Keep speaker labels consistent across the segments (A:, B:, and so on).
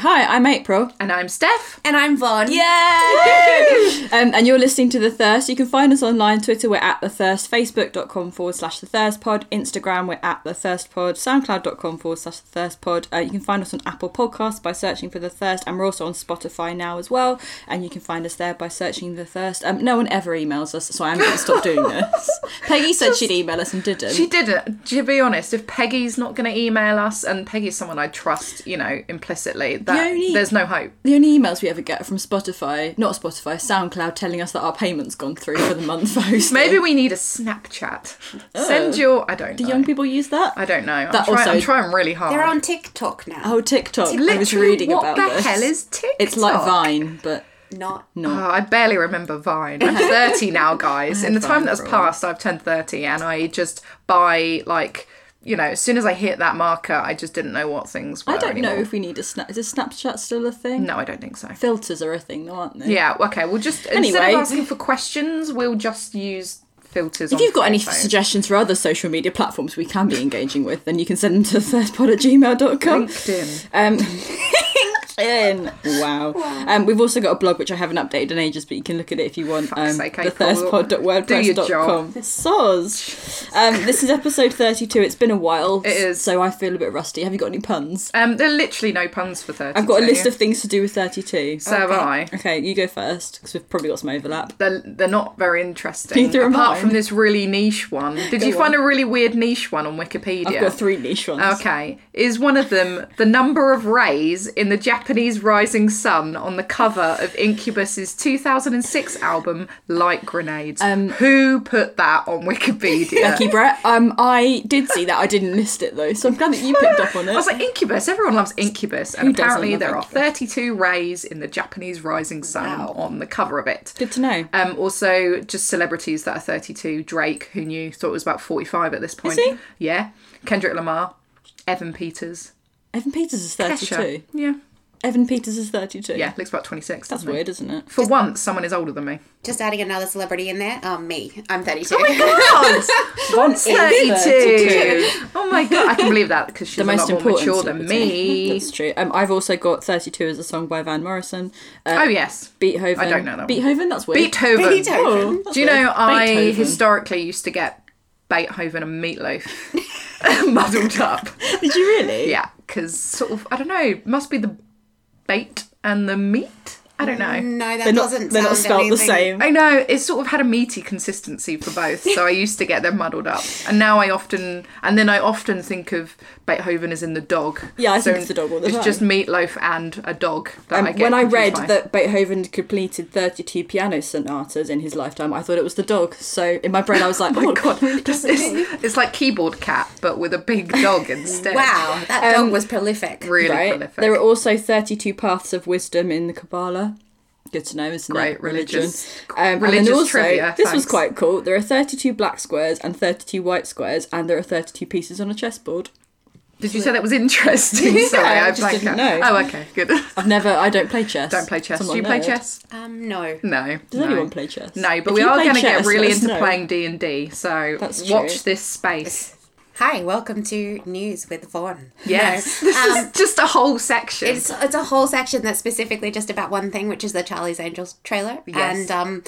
A: Hi, I'm April.
B: And I'm Steph.
C: And I'm Vaughn.
A: Yay! um, and you're listening to The Thirst. You can find us online, Twitter, we're at The Thirst, Facebook.com forward slash The Thirst Pod, Instagram, we're at The Thirst Pod, SoundCloud.com forward slash The Thirst Pod. Uh, you can find us on Apple Podcasts by searching for The Thirst, and we're also on Spotify now as well. And you can find us there by searching The Thirst. Um, no one ever emails us, so I'm going to stop doing this. Peggy said she'd email us and didn't.
B: She didn't. To be honest, if Peggy's not going to email us, and Peggy's someone I trust, you know, implicitly, that
A: The only-
B: there's no hope.
A: The only emails we ever get are from Spotify, not Spotify, SoundCloud, telling us that our payment's gone through for the month for hosting.
B: Maybe we need a Snapchat. Send your. I don't
A: Do
B: know.
A: Oh. young people use that?
B: I don't know. I'm,
A: That
B: try-
A: also-
B: I'm trying really hard.
C: They're on TikTok now.
A: Oh, TikTok. I was
B: Literally,
A: reading
B: what
A: about
B: the
A: this.
B: hell is TikTok?
A: It's like Vine, but
C: Not.
B: Oh, I barely remember Vine. I'm 30 now, guys. In the time
A: Vine
B: that's
A: for a
B: passed, I've turned 30 and I just buy, like, you know, as soon as I hit that marker, I just didn't know what things were.
A: I don't know
B: anymore.
A: if we need a snap. Is a Snapchat still a thing?
B: No, I don't think so.
A: Filters are a thing, though, aren't they?
B: Yeah, okay, we'll just. Instead
A: Anyway.
B: of asking for questions, we'll just use filters.
A: If you've got any suggestions for other social media platforms we can be engaging with, then you can send them to thirstpod at gmail.com.
B: LinkedIn.
A: Um, LinkedIn. Wow. Um, we've also got a blog which I haven't updated in ages, but you can look at it if you want. Um,
B: sake, April.
A: thethirstpod.wordpress.com. Soz. Um, this is episode 32. It's been a while. It
B: is.
A: So I feel a bit rusty. Have you got any puns?
B: Um, there are literally no puns for 30.
A: I've got a list of things to do with 32.
B: So have I.
A: Okay, you go first, because we've probably got some overlap.
B: They're, they're not very interesting.
A: Neither am
B: apart
A: I.
B: from this really niche one. Did you
A: Go
B: find a really weird niche one on Wikipedia?
A: I've got three niche ones.
B: Okay. Is one of them the number of rays in the Japanese rising sun on the cover of Incubus's 2006 album Light Grenades? Who put that on Wikipedia?
A: Um, Becky Brett, um, I did see that. I didn't list it though, so I'm glad that you picked up on it.
B: I was like, Incubus, everyone loves Incubus. And
A: Who doesn't
B: apparently
A: love
B: there are
A: Incubus?
B: 32 rays in the Japanese rising sun on the cover of it.
A: Good to know.
B: Um, also, just celebrities that are 32. Drake, who knew, thought was about 45 at this point.
A: he?
B: Yeah. Kendrick Lamar, Evan Peters,
A: Evan Peters is 32.
B: Kesha. Yeah.
A: Evan Peters is 32.
B: Yeah, looks about 26.
A: That's
B: doesn't he?
A: weird, isn't it?
B: For once, someone is older than me.
C: Just adding another celebrity in there. Um, me. I'm 32.
A: Oh
B: Once 32.
A: 32.
B: Oh my god, I can believe that because she's
A: The
B: a
A: most
B: lot more
A: important
B: mature than
A: celebrity.
B: me.
A: That's true. Um, I've also got 32 as a song by Van Morrison. Uh,
B: Oh yes,
A: Beethoven.
B: I don't know that one.
A: Beethoven? That's weird.
B: Beethoven.
C: Beethoven.
A: Oh, that's
B: Do you
A: weird.
B: know I
A: Beethoven.
B: historically used to get Beethoven and meatloaf muddled up?
A: Did you really?
B: Yeah, because sort of I don't know. Must be the bait and the meat. I don't know.
C: No, that
A: They're not,
C: doesn't
A: they're not
C: sound
A: spelled the same.
C: anything.
B: I know it sort of had a meaty consistency for both, so I used to get them muddled up, and now I often and then I often think of Beethoven as in the dog.
A: Yeah, I think of the dog all the
B: it's
A: time.
B: just meatloaf and a dog that
A: Um,
B: I get.
A: when I read
B: confused by.
A: that Beethoven completed 32 piano sonatas in his lifetime, I thought it was the dog. So in my brain, I was like, oh,
B: Oh my god, this is, it's like keyboard cat, but with a big dog instead.
C: Wow, that
A: Um,
C: dog was prolific.
B: really
A: right?
B: prolific.
A: There are also 32 paths of wisdom in the Kabbalah. Good to know, isn't
B: Great
A: it? Religion.
B: religious-
A: Um, and then
B: religious
A: also,
B: trivia,
A: This was
B: thanks.
A: quite cool. There are 32 black squares and 32 white squares, and there are 32 pieces on a chessboard.
B: Did you say that was interesting? Sorry,
A: I
B: I,
A: just
B: blanked
A: didn't
B: out.
A: know.
B: Oh, okay, good.
A: I've never. I don't play chess.
B: Don't play chess.
A: I'm
B: Do
A: not
B: you
A: a
B: play
A: nerd.
B: chess?
C: Um, no.
B: No.
A: Does anyone play chess?
B: No, but
A: If
B: we
A: you
B: are
A: play
B: going to get
A: chess,
B: really
A: let us
B: into
A: know.
B: playing D and D, so
A: That's true.
B: watch this space.
C: Hi, welcome to News with Vaughn.
B: Yes,
C: No.
B: this
A: Um,
B: is just a whole section.
C: It's, it's a whole section that's specifically just about one thing, which is the Charlie's Angels trailer.
B: Yes.
C: And um,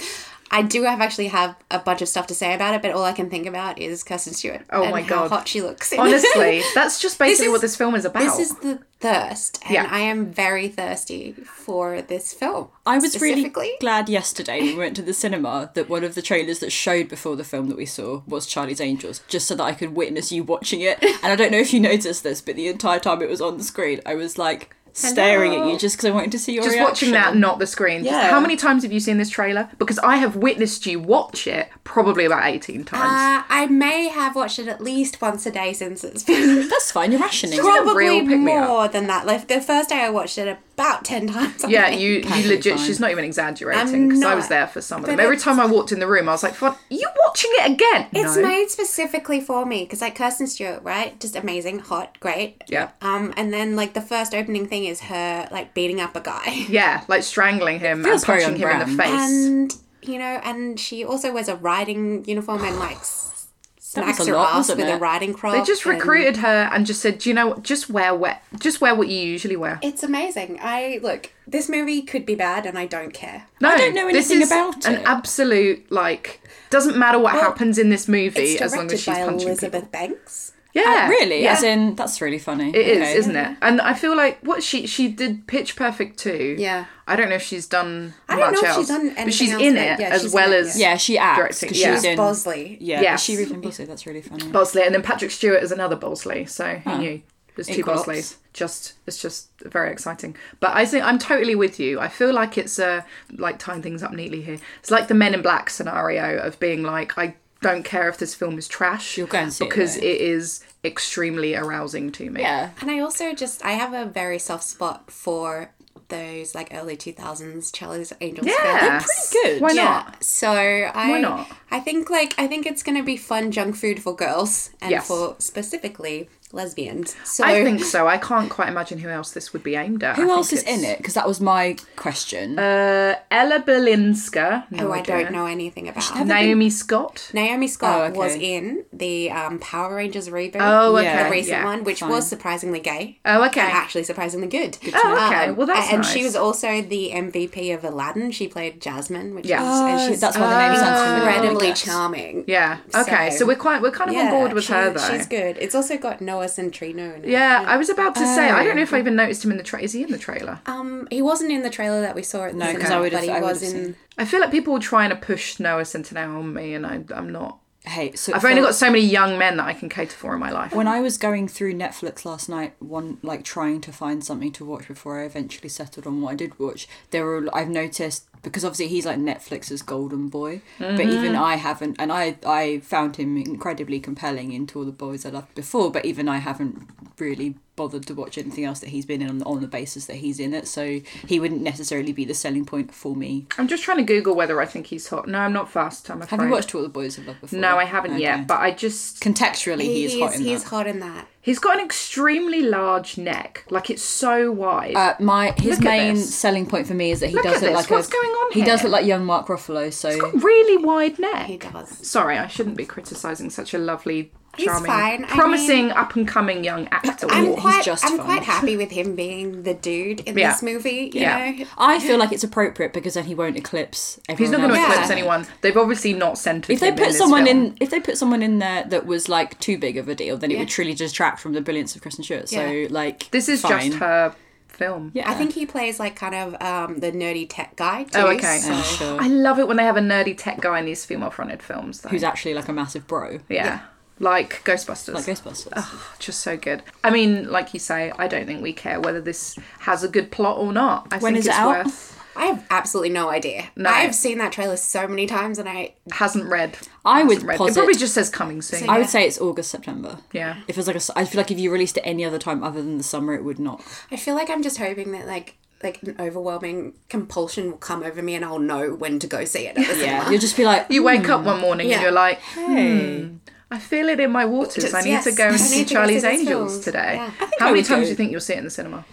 C: I do have actually have a bunch of stuff to say about it, but all I can think about is Kirsten Stewart.
B: Oh
C: and
B: my
C: how
B: God.
C: hot she looks. in
B: Honestly, that's just basically
C: is-
B: what this film is about.
C: This is the thirst, and
B: Yeah.
C: I am very thirsty for this film.
A: I was really
C: specifically.
A: glad yesterday when we went to the cinema that one of the trailers that showed before the film that we saw was Charlie's Angels, just so that I could witness you watching it. And I don't know if you noticed this, but the entire time it was on the screen, I was like staring at you just because I wanted to see your
B: just watching
A: reaction.
B: that, not the screen. Just-
A: Yeah.
B: How many times have you seen this trailer? Because I have witnessed you watch it probably about 18 times.
C: Uh, I may have watched it at least once a day since it's been
A: That's fine. You're rationing.
B: a real
C: probably
B: pick-me-up.
C: more than that. Like the first day I watched it about 10 times. I
B: Yeah,
C: think.
B: you, you
A: Perfectly
B: legit.
A: fine.
B: She's not even exaggerating
C: I'm
B: because I
C: not,
B: was there for some of
C: but
B: them. Every
C: it's-
B: time I walked in the room, I was like, "Fun, you watching it again?"
C: It's
B: No.
C: made specifically for me because like Kirsten Stewart, right? Just amazing, hot, great.
B: Yeah.
C: Um, and then like the first opening thing is her like beating up a guy,
B: Yeah, like strangling him and
A: feels very
B: punching him
A: on
B: in the
A: brand.
B: face.
C: and you know, and she also wears a riding uniform and like s-
A: was
C: smacks
A: a
C: her
A: lot,
C: ass
A: wasn't
C: with a
A: it?
C: riding crop.
B: they just
C: and-
B: recruited her and just said, "Do you know what? Just wear wet. Just wear what you usually wear."
C: It's amazing. I look. This movie could be bad, and I don't care.
B: No,
A: I don't know
B: this
A: anything
B: is
A: about
B: an
A: it.
B: absolute like. Doesn't matter what happens in this movie
C: It's
B: as long
C: directed
B: as she's
C: by
B: punching
C: Elizabeth
B: people.
C: Banks.
B: Yeah,
A: Uh, Really?
B: Yeah.
A: As in, that's really funny.
B: It is, isn't it? And I feel like what she she did Pitch Perfect too.
C: Yeah.
B: I don't know if she's done.
C: I don't
B: much
C: know
B: else,
C: if she's done
B: but
C: anything
B: she's
C: else,
B: in
C: but
B: it
C: yeah,
B: as
C: she's
B: well
C: in it,
B: as
A: Yeah, she acts
B: Directing,
A: because
B: yeah.
A: she's in.
C: Bosley.
A: Yeah,
B: Yes.
A: is she Ruth and Bosley. That's really funny.
B: Bosley, and then Patrick Stewart is another Bosley. So who knew? There's two
A: Equal ops.
B: Bosleys. Just it's just very exciting. But I think I'm totally with you. I feel like it's uh, like tying things up neatly here. It's like the Men in Black scenario of being like I don't care if this film is trash.
A: You'll go and see it,
B: because
A: though.
B: it is extremely arousing to me.
A: Yeah,
C: And I also just I have a very soft spot for those like early two thousands Charlie's Angels.
B: Yeah.
C: films.
A: good.
B: Why
C: Yeah.
B: not?
C: So I
B: Why not?
C: I think like I think it's gonna be fun junk food for girls and
B: Yes.
C: for specifically lesbians. So
B: I think so. I can't quite imagine who else this would be aimed at. I
A: Who
B: think
A: else is
B: it's-
A: in it? Because that was my question.
B: Uh, Ella Berlinska. No
C: who I
B: idea.
C: don't know anything about.
B: Naomi Scott.
C: Naomi Scott
A: Oh, okay.
C: was in the um, Power Rangers reboot.
B: Oh,
A: Yeah.
C: The
B: okay.
C: recent
B: yeah.
C: one, which was surprisingly gay.
B: Oh, okay.
C: And actually surprisingly good. Um,
B: Oh, okay. Well, that's
C: And
B: nice.
C: she was also the MVP of Aladdin. She played Jasmine, which
B: Yeah.
C: is and she's
A: that's why the name sounds familiar.
C: incredibly
A: Yes.
C: charming.
B: Oh. Yeah. Okay. So,
C: So-
B: we're quite we're kind of on
C: Yeah,
B: board with
C: she-
B: her though.
C: She's good. It's also got Noah Centrino in it.
B: yeah, I was about to say I don't know if I
A: Um,
B: even noticed him in the trailer. Is he in the trailer?
C: Um, he wasn't in the trailer that we saw at the
A: No, 'cause
C: cinema,
A: I would've-
C: but he
A: I would've
C: was in.
A: seen.
B: I feel like people were trying to push Noah Centineo on me, and I, I'm not.
A: hey, so
B: I've only got so many young men that I can cater for in my life.
A: When I was going through Netflix last night, one like trying to find something to watch before I eventually settled on what I did watch, there were I've noticed because obviously he's like Netflix's golden boy, but even I haven't, and I I found him incredibly compelling into all the boys I loved before, but even I haven't really bothered to watch anything else that he's been in on, on the basis that he's in it, so he wouldn't necessarily be the selling point for me.
B: I'm just trying to Google whether I think he's hot. No, I'm not fast. I'm afraid.
A: Have you watched all the boys I loved before?
B: No, I haven't
A: Okay.
B: yet. But I just
A: contextually, he, is hot in
C: he's
A: that.
C: hot in that.
B: He's got an extremely large neck. Like it's so wide.
A: Uh, my his
B: Look at
A: main
B: this.
A: selling point for me is that he
B: Look
A: does
B: at
A: look like
B: this. What's
A: a,
B: going on
A: He does
B: here?
A: look like young Mark Ruffalo. So
B: really wide neck.
C: He does.
B: Sorry, I shouldn't be criticising such a lovely,
C: He's
B: charming,
C: fine, I
B: promising up and coming young actor.
C: I'm quite.
A: just
C: I'm
A: fun.
C: quite happy with him being the dude in
B: Yeah.
C: this movie. You
B: Yeah.
C: know,
A: I feel like it's appropriate because then he won't eclipse.
B: He's
A: Everyone
B: not going to
A: else.
C: Yeah.
B: eclipse anyone. They've obviously not centered.
A: If they
B: him in
A: put
B: this
A: someone
B: film.
A: in, if they put someone in there that was like too big of a deal, then it would truly detract from the brilliance of Kristen Stewart.
C: Yeah.
A: So like,
B: this is
A: fine.
B: just her film.
A: Yeah,
C: I think he plays like kind of um, the nerdy tech guy. Too,
B: Oh, okay.
C: so-
A: Yeah, sure.
B: I love it when they have a nerdy tech guy in these female-fronted films. Though.
A: Who's actually like a massive bro,
B: yeah. Like Ghostbusters.
A: like Ghostbusters.
B: just so good. I mean, like you say, I don't think we care whether this has a good plot or not. I
A: When
B: think
A: is it
B: it's
A: out?
B: worth
C: I have absolutely no idea. I've seen that trailer so many times, and I
B: hasn't read.
A: I would
B: hasn't read.
A: posit-
B: it probably just says coming soon.
A: I would say it's August September.
B: Yeah.
A: If it's like a, s- I feel like if you released it any other time other than the summer, it would not.
C: I feel like I'm just hoping that like like an overwhelming compulsion will come over me, and I'll know when to go see it. At the
A: Yeah,
C: cinema.
A: you'll just be like,
B: You wake up one morning and
C: Yeah.
B: you're like, hmm, I feel it in my waters. I
C: Just-
B: need to
C: yes,
B: go
C: I
B: and
C: need
B: see
C: to go see
B: Charlie's
C: this
B: Angels
C: film."
B: today.
C: Yeah. I
B: How
A: I
B: many
A: would
B: times
A: go.
B: do you think you'll see it in the cinema?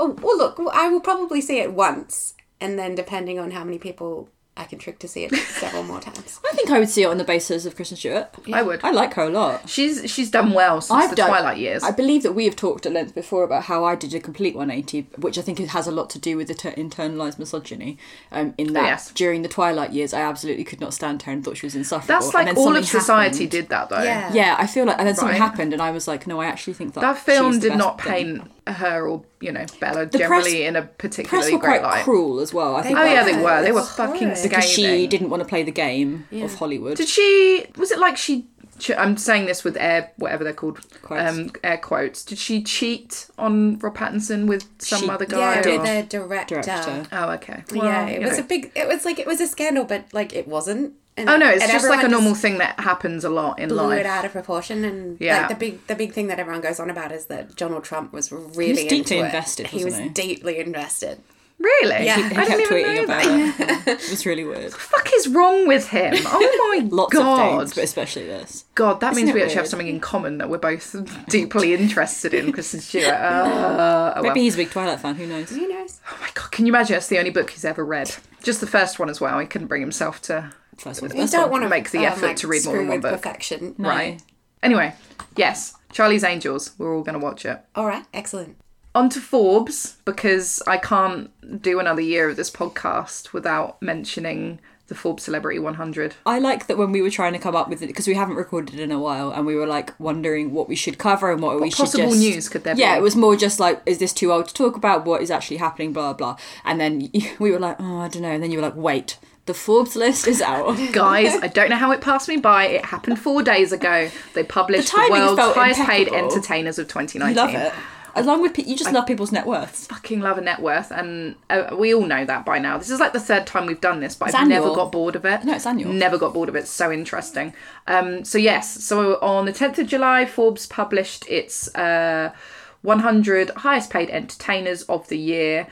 C: Oh, well, look, well, I will probably see it once, and then depending on how many people I can trick to see it several more times.
A: I think I would see it on the basis of Kristen Stewart.
B: I would.
A: I like her a lot.
B: She's she's done well since the
A: done-
B: Twilight years.
A: I believe that we have talked at length before about how I did a complete 180, which I think it has a lot to do with the ter- internalized misogyny. Um, in that
B: Oh, yes.
A: during the Twilight years, I absolutely could not stand her and thought she was insufferable.
B: That's
A: and
B: like
A: then
B: all
A: something
B: of society
A: happened.
B: did that though.
C: Yeah.
A: Yeah, I feel like and then something
B: Right.
A: happened, and I was like, no, I actually think that
B: That
A: she's
B: film
A: the
B: did
A: best
B: not
A: thing.
B: paint her or you know Bella
A: press-
B: generally in a
A: Press
B: particularly
A: were
B: great
A: quite
B: light.
A: cruel as well. I think.
B: Oh yeah,
A: like,
B: they were. They were
C: It's
B: fucking
C: horrid.
B: scathing.
A: because she didn't want to play the game of Hollywood.
B: Did she? Was it like she? che- I'm saying this with air, whatever they're called,
A: Quotes.
B: um, air quotes. Did she cheat on Rob Pattinson with some
A: She
B: other guy?
C: Yeah,
B: or-
A: did.
C: the director.
A: Director.
B: Oh, okay. Well,
C: yeah, it
B: you
C: was
B: know.
C: a big. It was like it was a scandal, but like it wasn't. And,
B: Oh no, it's
C: and
B: just like a
C: everyone
B: normal thing that happens a lot in
C: blew
B: life.
C: it out of proportion and
B: Yeah.
C: like the big the big thing that everyone goes on about is that Donald Trump was really
A: was deeply
C: into it.
A: invested,
C: He was
A: wasn't he?
C: deeply invested.
B: Really?
C: Yeah.
A: He
B: I
A: kept
B: didn't even
A: tweeting
B: know
A: about
B: that.
A: it. It was really weird.
B: Fuck is wrong with him? Oh my
A: Lots
B: god!
A: of things, but especially this.
B: God, that means
A: it
B: we actually have
A: weird?
B: something in common that we're both deeply interested in. Kristen Stewart. Uh, oh, well.
A: Maybe he's a big Twilight fan. Who knows?
C: Who knows?
B: Oh my god! Can you imagine? It's the only book he's ever read. Just the first one as well. He couldn't bring himself to.
A: First one's the
C: You
A: best
C: don't
A: one. Oh,
C: want to
B: Make the effort to read more than one book.
C: Perfection.
A: No.
B: Right. Anyway, yes, Charlie's Angels. We're all going to watch it.
C: All right. Excellent.
B: On to Forbes because I can't do another year of this podcast without mentioning the Forbes Celebrity 100.
A: I like that when we were trying to come up with it because we haven't recorded in a while, and we were like wondering what we should cover and what, we should
B: possible
A: just-
B: news could there be?
A: Yeah, it was more just like, is this too old to talk about? What is actually happening? Blah blah. And then we were like, oh, I don't know. And then you were like, wait, the Forbes list is out.
B: Guys, I don't know how it passed me by. It happened four days ago. They published the,
A: timing
B: world's
A: felt
B: highest paid
A: impeccable.
B: entertainers of 2019.
A: I love it. Along with pe- you, just love people's net worths.
B: Fucking love a net worth, and uh, we all know that by now. This is like the third time we've done this, but I've
A: annual.
B: never got bored of it.
A: No, it's annual.
B: Never got bored of it. It's so interesting. Um, so yes, so on the 10th of July, Forbes published its uh, 100 highest paid entertainers of the year.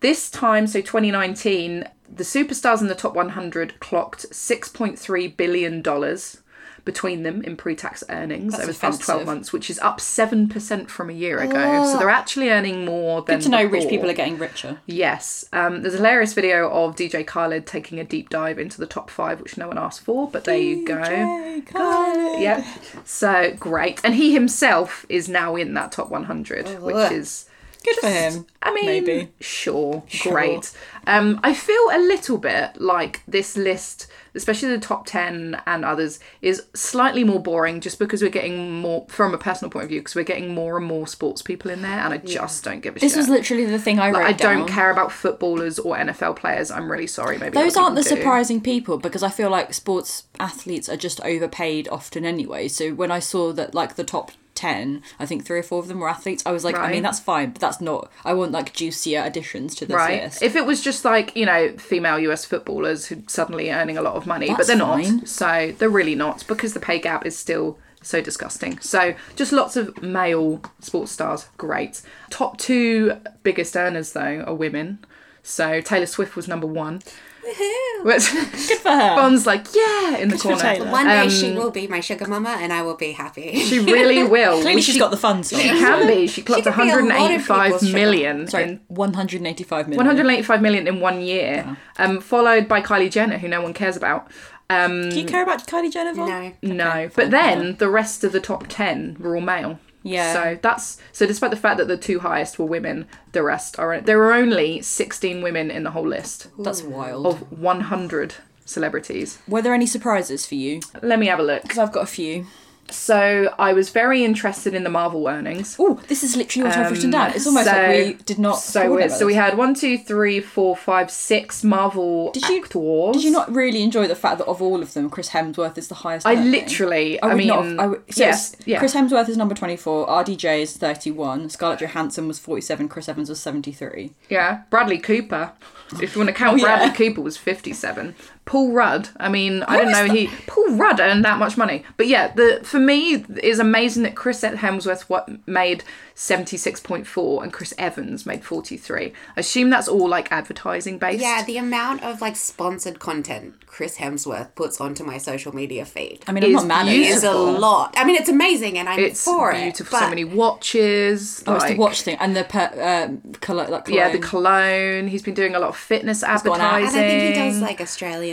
B: This time, so 2019, the superstars in the top 100 clocked 6.3 billion dollars between them in pre-tax earnings over the past 12
A: offensive.
B: months which is up 7% from a year ago so they're actually earning more than
A: Oh. Good to know
B: before.
A: rich people are getting richer.
B: Yes. Um, there's a hilarious video of DJ Khaled taking a deep dive into the top five, which no one asked for, but there you go. Yeah. So great. And he himself is now in that top 100, which
C: Ugh.
B: is.
A: Good for him.
B: I mean,
A: maybe.
B: sure, great. Um, I feel a little bit like this list, especially the top 10 and others, is slightly more boring just because we're getting more, from a personal point of view, because we're getting more and more sports people in there, and I just don't give a
A: This
B: shit.
A: was literally the thing I wrote.
B: I don't
A: down.
B: care about footballers or NFL players. I'm really sorry. Maybe
A: Those
B: other
A: aren't the
B: people do.
A: surprising people because I feel like sports athletes are just overpaid often anyway. So when I saw that, like the top ten, I think three or four of them were athletes. I was like, I
B: Right.
A: mean, that's fine, but that's not. I want like juicier additions to this
B: Right.
A: list.
B: If it was just like you know female US footballers who suddenly earning a lot of money, but
A: That's
B: they're not.
A: fine.
B: So they're really not because the pay gap is still so disgusting. So just lots of male sports stars. Great. Top two biggest earners though are women. So Taylor Swift was number one. Good for
A: her.
B: Bon's like yeah in the
A: for
B: corner.
A: Taylor.
C: One day
B: Um,
C: she will be my sugar mama, and I will be happy.
B: She really will.
A: Clearly,
B: We
A: she's
B: should-
A: got the fun side.
B: She can be. She clocked
C: could be a lot of
B: 185
C: people's
B: million in
A: Sorry, one hundred eighty-five million.
B: 185 million in one year, um, followed by Kylie Jenner, who no one cares about. Um,
A: Do you care about Kylie Jenner? Val?
C: no.
B: no, but then the rest of the top 10 were all male.
A: Yeah.
B: So that's so. Despite the fact that the two highest were women, the rest are there are only 16 women in the whole list
A: that's wild.
B: of 100 celebrities.
A: Were there any surprises for you?
B: Let me have a look.
A: Because I've got a few.
B: So I was very interested in the Marvel earnings.
A: Oh, this is literally what I've written down. It's almost
B: Um, so-
A: like we did not.
B: So
A: record
B: weird.
A: about
B: So we
A: this.
B: had one, two, three, four, five, six Marvel
A: Did you-
B: actors.
A: Did you not really enjoy the fact that of all of them, Chris Hemsworth is the highest?
B: I
A: earning?
B: literally.
A: I
B: I,
A: would
B: mean,
A: not. Have, I would, so
B: yes,
A: it's-
B: yeah.
A: Chris Hemsworth is number twenty-four. RDJ is thirty-one. Scarlett Johansson was forty-seven. Chris Evans was seventy-three.
B: yeah, Bradley Cooper. If you want to count,
A: Oh, yeah.
B: Bradley Cooper was fifty-seven. Paul Rudd. I mean, I don't know. He Paul Rudd earned that much money, but yeah, the for me it is amazing that Chris Hemsworth what made seventy-six point four and Chris Evans made forty-three. I assume that's all like advertising based.
C: Yeah, the amount of like sponsored content Chris Hemsworth puts onto my social media feed
A: I mean, I'm
B: Is
A: not mad at
C: is
A: it.
C: a
B: beautiful.
C: lot. I mean, it's amazing, and I'm
B: It's
C: for it.
B: beautiful. so
C: but
B: many watches.
A: Oh, it's the
B: like-
A: watch thing and the per, um, colour, like cologne.
B: Yeah, the cologne. He's been doing a lot of fitness
A: gone out.
B: advertising.
A: And
C: And I think he does like Australian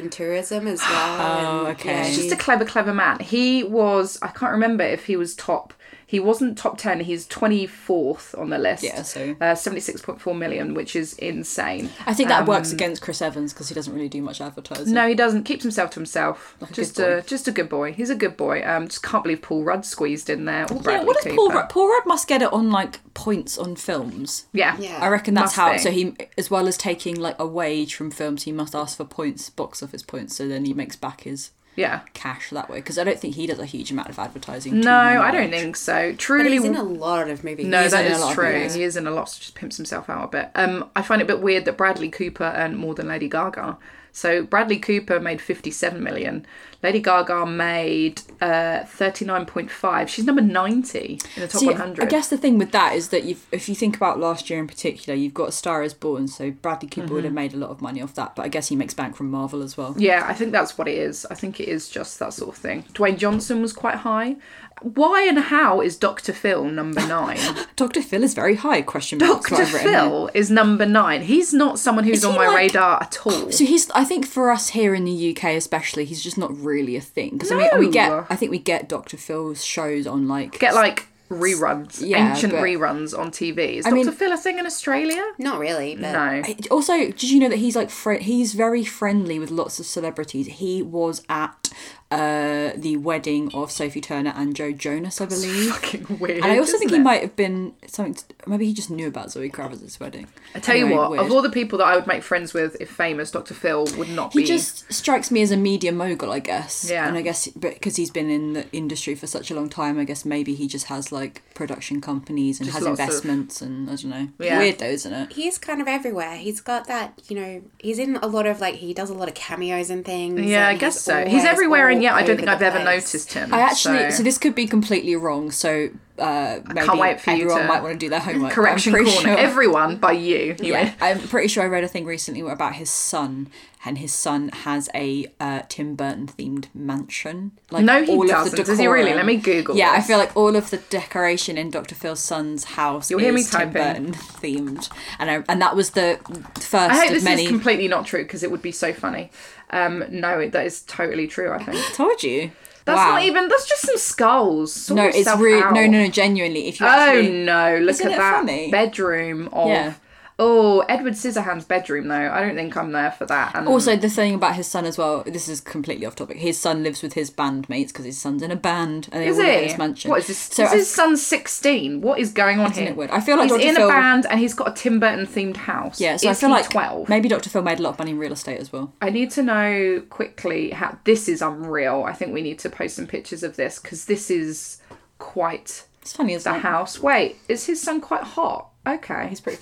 C: tourism as well.
A: Oh,
C: and,
A: okay.
C: yeah,
A: It's
B: just
C: he-
B: a clever, clever man. He was, I can't remember if he was top. He wasn't top 10, he's 24th on the list.
A: Yeah, so-
B: Uh, 76.4 million, which is insane.
A: I think that works against Chris Evans because he doesn't really do much advertising.
B: um, No, he doesn't. Keeps himself to himself. just
A: good
B: a just a good boy. He's a good boy. Um, just can't believe Paul Rudd squeezed in there. Or
A: Yeah,
B: Bradley
A: what does Paul
B: Cooper.
A: Rudd? Paul Rudd must get it on like points on films.
B: Yeah,
C: Yeah.
A: I reckon that's
B: Must
A: how.
B: be.
A: So he, as well as taking like a wage from films, he must ask for points, box office points. So then he makes back his
B: yeah.
A: cash that way. Because I don't think he does a huge amount of advertising. to
B: No, I
A: my
B: don't
A: knowledge.
B: think so.
C: but
B: Truly,
C: he's in a lot of movies.
B: No,
A: He's
B: that
A: in a
B: is
A: lot of
B: true.
A: movies.
B: He is in a lot, so just pimps himself out a bit. Um, I find it a bit weird that Bradley Cooper earned more than Lady Gaga. So Bradley Cooper made 57 million. Lady Gaga made uh, 39.5. She's number 90 in the top
A: See,
B: 100.
A: I guess the thing with that is that you've, if you think about last year in particular, you've got A Star Is Born, so Bradley Cooper
B: Mm-hmm.
A: would have made a lot of money off that. But I guess he makes bank from Marvel as well.
B: Yeah, I think that's what it is. I think it is just that sort of thing. Dwayne Johnson was quite high. Why and how is Dr. Phil number nine?
A: Doctor Phil is very high. Question mark. that's what
B: Dr.
A: I've written here.
B: Phil is number nine. He's not someone who's
A: Is
B: on
A: he
B: my
A: like-
B: radar at all.
A: So he's. I think for us here in the UK, especially, he's just not really a thing. Because I mean, we
B: No.
A: get. I think we get Doctor Phil's shows on like.
B: Get like reruns,
A: Yeah,
B: ancient
A: but-
B: reruns on TV. Is
A: I
B: Dr.
A: mean-
B: Phil a thing in Australia?
C: Not really, but
B: No.
A: Eh, Also, did you know that he's like fri he's very friendly with lots of celebrities. He was at uh, the wedding of Sophie Turner and Joe Jonas, I believe.
B: Fucking weird.
A: And I also think
B: isn't
A: he
B: it?
A: might have been something. To, maybe he just knew about Zoe Kravitz's wedding.
B: I tell you what, of all the people that I would make friends with, if famous, Dr. Phil would not
A: he
B: be.
A: just strikes me as a media mogul, I guess.
B: Yeah.
A: And I guess because he's been in the industry for such a long time, I guess maybe he just has like production companies and
B: Just
A: has
B: lots of-
A: investments and I don't know.
B: Yeah.
A: Weird though, isn't it?
C: he's kind of everywhere. He's got that, you know, he's in a lot of like he does a lot of cameos and things.
B: yeah,
C: and
B: I guess
C: he's
B: so. He's
C: always
B: everywhere, and
C: all
B: yet I
C: over
B: don't think
C: the
B: I've ever
C: place.
B: noticed him.
A: I actually, so,
B: so-
A: this could be completely wrong. So uh, maybe
B: wait for you
A: everyone
B: to-
A: might want to do their homework. but I'm
B: correction
A: pretty
B: corner.
A: sure-
B: Everyone by you. you
A: yeah,
B: know.
A: I'm pretty sure I read a thing recently about his son, and his son has a uh, Tim Burton themed mansion. Like
B: No, he doesn't. Does he really?
A: decorum-
B: Let me Google
A: Yeah, I
B: this.
A: feel like all of the decoration in Dr. Phil's son's house
B: You'll
A: is
B: hear me
A: Tim
B: typing.
A: Burton themed, and I, and that was the first
B: I hope
A: of
B: this
A: many.
B: is completely not true because it would be so funny. Um, no, that is totally true. I think
A: Told you.
B: that's
A: wow.
B: not even. That's just some skulls. Sort
A: No, it's
B: yourself
A: really
B: out.
A: no, no, no. Genuinely, if you
B: Oh
A: actually,
B: no! Look
A: Isn't
B: at
A: it
B: that
A: funny?
B: bedroom of.
A: Yeah.
B: Oh, Edward Scissorhands' bedroom though. I don't think I'm there for that. And
A: Also, the thing about his son as well. This is completely off topic. His son lives with his bandmates because his son's in a band, and they
B: is
A: all live in
B: he?
A: his mansion.
B: What is this?
A: So
B: this
A: I-
B: is son sixteen. What is going on here?
A: it weird? I feel like
B: he's
A: Dr.
B: in
A: Phil-
B: a band and he's got a Tim Burton themed house.
A: yeah, so I
B: Is
A: feel
B: he
A: like
B: twelve.
A: maybe Dr. Phil made a lot of money in real estate as well.
B: I need to know quickly how this is unreal. I think we need to post some pictures of this because this is quite
A: It's funny, isn't
B: the
A: it?
B: house. Wait, is his son quite hot? Okay, he's pretty.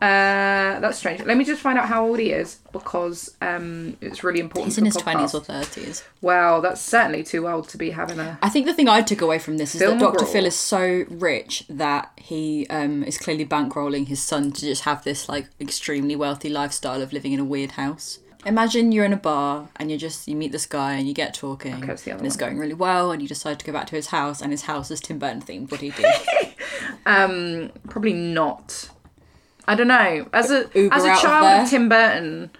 B: Uh, that's strange. Let me just find out how old he is because um, it's really important.
A: He's
B: for
A: in his
B: the
A: twenties or
B: podcast.
A: thirties.
B: Wow, that's certainly too old to be having a.
A: I think the thing I took away from this is
B: Film
A: that Dr.
B: role.
A: Phil is so rich that he um, is clearly bankrolling his son to just have this like extremely wealthy lifestyle of living in a weird house. Imagine you're in a bar and you just you meet this guy and you get talking
B: it's the other
A: and it's
B: one.
A: going really well and you decide to go back to his house and his house is Tim Burton themed. What do you do?
B: Probably not. I don't know. As a
A: Uber
B: as a
A: out of
B: child
A: there.
B: of Tim Burton,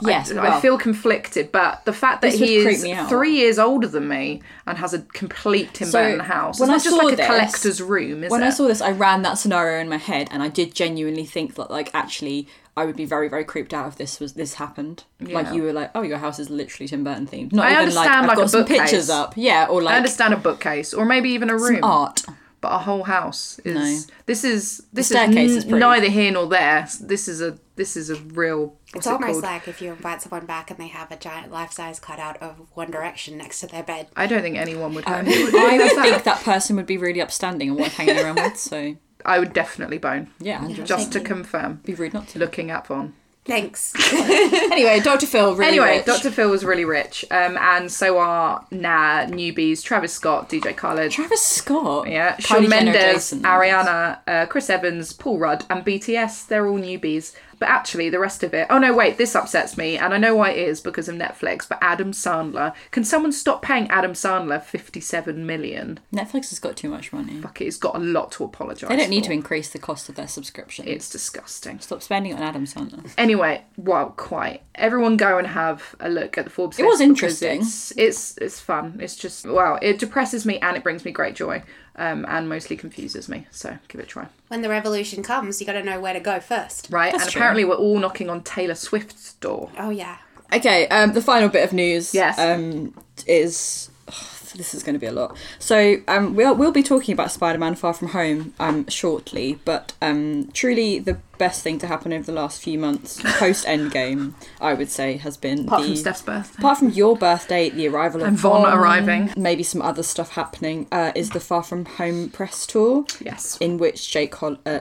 A: yes,
B: I feel conflicted. But the fact that
A: This would
B: he
A: creep
B: is
A: me out.
B: three years older than me and has a complete Tim
A: So,
B: Burton house,
A: when
B: it's
A: I
B: not just
A: saw
B: like a
A: this-
B: collector's room, is
A: when
B: it?
A: I saw this, I ran that scenario in my head, and I did genuinely think that, like, actually, I would be very, very creeped out if this was this happened. Like, you were like, "Oh, your house is literally Tim Burton themed." Not
B: I
A: even like
B: understand,
A: I've
B: like, a
A: got some
B: bookcase.
A: pictures up, yeah, or
B: I
A: like
B: understand a bookcase or maybe even a room,
A: art.
B: but a whole house is. This is this
A: staircase
B: is,
A: is
B: n-
A: pretty.
B: neither here nor there. This is a this is a real. What's
C: It's
B: it
C: almost
B: called?
C: like if you invite someone back and they have a giant life-size cutout of One Direction next to their bed.
B: I don't think anyone would.
A: Um, I
B: hurt me.
A: would think that person would be really upstanding and worth hanging around with. So
B: I would definitely bone.
A: yeah, 100%.
B: Just to confirm,
A: be rude not to.
B: looking at Von.
C: Thanks.
A: Anyway, Doctor Phil. Really
B: Anyway,
A: rich.
B: Dr. Phil was really rich, um, and so are Nah newbies Travis Scott, DJ Khaled,
A: Travis Scott.
B: yeah,
A: Kylie
B: Shawn
A: Jenner,
B: Mendes,
A: Jason.
B: Ariana, uh, Chris Evans, Paul Rudd, and BTS. They're all newbies, but actually the rest of it. Oh no, wait, this upsets me, and I know why it is because of Netflix. But Adam Sandler, can someone stop paying Adam Sandler fifty-seven million?
A: Netflix has got too much money.
B: Fuck, it, he's got a lot to apologise.
A: They don't need to increase the cost of their subscription.
B: It's disgusting.
A: Stop spending it on Adam Sandler.
B: Anyway, well, quite. Everyone go and have a look at the Forbes. It
A: was interesting.
B: It's, it's it's fun. It's just wow. It depresses me and it brings me great joy, um, and mostly confuses me. So give it a try.
C: when the revolution comes, you got to know where to go first.
B: Right,
A: That's
B: and
A: true.
B: apparently we're all knocking on Taylor Swift's door.
C: Oh yeah.
A: Okay, um, the final bit of news.
B: Yes.
A: Um, is oh, this is going to be a lot. So um, we'll we'll be talking about Spider-Man: Far From Home um shortly, but um, truly the best thing to happen over the last few months post Endgame, I would say, has been
B: Apart
A: the
B: from Steph's birthday.
A: apart from your birthday, the arrival of
B: And Von arriving.
A: maybe some other stuff happening. Uh, is the Far From Home press tour?
B: Yes.
A: in which Jake Hol- uh,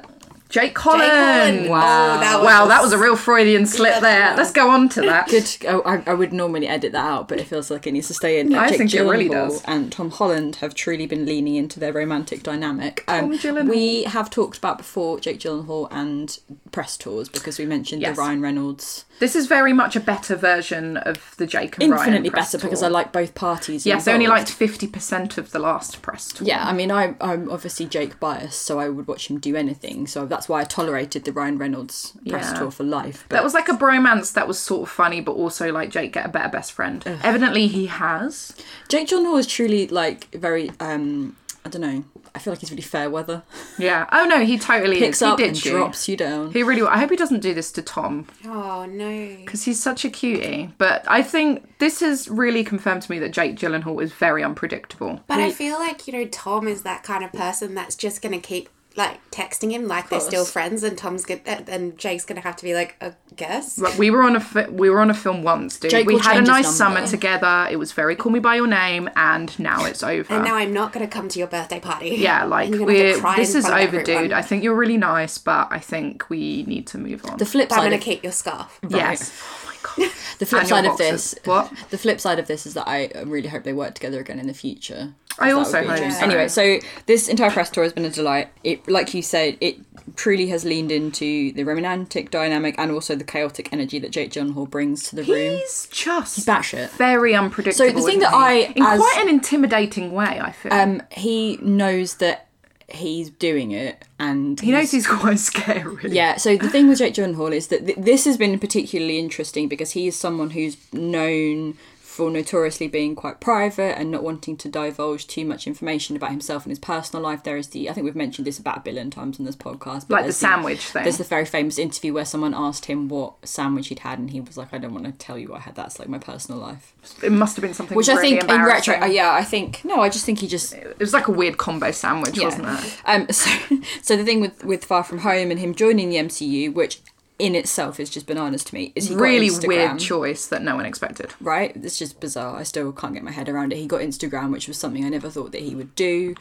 B: Jake Holland.
C: Holland.
A: Wow.
C: Oh, that was
B: Wow, that was a real Freudian slip
C: Yeah,
B: there.
C: wow.
B: Let's go on to that.
A: Good. to go- I, I would normally edit that out, but it feels like it needs to stay in.
B: I think it really
A: Gyllenhaal
B: does.
A: And Tom Holland have truly been leaning into their romantic dynamic. Um,
B: Gyllenhaal.
A: we have talked about before Jake Gyllenhaal and press tours because we mentioned
B: Yes.
A: the Ryan Reynolds.
B: This is very much a better version of the Jake and Ryan
A: Infinitely
B: press
A: better because I
B: tour.
A: like both parties.
B: Yes, they only
A: involved.
B: liked fifty percent of the last press tour.
A: Yeah, I mean, I, I'm obviously Jake biased, so I would watch him do anything. So that's why I tolerated the Ryan Reynolds press
B: Yeah.
A: tour for life. But
B: That was like a bromance that was sort of funny, but also like Jake get a better best friend. Evidently, he has.
A: Jake John Hall is truly like very. um I don't know. I feel like he's really fair weather.
B: Yeah. Oh no, he totally
A: Picks
B: is. He
A: up
B: did
A: and
B: you.
A: drops you down.
B: He really. I hope he doesn't do this to Tom
C: Oh no.
B: because he's such a cutie. But I think this has really confirmed to me that Jake Gyllenhaal is very unpredictable.
C: But I feel like, you know, Tom is that kind of person that's just going to keep like texting him like they're still
A: course.
C: friends and Tom's going to and Jake's going to have to be like a guest.
B: But we were on a fi- we were on a film once, dude.
A: Jake
B: we
A: will
B: had a
A: change his
B: nice
A: number.
B: summer together. It was very Call Me by Your Name, and now it's over.
C: And now I'm not going to come to your birthday party.
B: yeah, like
C: And you're gonna have to
B: we're
C: cry
B: this
C: in
B: is
C: front of
B: over,
C: everyone.
B: dude. I think you're really nice, but I think we need to move on.
A: the flip
C: But I'm
A: side, of,
C: going to keep your scarf.
B: yes. Oh my god.
A: the flip
B: and your
A: side of
B: boxes.
A: this,
B: What?
A: the flip side of this is that I really hope they work together again in the future.
B: I
A: 'Cause that
B: also
A: would be
B: hope
A: interesting.
B: so.
A: Anyway, so this entire press tour has been a delight. It, like you said, it truly has leaned into the romantic dynamic and also the chaotic energy that Jake Gyllenhaal brings to the room.
B: He's just
A: batshit.
B: very unpredictable.
A: So the thing that
B: isn't he?
A: I-
B: in
A: as-
B: quite an intimidating way, I feel.
A: Um, he knows that he's doing it, and
B: he knows he's quite scary.
A: Yeah, so the thing with Jake Gyllenhaal is that th- this has been particularly interesting because he is someone who's known for notoriously being quite private and not wanting to divulge too much information about himself and his personal life. There is the, I think we've mentioned this about a billion times on this podcast. But
B: Like the
A: there's
B: sandwich thing.
A: There's the very famous interview where someone asked him what sandwich he'd had and he was like, I don't want to tell you what I had. That's like my personal life.
B: It must have been something
A: Which
B: really
A: I think in retro,
B: embarrassing.
A: uh, yeah, I think, no, I just think he just
B: It was like a weird combo sandwich, wasn't it?
A: um, so, so the thing with with Far From Home and him joining the MCU, which in itself is just bananas to me, is he got
B: Really
A: Instagram,
B: weird choice that no one expected.
A: Right, it's just bizarre. I still can't get my head around it. He got Instagram, which was something I never thought that he would do.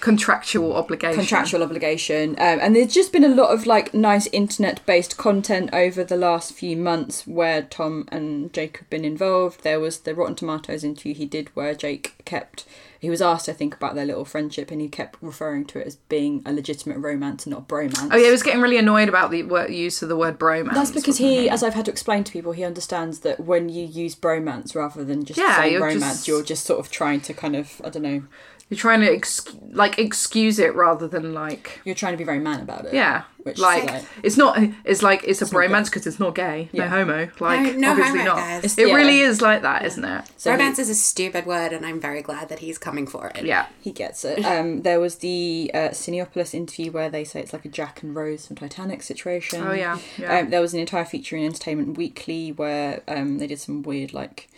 B: Contractual obligation.
A: Contractual obligation, um, and there's just been a lot of like nice internet-based content over the last few months where Tom and Jake have been involved. There was the Rotten Tomatoes interview he did where Jake kept. He was asked, I think, about their little friendship, and he kept referring to it as being a legitimate romance and not a bromance.
B: Oh yeah, he was getting really annoyed about the wor- use of the word bromance.
A: That's because he, as I've had to explain to people, he understands that when you use bromance rather than just
B: Yeah,
A: saying
B: you're
A: romance,
B: just-
A: you're just sort of trying to kind of, I don't know,
B: You're trying to ex- like excuse it rather than like
A: you're trying to be very man about it.
B: yeah.
A: Which is
B: like,
A: like-
B: it's not it's like it's, a bromance because it's not gay, no homo. Like
C: no
B: obviously
C: homo,
B: not.
C: guys.
B: It
A: Yeah.
B: really is like that, not it?
A: So he-
C: Romance is a stupid word and I'm very glad that he's coming for it.
B: Yeah.
A: He gets it. Um, there was the uh, Cineopolis interview where they say it's like a Jack and Rose from Titanic situation.
B: Oh, yeah, yeah.
A: Um, there was an entire feature in Entertainment Weekly where um, they did some weird like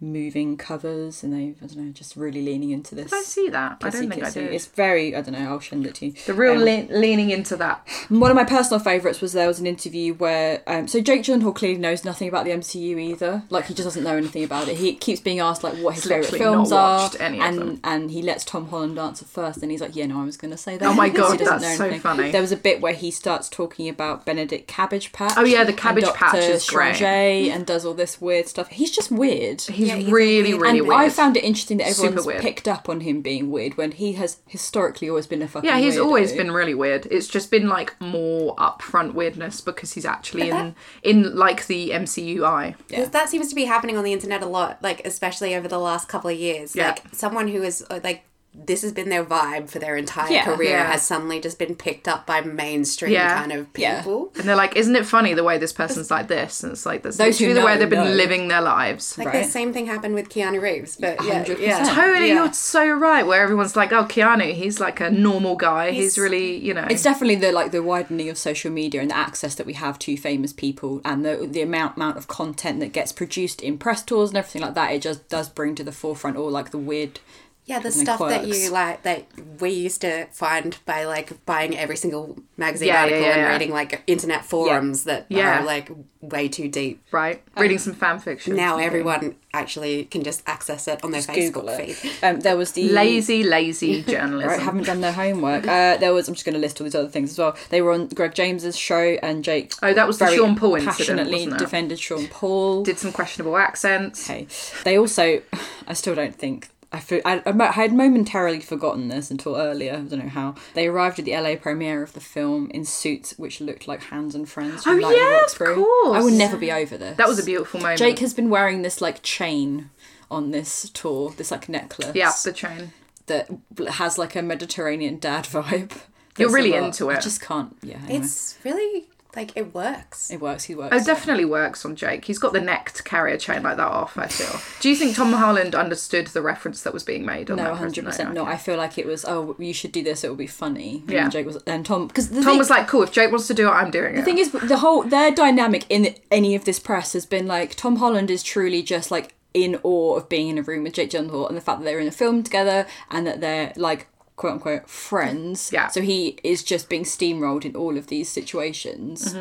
A: moving covers and they, I don't know, just really leaning into this.
B: Did I see that? I don't think I
A: kissy-kissy.
B: did.
A: It's very, I don't know, I'll send it to you.
B: the real
A: Um,
B: lean- leaning into that.
A: One of my personal favourites was there was an interview where um, so Jake Gyllenhaal clearly knows nothing about the MCU either. Like he just doesn't know anything about it. He keeps being asked like what his
B: He's
A: favourite
B: literally
A: films
B: not
A: are,
B: watched any of
A: and
B: them.
A: and he lets Tom Holland answer first, and he's like, "Yeah, no, I was going to say that."
B: Oh my
A: because he
B: God,
A: doesn't know
B: that's so
A: anything.
B: funny.
A: There was a bit where he starts talking about Benedict Cabbage Patch.
B: Oh, yeah, the
A: and
B: Cabbage Patch
A: Dr.
B: is great.
A: Strange and does all this weird stuff. He's just weird.
B: He's
C: Yeah, he's
B: really,
C: weird.
B: really
A: and
B: weird.
A: I found it interesting that
B: Super
A: everyone's
B: weird.
A: picked up on him being weird when he has historically always been a fucking.
B: yeah, he's
A: weirdo.
B: always been really weird. It's just been like more upfront weirdness because he's actually in in like the MCUI.
C: Because that seems to be happening on the internet a lot, like especially over the last couple of years.
B: Yeah.
C: Like someone who is uh, like this has been their vibe for their entire
A: Yeah.
C: career
B: Yeah.
C: has suddenly just been picked up by mainstream
B: Yeah.
C: kind of
A: Yeah.
C: people.
B: And they're like, isn't it funny the way this person's like this? And it's like that's
A: Those who
B: literally the way
A: know,
B: they've been
A: know.
B: living their lives.
C: Like
A: Right.
C: the same thing happened with Keanu Reeves, but yeah,
A: 100%.
C: yeah.
B: Totally,
C: Yeah.
B: you're so right. Where everyone's like, "Oh, Keanu, he's like a normal guy. He's,
C: He's-
B: really, you know."
A: It's definitely the like the widening of social media and the access that we have to famous people and the the amount amount of content that gets produced in press tours and everything like that. It just does bring to the forefront all like the weird
C: Yeah, the
A: Isn't it
C: stuff that
A: quirks?
C: you like that we used to find by like buying every single magazine
B: Yeah, yeah,
C: article
B: yeah,
C: and
B: yeah.
C: reading like internet forums that
B: Yeah.
C: are like way too deep.
B: right?
A: um,
B: Reading some fan fiction.
C: Now everyone actually can just access it on their
A: Google
C: Facebook
A: it.
C: feed.
A: Um, there was the
B: lazy, lazy
A: Right,
B: journalism.
A: haven't done their homework. Uh, there was. I'm just going to list all these other things as well. They were on Greg James's show, and Jake.
B: Oh, that was the
A: very
B: Sean Paul incident,
A: Passionately
B: wasn't it?
A: defended Sean Paul.
B: Did some questionable accents.
A: Okay. They also, I still don't think. I, feel, I, I mo- I had momentarily forgotten this until earlier. I don't know how. They arrived at the LA premiere of the film in suits which looked like hands and friends. From
B: Oh,
A: Lightning
B: yeah,
A: Rocks
B: of
A: Brew.
B: course.
A: I will never be over this.
B: That was a beautiful moment.
A: Jake has been wearing this like chain on this tour, this like necklace
B: yeah, the train.
A: that has like a Mediterranean dad vibe.
B: You're
A: That's
B: really
A: a lot.
B: into
A: I
B: it.
A: just can't. Yeah, anyway.
C: It's really like it works.
A: it works. He works.
B: Oh, definitely works on Jake. He's got the neck to carry a chain like that off. I feel. Do you think Tom Holland understood the reference that was being made? On
A: No,
B: that
A: 100 Oh, percent
B: person?
A: not. I feel like it was. Oh, you should do this. It will be funny.
B: Yeah.
A: And Jake was and Tom because the
B: Tom
A: thing,
B: was like, "Cool. If Jake wants to do it, I'm doing it."
A: the thing is the whole their dynamic in any of this press has been like Tom Holland is truly just like in awe of being in a room with Jake Gyllenhaal and the fact that they're in a film together and that they're like quote unquote friends.
B: Yeah.
A: So he is just being steamrolled in all of these situations,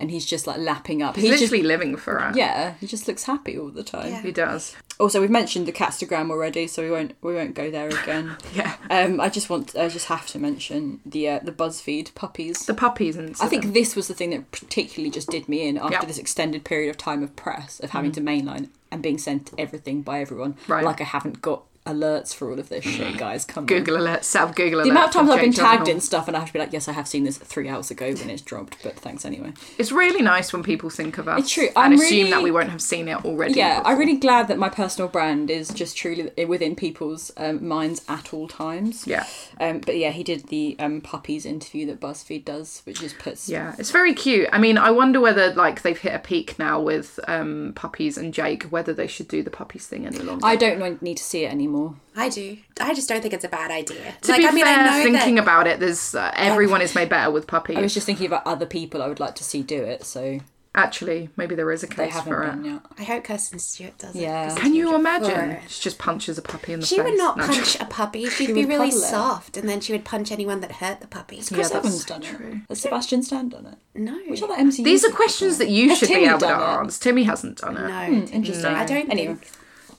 A: and he's just like lapping up.
B: Mm-hmm. He's
A: He's just
B: literally living for it.
A: yeah. He just looks happy all the time.
B: he does.
A: Also, we've mentioned the Catstagram already, so we won't we won't go there again.
B: Yeah.
A: Um, I just want I just have to mention the uh, the BuzzFeed puppies.
B: The puppies and
A: I think this was the thing that particularly just did me in after
B: Yep.
A: this extended period of time of press of having to mainline and being sent everything by everyone.
B: Mm. Right.
A: Like I haven't got alerts for all of this shit, guys. Come on.
B: Google alert, set up Google alert.
A: The amount of
B: for
A: times I've been
B: Jake
A: tagged in
B: Gyllenhaal.
A: stuff and I have to be like, yes, I have seen this three hours ago when it's dropped, but thanks anyway.
B: It's really nice when people think of us.
A: It's true.
B: And
A: I'm
B: assume
A: really-
B: that we won't have seen it already.
A: Yeah,
B: before.
A: I'm really glad that my personal brand is just truly within people's um, minds at all times.
B: Yeah.
A: Um, but yeah, he did the um, puppies interview that BuzzFeed does, which just puts
B: Yeah, it's very cute. I mean, I wonder whether like they've hit a peak now with um, puppies and Jake, whether they should do the puppies thing any longer.
A: I don't want- need to see it anymore.
C: I do. I just don't think it's a bad idea.
B: to be fair, thinking about it, there's uh, everyone is made better with puppies.
A: I was just thinking about other people I would like to see do it, so
B: Actually, maybe there is a
A: they
B: case
A: haven't
B: for it.
A: been yet.
C: I hope Kirsten Stewart does it.
A: Yeah.
C: 'cause
B: Can you imagine?
C: Alright.
B: She just punches a puppy in the
C: She
B: face.
C: would not
B: No,
C: punch a puppy.
A: She
C: She'd be
A: would
C: really
A: cuddle it.
C: soft, and then she would punch anyone that hurt the puppy.
A: Chris
B: that's
A: Evans
B: so
A: done
B: true.
A: it. Has Sebastian Stan done it?
C: No.
A: Which other MCU?
B: These are questions that you
A: Has
B: should be
A: Timmy
B: able to
A: done it?
B: answer. Timmy hasn't done it.
C: No.
A: interesting.
C: I don't
A: Anyway.
C: think.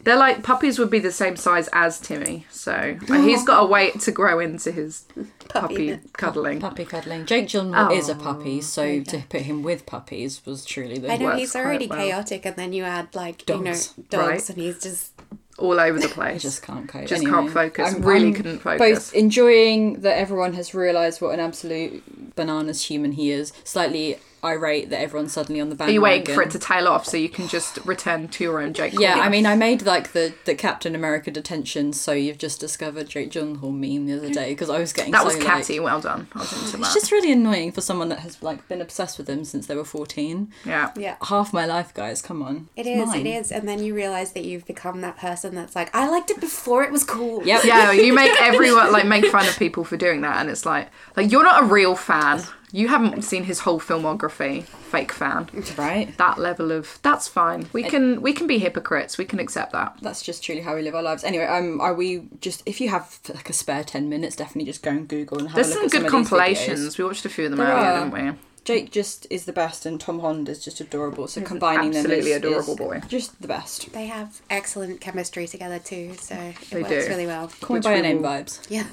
B: They're like puppies would be the same size as Timmy, so like, he's got a weight to grow into his puppy cuddling.
A: Puppy cuddling. Jake Gyllenhaal
B: Oh,
A: is a puppy, so to put him with puppies was truly the
C: I know
B: works
C: he's
B: quite
C: already
B: well.
C: chaotic, and then you add like
A: Dogs,
C: you know dogs,
B: right?
C: and he's just
B: All over the place.
A: just can't cope.
B: Just
A: Anyway,
B: can't focus. Really couldn't focus.
A: Both enjoying that everyone has realised what an absolute bananas human he is. Slightly irate that everyone's suddenly on the
B: Are
A: bandwagon.
B: you waiting for it to tail off so you can just return to your own Jake?
A: Yeah,
B: Collier?
A: I mean, I made like the, the Captain America detention. So you've just discovered Jake Gyllenhaal meme the other day because I was getting
B: that
A: so,
B: was
A: like-
B: catty. well done. I was into that.
A: it's just really annoying for someone that has like been obsessed with him since they were fourteen.
B: yeah.
C: yeah.
A: Half my life, guys. Come on,
C: It
A: It's
C: is.
A: mine.
C: It is, and then you realize that you've become that person that's like, I liked it before it was cool.
A: Yep.
B: Yeah, you make everyone like make fun of people for doing that, and it's like like you're not a real fan. You haven't seen his whole filmography. Fake fan.
A: Right.
B: That level of that's fine. We can we can be hypocrites. We can accept that.
A: That's just truly how we live our lives. Anyway, um, are we just if you have like a spare ten minutes, definitely just go and Google and have
B: There's
A: a look
B: some
A: at
B: good
A: some of these videos.
B: compilations. We watched a few of them
A: There
B: earlier,
A: are.
B: didn't we?
A: Jake just is the best, and Tom Holland is just adorable. So combining them,
B: absolutely
A: is-
B: adorable
A: is
B: boy.
A: just the best.
C: They have excellent chemistry together too, so it
B: They
C: works
B: do.
C: really well.
A: Call me
B: Which
A: by
B: we
A: your name
B: will-
A: vibes.
C: Yeah.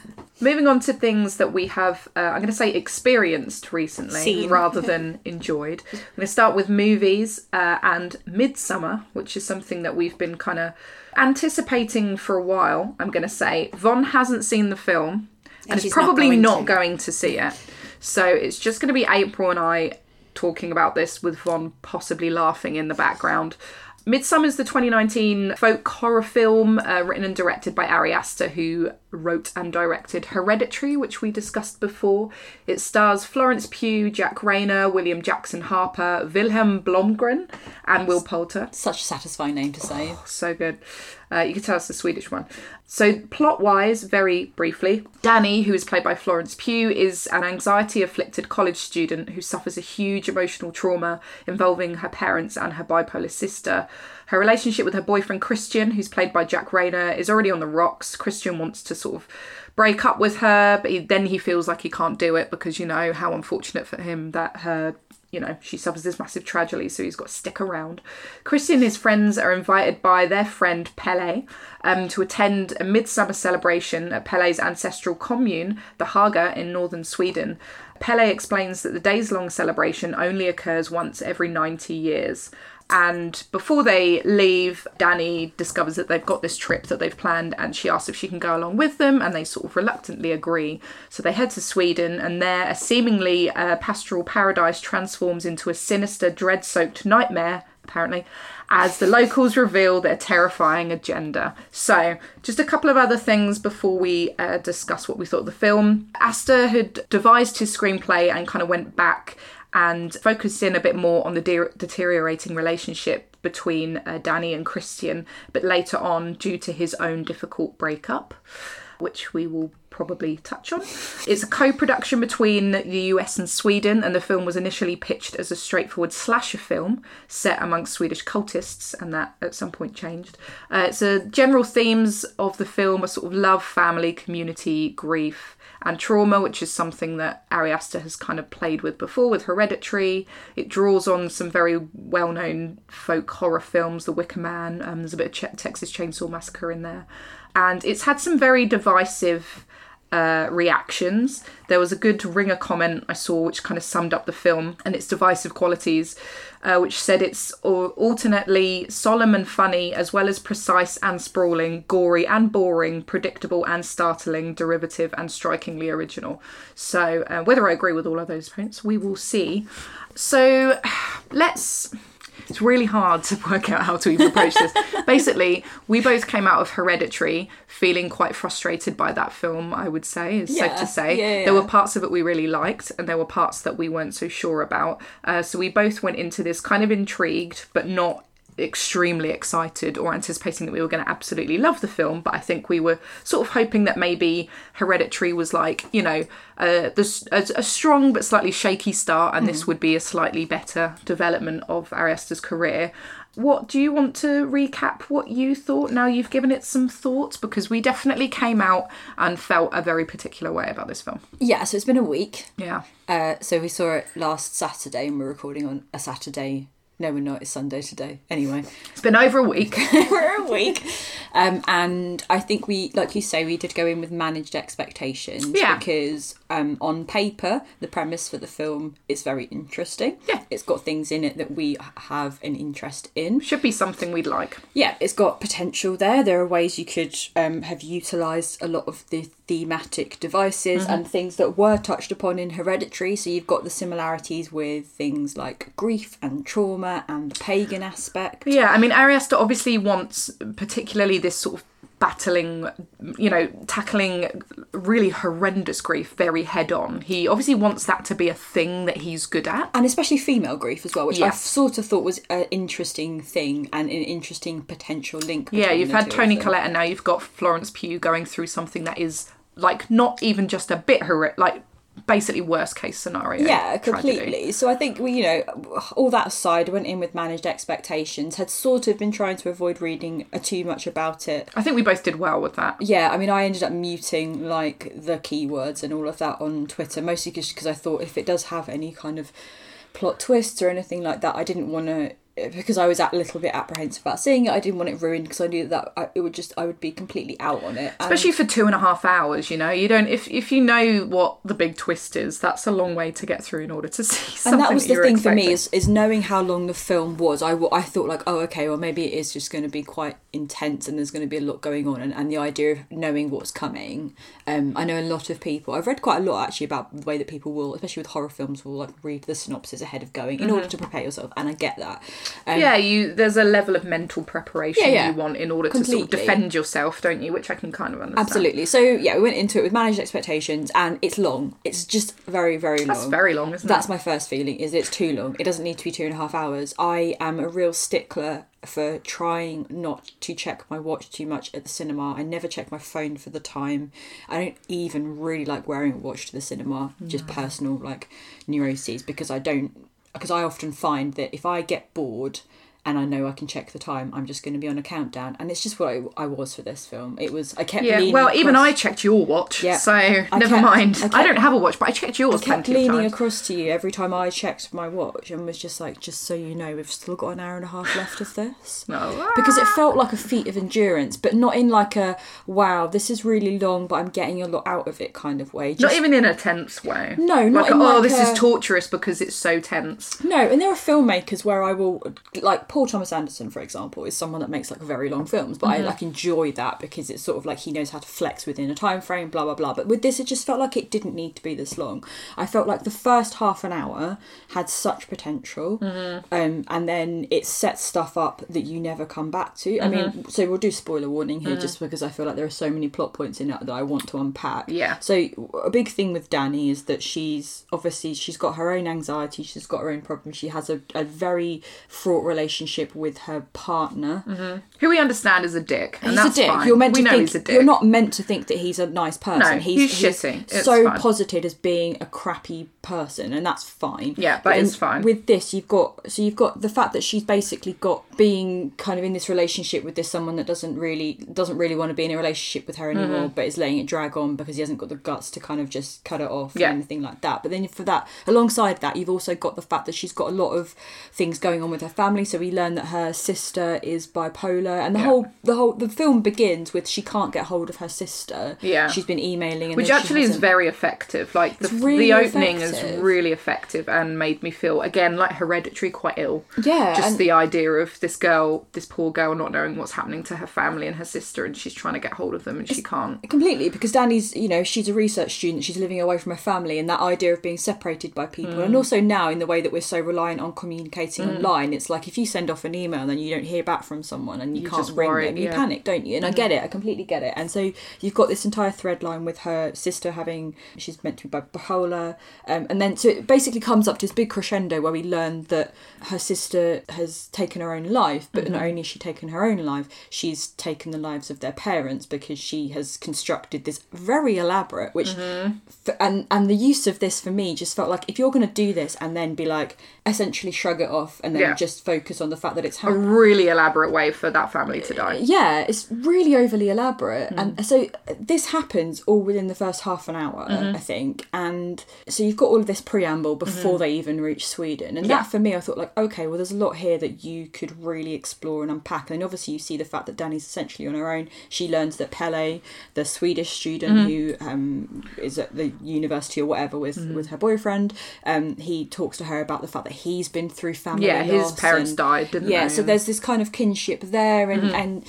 B: Moving on to things that we have, uh, I'm going to say experienced recently
A: Seen.
B: rather than enjoyed. I'm going to start with movies uh, and Midsummer, which is something that we've been kind of anticipating for a while, I'm going to say. Von hasn't seen the film and, is
C: she's not
B: probably
C: going
B: not
C: to.
B: going to see it. So it's just going to be April and I talking about this with Von possibly laughing in the background. Midsummer's the 2019 folk horror film uh, written and directed by Ari Aster, who wrote and directed Hereditary, which we discussed before. It stars Florence Pugh, Jack Rayner, William Jackson Harper, Wilhelm Blomgren, and Will Poulter.
A: Such a satisfying name to say.
B: So good. Uh, you can tell it's the Swedish one. So, plot wise, very briefly, Danny, who is played by Florence Pugh, is an anxiety afflicted college student who suffers a huge emotional trauma involving her parents and her bipolar sister. Her relationship with her boyfriend Christian, who's played by Jack Rayner, is already on the rocks. Christian wants to sort of break up with her, but he, then he feels like he can't do it because, you know, how unfortunate for him that her you know, she suffers this massive tragedy, so he's got to stick around. Christian and his friends are invited by their friend Pele um, to attend a midsummer celebration at Pele's ancestral commune, the Haga, in northern Sweden. Pele explains that the days long celebration only occurs once every 90 years. And before they leave, Danny discovers that they've got this trip that they've planned and she asks if she can go along with them, and they sort of reluctantly agree. So they head to Sweden, and there, a seemingly uh, pastoral paradise transforms into a sinister, dread soaked nightmare, apparently, as the locals reveal their terrifying agenda. So, just a couple of other things before we uh, discuss what we thought of the film. Astor had devised his screenplay and kind of went back and focused in a bit more on the de- deteriorating relationship between uh, Danny and Christian, but later on, due to his own difficult breakup, which we will probably touch on. It's a co production between the US and Sweden, and the film was initially pitched as a straightforward slasher film set amongst Swedish cultists, and that at some point changed. Uh, it's a general themes of the film are sort of love, family, community, grief, and trauma, which is something that Ari Aster has kind of played with before with Hereditary. It draws on some very well known folk horror films, The Wicker Man, um, there's a bit of Ch- Texas Chainsaw Massacre in there. And it's had some very divisive uh, reactions. There was a good ringer comment I saw which kind of summed up the film and its divisive qualities, uh, which said it's al- alternately solemn and funny, as well as precise and sprawling, gory and boring, predictable and startling, derivative and strikingly original. So, uh, whether I agree with all of those points, we will see. So, let's it's really hard to work out how to even approach this. Basically, we both came out of Hereditary feeling quite frustrated by that film, I would say, it's
A: Yeah.
B: safe to say.
A: Yeah, yeah,
B: There were
A: yeah.
B: parts of it we really liked, and there were parts that we weren't so sure about. Uh, so we both went into this kind of intrigued, but not extremely excited or anticipating that we were going to absolutely love the film but i think we were sort of hoping that maybe hereditary was like you know uh, this, a, a strong but slightly shaky start and this would be a slightly better development of aresta's career what do you want to recap what you thought now you've given it some thought because we definitely came out and felt a very particular way about this film
A: Yeah, so it's been a week.
B: yeah
A: Uh, so we saw it last Saturday, and we're recording on a Saturday. No, we're not. It's Sunday today. Anyway,
B: it's been over a week
A: we're a week. Um, and I think we, like you say, we did go in with managed expectations.
B: Yeah.
A: Because um, on paper, the premise for the film is very interesting.
B: Yeah.
A: It's got things in it that we have an interest in.
B: should be something we'd like
A: Yeah, it's got potential there. There are ways you could um, have utilised a lot of the thematic devices
B: Mm-hmm.
A: and things that were touched upon in Hereditary. So you've got the similarities with things like grief and trauma and the pagan aspect.
B: Yeah, I mean, Ariasta obviously wants particularly this sort of battling, you know, tackling really horrendous grief very head on. He obviously wants that to be a thing that he's good at.
A: and especially female grief as well, which I
B: Yes.
A: sort of thought was an interesting thing and an interesting potential link.
B: Yeah,
A: between
B: you've
A: the
B: had
A: two
B: Tony
A: of them.
B: Collette, and now you've got Florence Pugh going through something that is like not even just a bit horrific, like basically worst case scenario.
A: Yeah,
B: tragedy.
A: completely. So I think we, you know, all that aside, went in with managed expectations. Had sort of been trying to avoid reading uh, too much about it.
B: I think we both did well with that.
A: Yeah, I mean, I ended up muting like the keywords and all of that on Twitter, mostly just because I thought if it does have any kind of plot twists or anything like that, I didn't want to because I was a little bit apprehensive about seeing it. I didn't want it ruined because I knew that I, it would just I would be completely out on it. And-
B: Especially for two and a half hours, you know, you don't. If if you know what the big twist is, that's a long way to get through in order to see something.
A: and that was the
B: you were
A: thing for me
B: expecting.
A: is, is knowing how long the film was I, w- I thought like oh okay well maybe it is just going to be quite intense and there's going to be a lot going on and, and the idea of knowing what's coming um, i know a lot of people i've read quite a lot actually about the way that people will especially with horror films will like read the synopsis ahead of going in order to prepare yourself and i get that Um,
B: Mm-hmm. yeah, you there's a level of mental preparation
A: Yeah, yeah.
B: you want in order to sort of
A: Completely.
B: defend yourself, don't you? Which I can kind of understand.
A: Absolutely. So yeah, we went into it with managed expectations, and it's long. It's just very, very long.
B: That's very long, isn't
A: That's
B: it?
A: my first feeling. Is it's too long. It doesn't need to be two and a half hours. I am a real stickler for trying not to check my watch too much at the cinema. I never check my phone for the time. I don't even really like wearing a watch to the cinema. Just personal like neuroses because I don't because I often find that if I get bored and I know I can check the time, I'm just going to be on a countdown. And it's just what I, I was for this film. It was I kept
B: Yeah.
A: leaning
B: Well, even
A: across-
B: I checked your watch,
A: Yeah.
B: so
A: I
B: never
A: kept-
B: mind.
A: I
B: I,
A: kept-
B: don't have a watch, but I checked yours
A: kept
B: plenty of
A: leaning
B: times.
A: across to you every time I checked my watch and was just like, just so you know, we've still got an hour and a half left of this.
B: No. ah.
A: Because it felt like a feat of endurance, but not in like a wow, this is really long, but I'm getting a lot out of it kind of way.
B: Not
A: Just,
B: even in a tense way.
A: No, not
B: like
A: in
B: oh,
A: like
B: this
A: a-
B: is torturous because it's so tense.
A: no, and there are filmmakers where I will like Paul Thomas Anderson, for example, is someone that makes like very long films, but I like enjoy that because it's sort of like he knows how to flex within a time frame, blah blah blah. But with this, it just felt like it didn't need to be this long. I felt like the first half an hour had such potential, um, and then it sets stuff up that you never come back to. I mean, so we'll do spoiler warning here just because I feel like there are so many plot points in it that I want to unpack.
B: Yeah.
A: So a big thing with Danny is that she's obviously she's got her own anxiety, she's got her own problems. She has a, a very fraught relationship with her partner.
B: Who we understand is a dick, Mm-hmm. and
A: He's
B: that's
A: a dick.
B: fine.
A: You're meant
B: we
A: to
B: know
A: think
B: he's a dick.
A: you're not meant to think that he's a nice person.
B: No, he's shitty. It's
A: so
B: fine.
A: posited as being a crappy person, and that's fine.
B: Yeah, that
A: But in-
B: is fine.
A: With this, you've got so you've got the fact that she's basically got being kind of in this relationship with this someone that doesn't really doesn't really want to be in a relationship with her
B: Mm-hmm.
A: anymore, but is letting it drag on because he hasn't got the guts to kind of just cut it off
B: Yeah.
A: or anything like that. But then for that, alongside that, you've also got the fact that she's got a lot of things going on with her family. So we learn that her sister is bipolar, and the whole the whole the film begins with she can't get hold of her sister.
B: Yeah.
A: she's been emailing, and
B: which
A: then she
B: actually is
A: hasn't-
B: very effective. Like the,
A: really
B: the opening is
A: effective.
B: really effective and made me feel again like hereditary quite ill.
A: Yeah,
B: just
A: and-
B: the idea of this girl, this poor girl, not knowing what's happening to her family and her sister, and she's trying to get hold of them and she can't.
A: completely because Danny's you know she's a research student she's living away from her family and that idea of being separated by people
B: Hmm.
A: and also now in the way that we're so reliant on communicating online it's like if you send off an email and then you don't hear back from someone and you,
B: You
A: can't
B: just
A: ring
B: worry,
A: them you
B: yeah.
A: panic don't you and
B: Mm-hmm.
A: I get it I completely get it and so you've got this entire thread line with her sister having she's meant to be bipolar um, and then so it basically comes up to this big crescendo where we learn that her sister has taken her own life but
B: Mm-hmm.
A: not only has she taken her own life she's taken the lives of their parents because she has constructed this very elaborate which
B: Mm-hmm.
A: f- and and the use of this for me just felt like if you're going to do this and then be like essentially shrug it off and then
B: Yeah.
A: just focus on the fact that it's
B: A
A: happening
B: really elaborate way for that family
A: Uh,
B: to die.
A: yeah, it's really overly elaborate.
B: Hmm.
A: And so this happens all within the first half an hour,
B: Mm-hmm.
A: I think. And so you've got all of this preamble before
B: Mm-hmm.
A: they even reach Sweden. And that for me, I thought, like, okay, well, there's a lot here that you could really explore and unpack. And obviously, you see the fact that Danny's essentially on her own. She learns that Pele, the Swedish
B: Mm-hmm.
A: student who um, is at the university or whatever with,
B: Mm-hmm.
A: with her boyfriend, um, he talks to her about the fact that he's been through family
B: Yeah, his
A: loss
B: parents
A: and-
B: died, didn't
A: yeah,
B: they?
A: so
B: And-
A: there's this kind of kinship there,
B: Mm-hmm.
A: and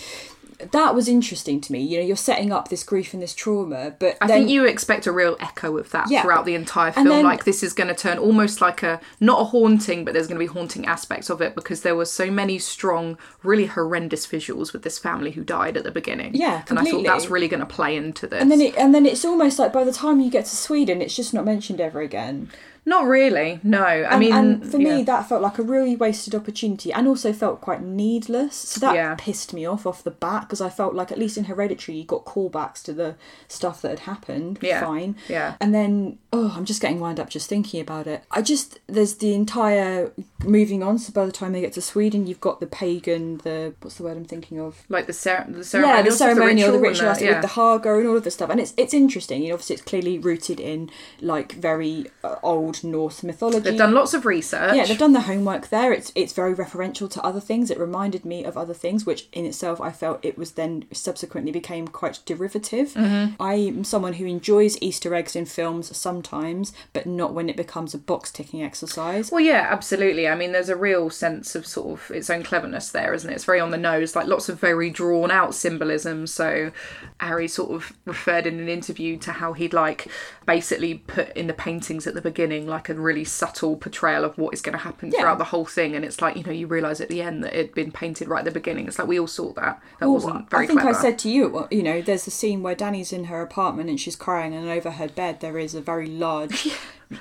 A: and that was interesting to me. You know, you're setting up this grief and this trauma, but
B: I
A: then,
B: think you expect a real echo of that
A: Yeah.
B: throughout the entire
A: And
B: film.
A: then-
B: like this is going to turn almost like a not a haunting, but there's going to be haunting aspects of it because there were so many strong, really horrendous visuals with this family who died at the beginning.
A: Yeah,
B: and
A: completely.
B: I thought that's really going to play into this.
A: and then it, and then it's almost like by the time you get to Sweden, it's just not mentioned ever again.
B: not really. No, I
A: And-
B: mean,
A: and for me,
B: yeah.
A: that felt like a really wasted opportunity, and also felt quite needless. So that
B: Yeah.
A: pissed me off off the bat because I felt like at least in Hereditary, you got callbacks to the stuff that had happened.
B: Yeah.
A: fine.
B: Yeah.
A: And then, oh, I'm just getting wound up just thinking about it. I just there's the entire moving on. So by the time they get to Sweden, you've got the pagan, the what's the word I'm thinking of?
B: like the, cer- the ceremonial,
A: Yeah, the ceremonial, the
B: and
A: ritual, uh, aspect
B: yeah.
A: with the Haga and all of this stuff, and it's it's interesting. You know, obviously, it's clearly rooted in like very uh, old Norse mythology.
B: They've done lots of research.
A: Yeah, they've done the homework there. It's it's very referential to other things. It reminded me of other things, which in itself I felt it was then subsequently became quite derivative. I'm someone who enjoys Easter eggs in films sometimes, but not when it becomes a box ticking exercise.
B: Well, yeah, absolutely. I mean, there's a real sense of sort of its own cleverness there, isn't it? It's very on the nose, like lots of very drawn out symbolism. So, Harry sort of referred in an interview to how he'd like basically put in the paintings at the beginning being like a really subtle portrayal of what is going to happen
A: Yeah.
B: throughout the whole thing. And it's like, you know, you realise at the end that it'd been painted right at the beginning. It's like, we all saw that. That
A: Well,
B: wasn't very
A: I think
B: clever.
A: I said to you, well, you know, there's a scene where Danny's in her apartment and she's crying, and over her bed there is a very large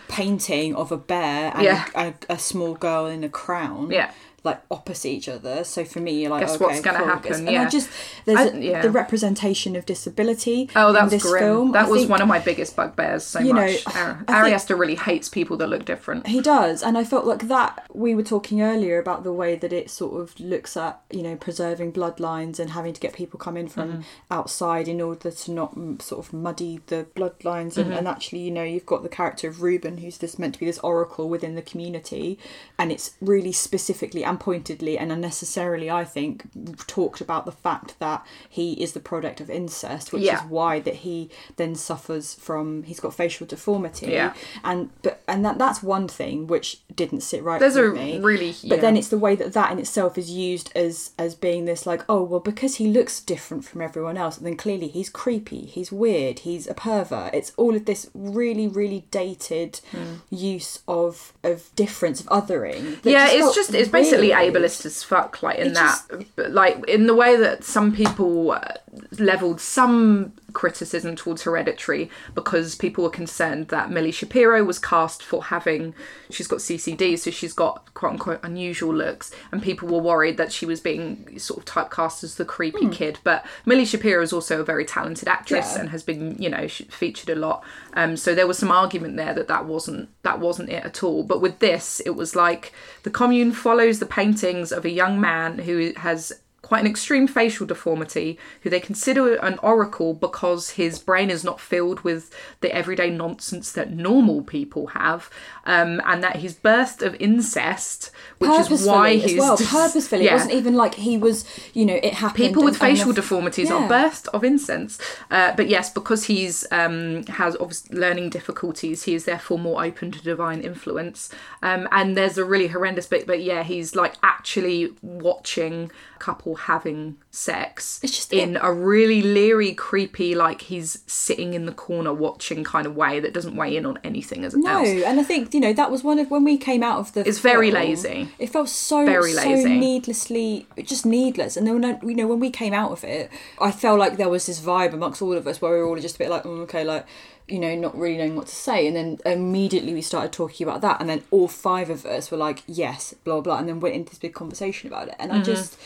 A: painting of a bear and
B: Yeah.
A: a, a, a small girl in a crown.
B: Yeah.
A: Like opposite each other, so for me, you're like,
B: Guess
A: okay,
B: what's gonna
A: cool.
B: happen,
A: And I
B: yeah.
A: just there's
B: I-
A: a-
B: yeah.
A: the representation of disability.
B: Oh, that
A: in
B: was
A: this
B: grim.
A: film.
B: That
A: I
B: was
A: think-
B: one of my biggest bugbears. So
A: you know,
B: much.
A: I
B: Ari,
A: think-
B: Ari Aster really hates people that look different.
A: Um, He does, and I felt like that. We were talking earlier about the way that it sort of looks at you know preserving bloodlines and having to get people come in from outside in order to not mm, sort of muddy the bloodlines. And, and actually, you know, you've got the character of Reuben, who's this meant to be this oracle within the community, and it's really specifically and pointedly and unnecessarily, I think, talked about the fact that he is the product of incest, which
B: Yeah.
A: is why that he then suffers from he's got facial deformity
B: Yeah.
A: and but and that that's one thing which didn't sit right
B: There's
A: with
B: a
A: me.
B: really-
A: but then
B: yeah.
A: it's the way that that in itself is used as as being this like oh well because he looks different from everyone else then clearly he's creepy he's weird he's a pervert it's all of this really really dated
B: Hmm.
A: use of of difference of othering that
B: yeah, it's
A: felt
B: just it's basically
A: weird.
B: ableist as fuck. Like in
A: It
B: that, but, like in the way that some people uh, leveled some criticism towards Hereditary because people were concerned that Millie Shapiro was cast for having she's got CCD, so she's got quote unquote unusual looks, and people were worried that she was being sort of typecast as the creepy kid. But Millie Shapiro is also a very talented actress
A: Hmm. Yeah.
B: and has been you know sh- featured a lot. Um, so there was some argument there that that wasn't that wasn't it at all. But with this, it was like the commune follows the paintings of a young man who has quite an extreme facial deformity, who they consider an oracle because his brain is not filled with the everyday nonsense that normal people have, um, and that he's birthed of incest, which is why
A: Purposefully
B: he's
A: as well
B: just-
A: purposefully it
B: Yeah.
A: wasn't even like he was you know it happened
B: people with
A: and- and
B: facial
A: the-
B: deformities
A: Yeah.
B: are burst of incense. Uh, but yes, because he's um, has obvious learning difficulties, he is therefore more open to divine influence. Um, and there's a really horrendous bit, but yeah, he's like actually watching a couple having sex
A: It's just-
B: in a really leery, creepy, like he's sitting in the corner watching kind of way that doesn't weigh in on anything as
A: No,
B: else.
A: and I think you know that was one of when we came out of the.
B: It's very
A: film,
B: lazy.
A: It felt so
B: Very
A: so
B: lazy.
A: needlessly just needless. And then when I- you know when we came out of it, I felt like there was this vibe amongst all of us where we were all just a bit like, "Mm, okay, like you know, not really knowing what to say. And then immediately we started talking about that, and then all five of us were like, yes, blah blah, and then went into this big conversation about it. And
B: Mm-hmm.
A: I just.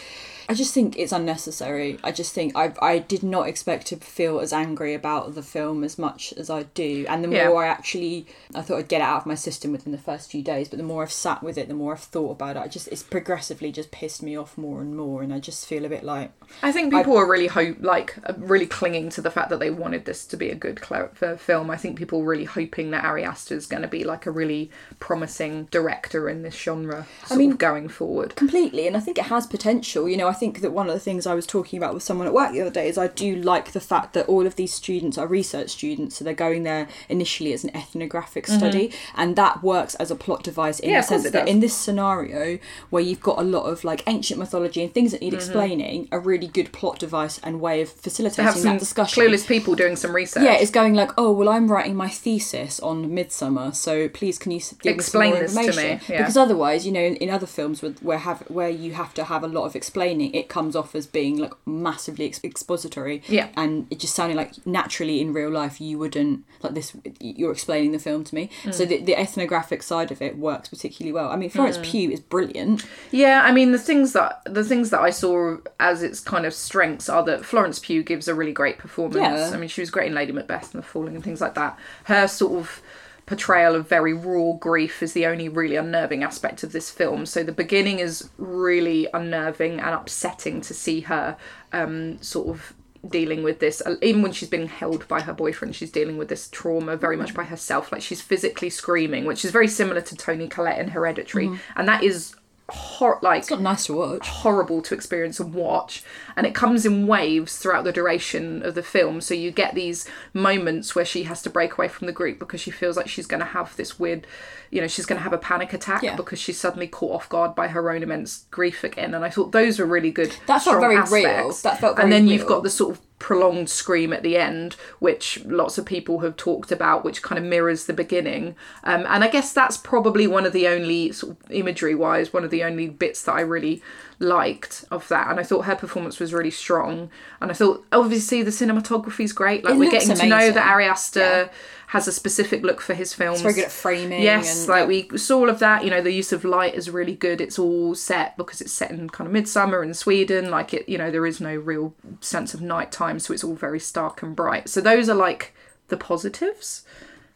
A: I just think it's unnecessary. I just think I I did not expect to feel as angry about the film as much as I do. And the
B: Yeah.
A: more I actually, I thought I'd get it out of my system within the first few days, but the more I've sat with it, the more I've thought about it. I just it's progressively just pissed me off more and more, and I just feel a bit like
B: I think people are really hope like uh, really clinging to the fact that they wanted this to be a good cl- f- film. I think people are really hoping that Ari Aster is going to be like a really promising director in this genre. Sort
A: mean-
B: of going forward.
A: completely and i think it has potential you know i think that one of the things i was talking about with someone at work the other day is i do like the fact that all of these students are research students so they're going there initially as an ethnographic study and that works as a plot device in
B: Mm-hmm. Yeah,
A: the
B: of course
A: sense
B: it
A: that
B: does.
A: in this scenario where you've got a lot of like ancient mythology and things that need explaining a really good plot device and way of
B: Mm-hmm. They have
A: facilitating
B: some
A: that discussion
B: clueless people doing some research.
A: yeah, it's going like, oh well, I'm writing my thesis on Midsummer, so please can you s- give
B: Explain
A: me some more
B: this to me,
A: information?
B: yeah.
A: Because otherwise, you know, in, in other films with, where have where you have to have a lot of explaining, it comes off as being like massively ex- expository.
B: Yeah.
A: and it just sounded like naturally in real life you wouldn't like this. You're explaining the film to me,
B: Mm.
A: so the, the ethnographic side of it works particularly well. I mean, Florence Pugh is brilliant.
B: Yeah, I mean the things that the things that I saw as its kind of strengths are that Florence Pugh gives a really great performance.
A: Yeah.
B: I mean she was great in Lady Macbeth and The Falling and things like that. Her sort of portrayal of very raw grief is the only really unnerving aspect of this film. So the beginning is really unnerving and upsetting to see her um, sort of dealing with this uh, even when she's being held by her boyfriend she's dealing with this trauma very much by herself like she's physically screaming which is very similar to tony collette in hereditary and that is hor- like
A: Not nice to watch.
B: horrible to experience and watch and it comes in waves throughout the duration of the film so you get these moments where she has to break away from the group because she feels like she's going to have this weird you know she's going to have a panic attack
A: Yeah.
B: because she's suddenly caught off guard by her own immense grief again and i thought those were really good
A: That felt
B: strong
A: very real.
B: aspects.
A: That felt
B: and
A: very
B: then you've
A: real.
B: got the sort of prolonged scream at the end, which lots of people have talked about, which kind of mirrors the beginning. Um, and I guess that's probably one of the only sort of imagery wise, one of the only bits that I really liked of that. And I thought her performance was really strong. And I thought obviously the cinematography is great. Like
A: It
B: we're
A: looks
B: getting to know
A: amazing.
B: that Ari Aster has a specific look for his films.
C: very good at framing
B: Yes,
C: and-
B: like we saw all of that. You know, the use of light is really good. It's all set because it's set in kind of midsummer in Sweden. Like it, you know, there is no real sense of nighttime, so it's all very stark and bright. So those are like the positives,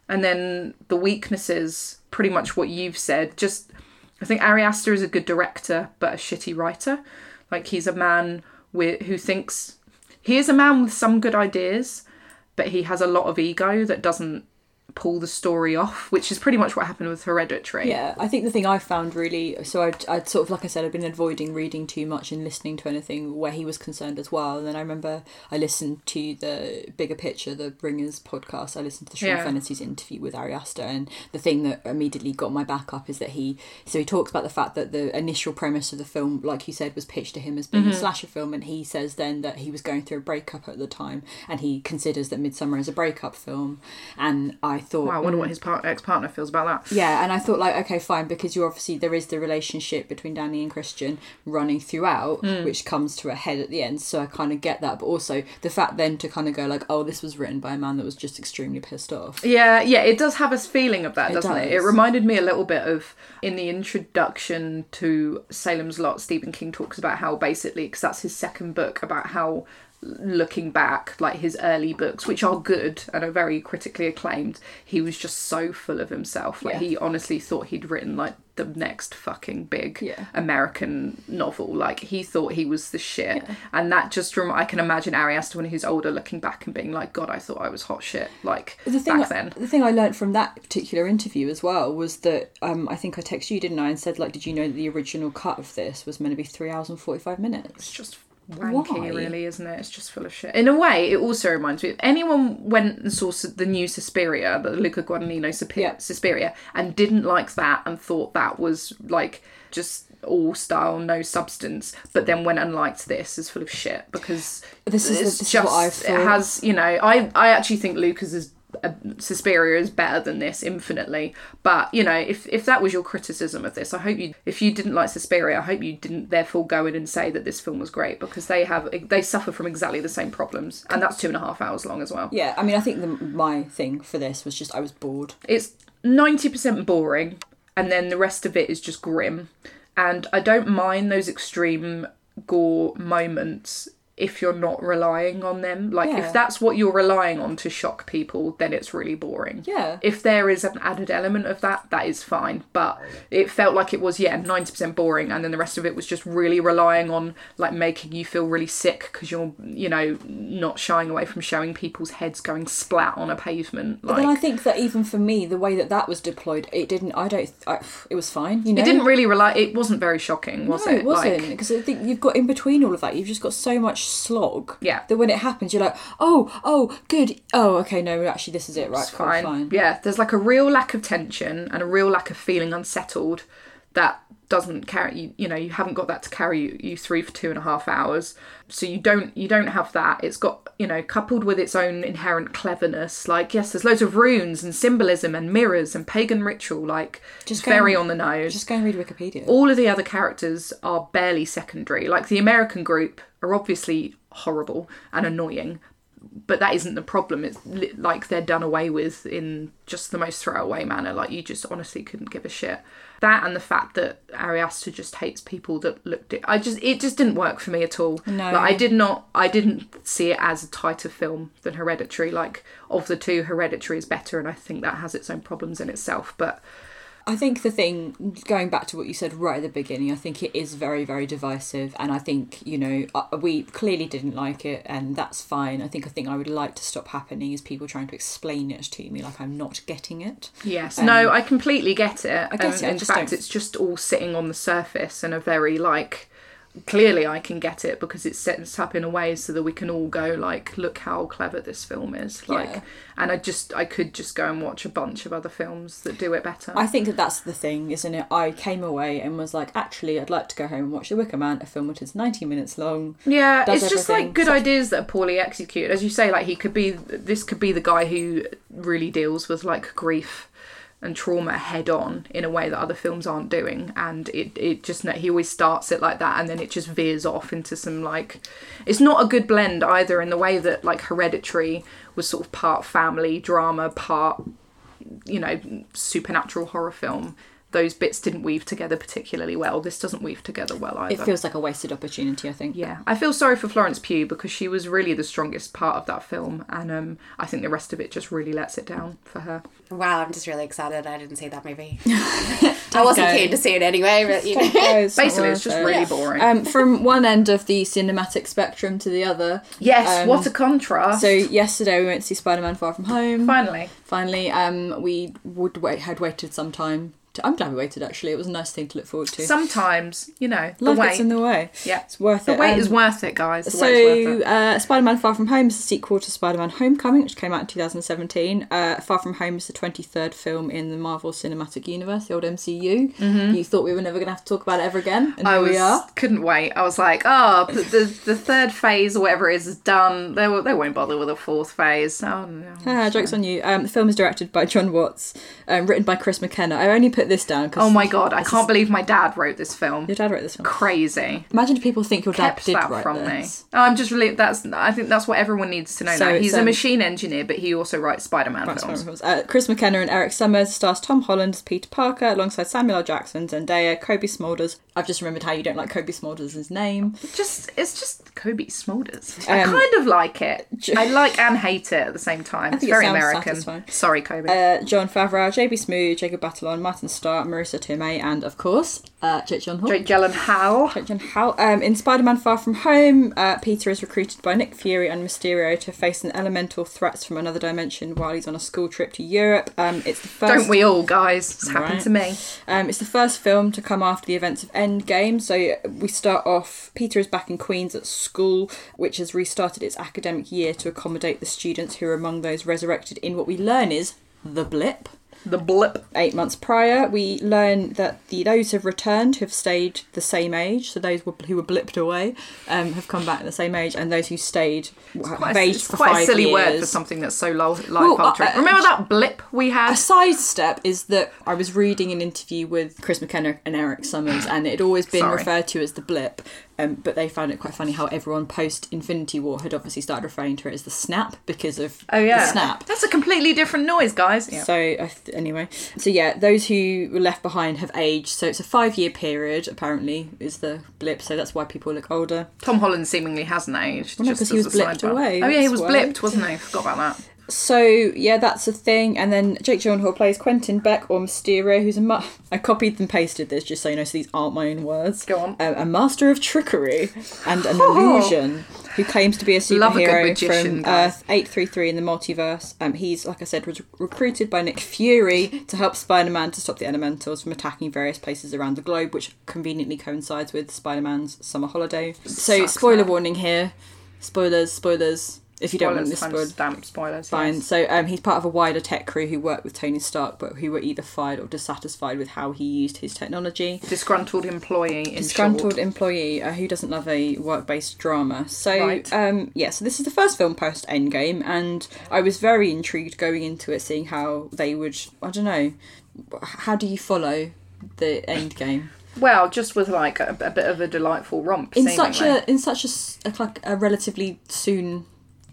B: and then the weaknesses. Pretty much what you've said. Just, I think Ari Aster is a good director, but a shitty writer. Like he's a man with who thinks he is a man with some good ideas, but he has a lot of ego that doesn't pull the story off, which is pretty much what happened with Hereditary.
A: Yeah, I think the thing I found really so I'd, I'd sort of like I said I'd been avoiding reading too much and listening to anything where he was concerned as well. And then I remember I listened to the bigger picture, the Bringers podcast. I listened to the Sean
B: Yeah.
A: Fenerty's interview with Ari Aster, and the thing that immediately got my back up is that he so he talks about the fact that the initial premise of the film, like you said, was pitched to him as being a
B: Mm-hmm.
A: slasher film, and he says then that he was going through a breakup at the time, and he considers that Midsummer is a breakup film. And I thought,
B: Wow, I wonder what his part- ex-partner feels about that.
A: yeah, and I thought like, okay, fine, because you obviously there is the relationship between Danny and Christian running throughout,
B: Hmm.
A: which comes to a head at the end. So I kind of get that, but also the fact then to kind of go like, oh, this was written by a man that was just extremely pissed off.
B: Yeah, yeah, it does have a feeling of that,
A: It
B: doesn't it? It
A: does.
B: reminded me a little bit of in the introduction to Salem's Lot, Stephen King talks about how basically, because that's his second book, about how looking back, like his early books, which are good and are very critically acclaimed, he was just so full of himself. Like
A: Yeah.
B: he honestly thought he'd written like the next fucking big
A: Yeah.
B: American novel. Like he thought he was the shit, and that just rem- I can imagine Ari Aster when he's older, looking back and being like, "God, I thought I was hot shit." Like
A: the thing
B: back then.
A: the thing I learned from that particular interview as well was that um, I think I texted you, didn't I, and said like, did you know that the original cut of this was meant to be three hours and forty five minutes?
B: It's just wanky,
A: Why?
B: really, isn't it? It's just full of shit. In a way, it also reminds me. If anyone went and saw Sus- the new Suspiria, the Luca Guadagnino Suspi-
A: Yeah.
B: Suspiria, and didn't like that and thought that was like just all style, no substance, but then went and liked this, is full of shit because
A: This is the-
B: it's
A: this is what
B: just
A: I
B: it
A: thought.
B: has. You know, I I actually think Luca's is. Uh, Suspiria is better than this infinitely, but you know if if that was your criticism of this, I hope you if you didn't like Suspiria, I hope you didn't therefore go in and say that this film was great because they have they suffer from exactly the same problems, and that's two and a half hours long as well.
A: Yeah, I mean, I think the, my thing for this was just I was bored.
B: It's ninety percent boring, and then the rest of it is just grim, and I don't mind those extreme gore moments if you're not relying on them. Like
A: Yeah.
B: if that's what you're relying on to shock people, then it's really boring.
A: Yeah.
B: If there is an added element of that, that is fine. But it felt like it was, yeah, 90% boring. And then the rest of it was just really relying on like making you feel really sick because you're, you know, not shying away from showing people's heads going splat on a pavement. Like,
A: But then I think that even for me, the way that that was deployed, it didn't. I don't. I, it was fine. You know,
B: it didn't really rely, it wasn't very shocking, was
A: no,
B: it?
A: it wasn't
B: Like,
A: because I think you've got in between all of that. You've just got so much slog.
B: Yeah.
A: That when it happens, you're like, oh, oh, good. Oh, okay, no, actually, this is it. Right,
B: it's
A: cool,
B: fine. Yeah, there's like a real lack of tension and a real lack of feeling unsettled that doesn't carry you you know you haven't got that to carry you, you through for two and a half hours so you don't you don't have that it's got you know coupled with its own inherent cleverness like yes there's loads of runes and symbolism and mirrors and pagan ritual like
A: Just
B: just very
A: go-
B: on the nose
A: Just go and read Wikipedia.
B: all of the other characters are barely secondary. Like the American group are obviously horrible and annoying, but that isn't the problem. It's li- like they're done away with in just the most throwaway manner. Like you just honestly couldn't give a shit. That and the fact that Ari Aster just hates people that looked it. I just it just didn't work for me at all.
A: No.
B: Like I did not. I didn't see it as a tighter film than Hereditary. Like of the two, Hereditary is better, and I think that has its own problems in itself. But
A: I think the thing, going back to what you said right at the beginning, I think it is very, very divisive, and I think you know uh, we clearly didn't like it, and that's fine. I think a thing I would like to stop happening is people trying to explain it to me, like I'm not getting it.
B: Yes.
A: Um,
B: no, I completely get it. um,
A: I get it, I
B: in
A: just
B: fact,
A: don't-
B: it's just all sitting on the surface in a very like clearly I can get it because it's set up in a way so that we can all go like, look how clever this film is. Like,
A: Yeah.
B: and I just I could just go and watch a bunch of other films that do it better.
A: I think that that's the thing, isn't it? I came away and was like, actually, I'd like to go home and watch The Wicker Man, a film which is 90 minutes long.
B: yeah,
A: does
B: it's just
A: everything.
B: like good ideas that are poorly executed. As you say, like he could be this could be the guy who really deals with like grief and trauma head on in a way that other films aren't doing and it it just he always starts it like that and then it just veers off into some like it's not a good blend either in the way that like hereditary was sort of part family drama part you know supernatural horror film those bits didn't weave together particularly well this doesn't weave together well either
A: It feels like a wasted opportunity, I think.
B: yeah, I feel sorry for Florence Pugh because she was really the strongest part of that film, and um, I think the rest of it just really lets it down for her.
C: Wow, I'm just really excited. I didn't see that movie. I wasn't
A: go.
C: keen to see it anyway, but you know.
B: Basically, it's just really boring.
A: Um, from one end of the cinematic spectrum to the other.
B: yes,
A: um,
B: what a contrast!
A: So yesterday we went to see Spider-Man: Far From Home.
B: finally,
A: Finally, um, we would wait, had waited some time. To, I'm glad we waited. Actually, it was a nice thing to look forward to.
B: sometimes you know the
A: Life
B: wait.
A: gets in the way.
B: yeah,
A: It's worth
B: the
A: it.
B: wait
A: Um,
B: is worth it, guys. The wait is worth
A: So,
B: it.
A: uh, Spider Man Far From Home is a sequel to Spider Man Homecoming, which came out in 2017. Uh, Far From Home is the 23rd film in the Marvel Cinematic Universe, the old MCU. You thought we were never going to have to talk about it ever again, and
B: Mm-hmm. I
A: here
B: was,
A: we are.
B: couldn't wait. I was like, oh, the, the, the third phase or whatever it is is done. They, will, they won't bother with a fourth phase. Oh, no.
A: Ah, jokes on you. Um, the film is directed by John Watts, um, written by Chris McKenna. I only put this down because
B: oh my god, I can't believe my dad wrote this film.
A: your dad wrote this one.
B: Crazy.
A: Imagine if people think your dad
B: kept
A: did
B: that
A: write
B: from
A: this.
B: me. Oh, I'm just really that's I think that's what everyone needs to know
A: So
B: now.
A: it's,
B: He's
A: um,
B: a machine engineer, but he also writes Spider-Man films.
A: Uh, Chris McKenna and Eric Summers stars Tom Holland as Peter Parker alongside Samuel L. Jackson, Zendaya, Kobe Smulders. I've just remembered how you don't like Kobe Smulders' name.
B: Just it's just Kobe Smulders. I
A: Um,
B: kind of like it. I like and hate it at the same time. It's
A: think it
B: very
A: sounds
B: American.
A: satisfying.
B: Sorry, Kobe.
A: Uh, John Favreau, JB Smoot, Jacob Batalon, Martin Starr, Marissa Tomei, and of course, uh, Jake John Hall.
B: Jake Gyllenhaal.
A: Jake John Hall. Um, in Spider Man Far From Home, uh, Peter is recruited by Nick Fury and Mysterio to face an elemental threats from another dimension while he's on a school trip to Europe. Um, it's the 1st
B: Don't we all, guys? It's happened
A: Right.
B: to me.
A: Um, it's the first film to come after the events of Endgame. So we start off. Peter is back in Queens at school, which has restarted its academic year to accommodate the students who are among those resurrected in what we learn is the blip.
B: The blip.
A: Eight months prior, we learn that the those who have returned have stayed the same age. So those were, who were blipped away um, have come back the same age, and those who stayed
B: Quite
A: have
B: a,
A: aged
B: it's
A: for
B: quite
A: five
B: a silly
A: years.
B: word for something that's so low, life
A: Well, uh,
B: altering. Remember that blip we
A: a
B: had?
A: sidestep is that I was reading an interview with Chris McKenna and Eric Summers, and it had always been
B: Sorry.
A: referred to as the blip, um, but they found it quite funny how everyone post Infinity War had obviously started referring to it as the snap because of the snap.
B: Oh, That's a completely different noise, guys. Yeah.
A: So I th- anyway, so yeah, those who were left behind have aged. So it's a five-year period apparently is the blip. So that's why people look older.
B: Tom Holland seemingly hasn't aged.
A: Well, no,
B: just
A: 'cause he
B: as
A: was
B: a
A: blipped
B: sidebar.
A: away,
B: Oh yeah, he
A: that's
B: was
A: why.
B: blipped, wasn't he? Forgot about that.
A: So yeah, that's a thing. And then Jake Gyllenhaal plays Quentin Beck or Mysterio, who's a ma- I copied and pasted this just so you know. So these aren't my own words. Um,
B: Go on.
A: A, a master of trickery and an illusion who claims to be a
B: Love a good
A: superhero
B: magician,
A: from
B: guys.
A: Earth eight three three in the multiverse. Um, he's like I said, was recruited by Nick Fury to help Spider Man to stop the Elementals from attacking various places around the globe, which conveniently coincides with Spider Man's summer holiday. So
B: Sucks,
A: spoiler
B: man.
A: warning here. Spoilers, spoilers. If you don't want this
B: Spoilers,
A: spoiled.
B: timestamp, spoilers.
A: Fine.
B: yes.
A: So um, he's part of a wider tech crew who worked with Tony Stark, but who were either fired or dissatisfied with how he used his technology.
B: Disgruntled employee. In
A: Disgruntled
B: Short.
A: employee uh, who doesn't love a work-based drama. So
B: Right.
A: um, yeah, so this is the first film post Endgame, and I was very intrigued going into it, seeing how they would. I don't know. How do you follow the Endgame
B: Well, just with like a, a bit of a delightful romp.
A: in such
B: seemingly.
A: a in such a, s- a like a relatively soon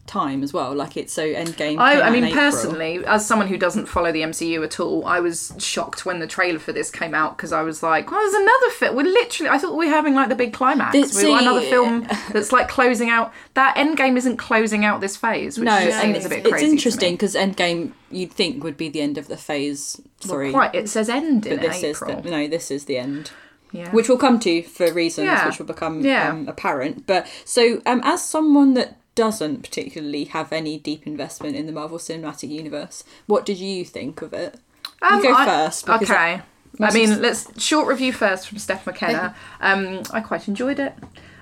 A: time as well? Like it's so Endgame. came
B: I, I
A: out in
B: mean,
A: April.
B: personally, as someone who doesn't follow the MCU at all, I was shocked when the trailer for this came out because I was like, "Well, there's another film. We're literally. I thought we were having like the big climax.
A: This-
B: we want another
A: see- uh,
B: film that's like closing out. That Endgame isn't closing out this phase, which
A: No,
B: just
A: and
B: seems a bit
A: it's
B: crazy. to me.
A: interesting because Endgame you'd think would be the end of the phase three,
B: Right, it says end in
A: but this
B: April.
A: is the, no, this is the end,
B: yeah.
A: which we'll come to for reasons
B: Yeah.
A: which will become
B: Yeah.
A: um, apparent. But so, um, as someone that doesn't particularly have any deep investment in the Marvel Cinematic Universe, what did you think of it?
B: Um,
A: you go
B: I-
A: first. Because
B: okay. I mean, let's short review first from Steph McKenna. Um, I quite enjoyed it.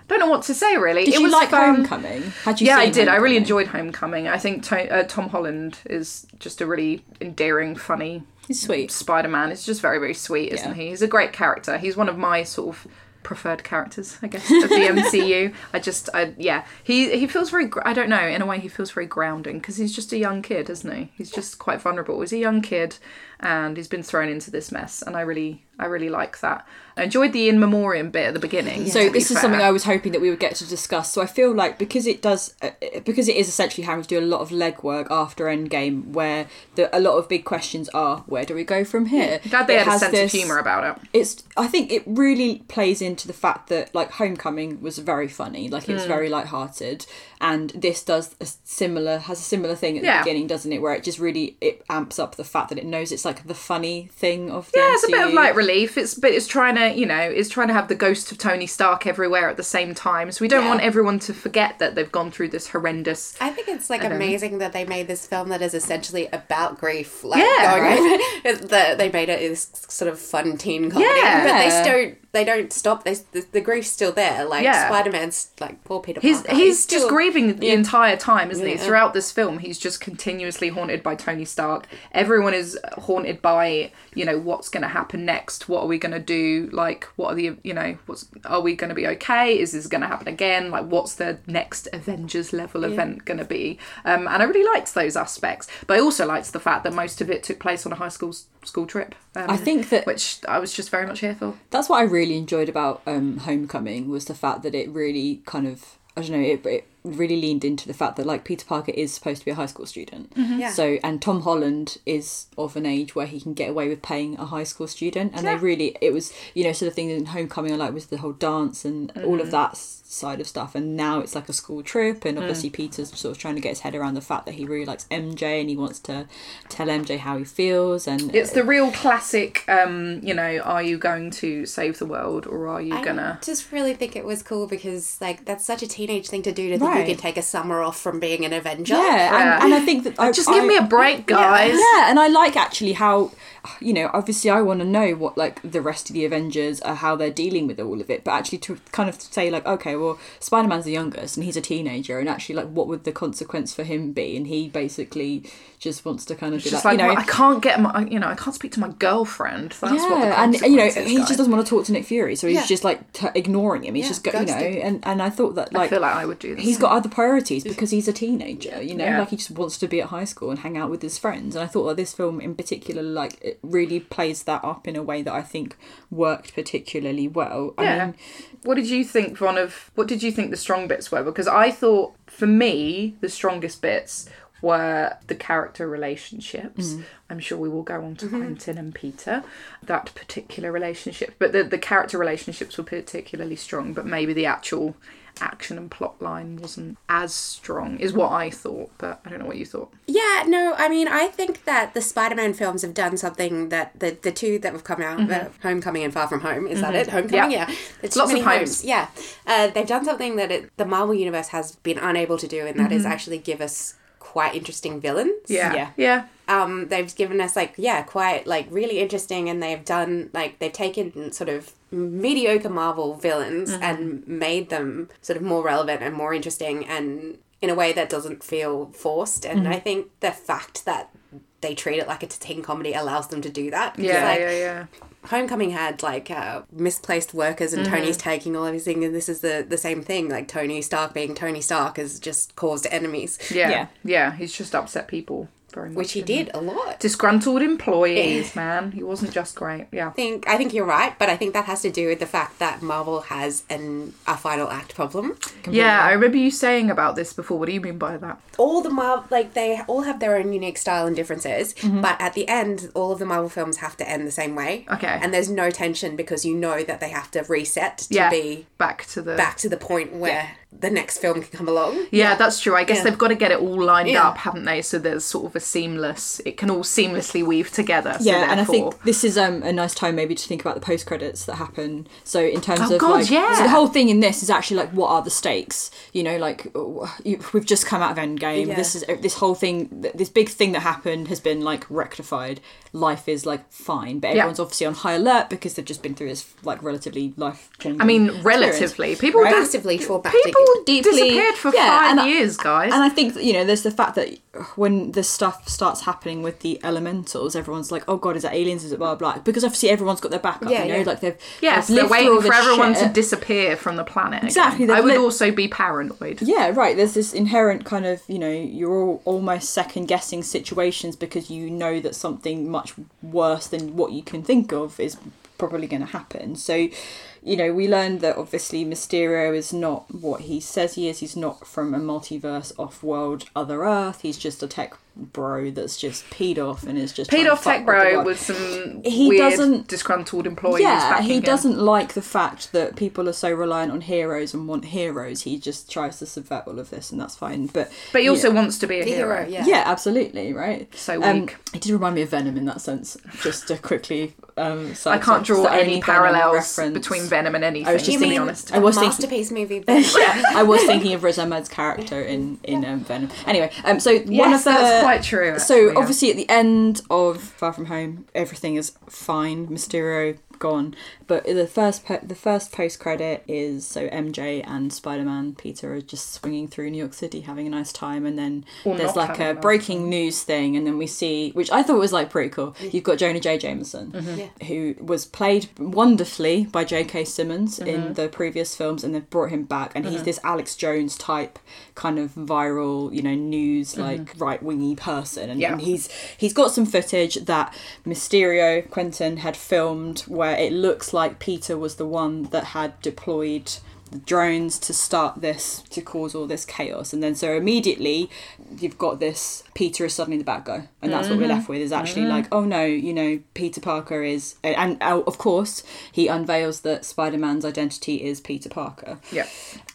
B: Don't know what to say really.
A: Did
B: it
A: you
B: was
A: like
B: fun.
A: Homecoming? Had you
B: yeah, I
A: seen
B: did. I
A: Homecoming?
B: really enjoyed Homecoming. I think to- uh, Tom Holland is just a really endearing, funny
A: It's sweet.
B: Spider Man. It's just very, very sweet, isn't
A: Yeah.
B: he? He's a great character. He's one of my sort of preferred characters, I guess, of the MCU. I just, I yeah, he he feels very. gr- I don't know. In a way, he feels very grounding because he's just a young kid, isn't he? He's just quite vulnerable. He's a young kid, and he's been thrown into this mess. And I really, I really like that. I enjoyed the in memoriam bit at the beginning.
A: So
B: to be
A: this is something
B: fair.
A: I was hoping that we would get to discuss. So I feel like because it does, uh, uh, because it is essentially having to do a lot of legwork after Endgame, where the, a lot of big questions are, where do we go from here?
B: Mm, glad they
A: It
B: had a
A: has
B: sense
A: this-
B: of humour about it.
A: It's. I think it really plays into the fact that like Homecoming was very funny, like
B: Mm.
A: it's very light-hearted, and this does a similar has a similar thing at the
B: Yeah.
A: beginning, doesn't it? Where it just really it amps up the fact that it knows it's like the funny thing of the
B: Yeah, it's a bit of
A: MCU.
B: light relief. It's but it's trying to, you know, it's trying to have the ghost of Tony Stark everywhere at the same time. So we don't
A: Yeah.
B: want everyone to forget that they've gone through this horrendous.
C: I think it's like amazing that they made this film that is essentially about grief. Like
B: Yeah,
C: going over the, they made it this sort of fun teen comedy,
B: Yeah.
C: but they still they don't stop. They the, the grief's still there. Like
B: Yeah.
C: Spider Man's like poor Peter
B: He's
C: Parker.
B: he's
C: still-
B: just grieving the entire time, isn't he?
C: Yeah.
B: Throughout this film, he's just continuously haunted by Tony Stark. Everyone is haunted by, you know, what's going to happen next? What are we going to do? Like, what are the, you know, what's are we going to be okay? Is this going to happen again? Like, what's the next Avengers level event going to be? Um, and I really liked those aspects, but I also liked the fact that most of it took place on a high school school trip. Um,
A: I think that
B: which I was just very much here for.
A: That's what I really enjoyed about um, Homecoming was the fact that it really kind of I don't know it, it really leaned into the fact that like Peter Parker is supposed to be a high school student.
B: Mm-hmm.
C: Yeah.
A: So and Tom Holland is of an age where he can get away with paying a high school student, and
B: Yeah.
A: they really it was you know sort of thing in Homecoming I like was the whole dance and all
B: Mm-hmm.
A: of that s- side of stuff, and now it's like a school trip, and obviously
B: Mm.
A: Peter's sort of trying to get his head around the fact that he really likes MJ and he wants to tell MJ how he feels, and
B: It's the real classic, um, you know, are you going to save the world or are you
C: I
B: gonna.
C: just really think it was cool because like that's such a teenage thing to do to think
A: Right.
C: you can take a summer off from being an Avenger.
A: yeah,
B: Yeah.
A: and, and I think that I,
B: Just give
A: I-
B: me a break, guys.
A: Yeah, and I like actually how, you know, obviously I want to know what like the rest of the Avengers are, how they're dealing with all of it, but actually to kind of say like, okay, well, Spider Man's the youngest and he's a teenager, and actually like, what would the consequence for him be? And he basically just wants to kind of be
B: Just
A: like,
B: like,
A: you know.
B: I can't get my, you know, I can't speak to my girlfriend. That's what the
A: and you know
B: consequence is,
A: he
B: guys.
A: just doesn't want to talk to Nick Fury, so he's
C: Yeah.
A: just like t- ignoring him. He's
C: Yeah,
A: just go, you know,
C: ghosted.
A: and and I thought that
B: I
A: like
B: feel like I would do this.
A: he's got other priorities because he's a teenager you know
B: Yeah.
A: like he just wants to be at high school and hang out with his friends and i thought that this film in particular like it really plays that up in a way that i think worked particularly well i
B: Yeah.
A: mean
B: what did you think, Von? Of what did you think the strong bits were? Because I thought, for me, the strongest bits were the character relationships. I'm sure we will go on to Quentin and Peter, that particular relationship. But the the character relationships were particularly strong. But maybe the actual action and plot line wasn't as strong, is what I thought. But I don't know what you thought.
C: Yeah, no, I mean, I think that the Spider-Man films have done something that the, the two that have come out, uh, Homecoming and Far From Home, is that it? Homecoming,
B: Mm-hmm. Yeah.
C: yeah. It's
B: Lots
C: too
B: of
C: many
B: homes.
C: Yeah, uh, they've done something that it, the Marvel universe has been unable to do, and that is actually give us quite interesting villains.
A: Yeah.
B: Mm-hmm. Yeah. yeah.
C: um, they've given us like yeah, quite like really interesting, and they've done like they've taken sort of mediocre Marvel villains
B: Mm-hmm.
C: and made them sort of more relevant and more interesting, and in a way that doesn't feel forced. And
B: Mm-hmm.
C: I think the fact that they treat it like it's a teen comedy allows them to do that. 'Cause,
B: Yeah,
C: like,
B: yeah, yeah.
C: Homecoming had like uh, misplaced workers and Tony's
B: Mm-hmm.
C: taking all of his thing, and this is the the same thing. Like Tony Stark being Tony Stark has just caused enemies,
B: Yeah.
A: Yeah.
B: Yeah. He's just upset people very much.
C: which he
B: didn't
C: did a lot.
B: disgruntled employees, man. He wasn't just great. Yeah.
C: think I think you're right, but I think that has to do with the fact that Marvel has an a final act problem.
B: Yeah, I remember you saying about this before. What do you mean by that?
C: All the Marvel like they all have their own unique style and differences,
B: Mm-hmm.
C: but at the end, all of the Marvel films have to end the same way.
B: Okay.
C: and there's no tension because you know that they have to reset to
B: Yeah.
C: be
B: Back to the
C: back to the point where the next film can come along.
B: Yeah, that's true. I guess
C: Yeah.
B: they've got to get it all lined
C: Yeah.
B: up, haven't they? So there's sort of a seamless. It can all seamlessly weave together. so
A: yeah, and I
B: therefore-
A: think this is um, a nice time maybe to think about the post credits that happen. So in terms
B: Oh,
A: of
B: God,
A: like,
B: yeah.
A: so the whole thing in this is actually like, what are the stakes? You know, like oh, you, we've just come out of Endgame.
C: Yeah.
A: This is uh, this whole thing, th- this big thing that happened has been like rectified. Life is like fine, but everyone's obviously on high alert because they've just been through this like relatively life changing.
B: I mean, relatively, people
A: Right.
B: don't-
C: Massively traumatic.
B: people
A: deeply-
B: disappeared for
A: Yeah,
B: five
A: and I-
B: years, guys.
A: And I think that, you know, there's the fact that when the stuff starts happening with the elementals, everyone's like, "Oh God, is that aliens? Is it blah blah?" blah? Because obviously everyone's got their backup.
C: Yeah,
A: you know,
C: yeah.
A: like they've
B: yes,
A: they've
B: they're
A: lived through all
B: waiting for
A: this
B: everyone
A: shit.
B: to disappear from the planet. again.
A: Exactly, they've
B: I would
A: lit-
B: also be paranoid.
A: yeah, right. There's this inherent kind of, you know, you're all almost second guessing situations because you know that something much worse than what you can think of is probably going to happen. So, you know, we learned that obviously Mysterio is not what he says he is. He's not from a multiverse, off world, other Earth. He's just a tech bro that's just peed off and is just trying
B: Paid
A: to
B: off
A: fuck with
B: tech
A: the
B: bro
A: world.
B: with some
A: He
B: weird
A: doesn't-
B: disgruntled employees.
A: Yeah,
B: back
A: he
B: again.
A: doesn't like the fact that people are so reliant on heroes and want heroes. He just tries to subvert all of this, and that's fine. But
B: But he
A: you
B: also
A: know,
B: wants to be a
C: The
B: hero.
C: hero, yeah.
A: yeah, absolutely, right. Um,
B: So weak.
A: it did remind me of Venom in that sense. Just to quickly, um,
B: I can't draw any parallels between Venom and anything.
A: I was
B: to
A: just
B: be
A: thinking-
B: honest.
A: I was thinking-
C: masterpiece movie. Venom.
A: I was thinking of Riz Ahmed's character in in um, Venom. Anyway, um, so one of
B: Yes,
A: the
B: that's quite true,
A: so
B: actually, yeah.
A: obviously at the end of Far From Home, everything is fine. Mysterio gone, but the first po- the first post credit is so MJ and Spider Man Peter are just swinging through New York City, having a nice time, and then there's
B: not
A: like
B: having a
A: a
B: nice
A: breaking news thing, and then we see which I thought was like pretty cool. You've got Jonah J Jameson, who was played wonderfully by J.K. Simmons in the previous films, and they've brought him back, and he's this Alex Jones type kind of viral, you know, news like right wingy person, and,
B: Yeah.
A: and he's he's got some footage that Mysterio Quentin had filmed where it looks like Peter was the one that had deployed the drones to start this to cause all this chaos and then so immediately you've got this peter is suddenly the bad guy and that's what we're left with is actually like oh no you know peter parker is and, and oh, of course he unveils that spider-man's identity is peter parker
B: Yeah.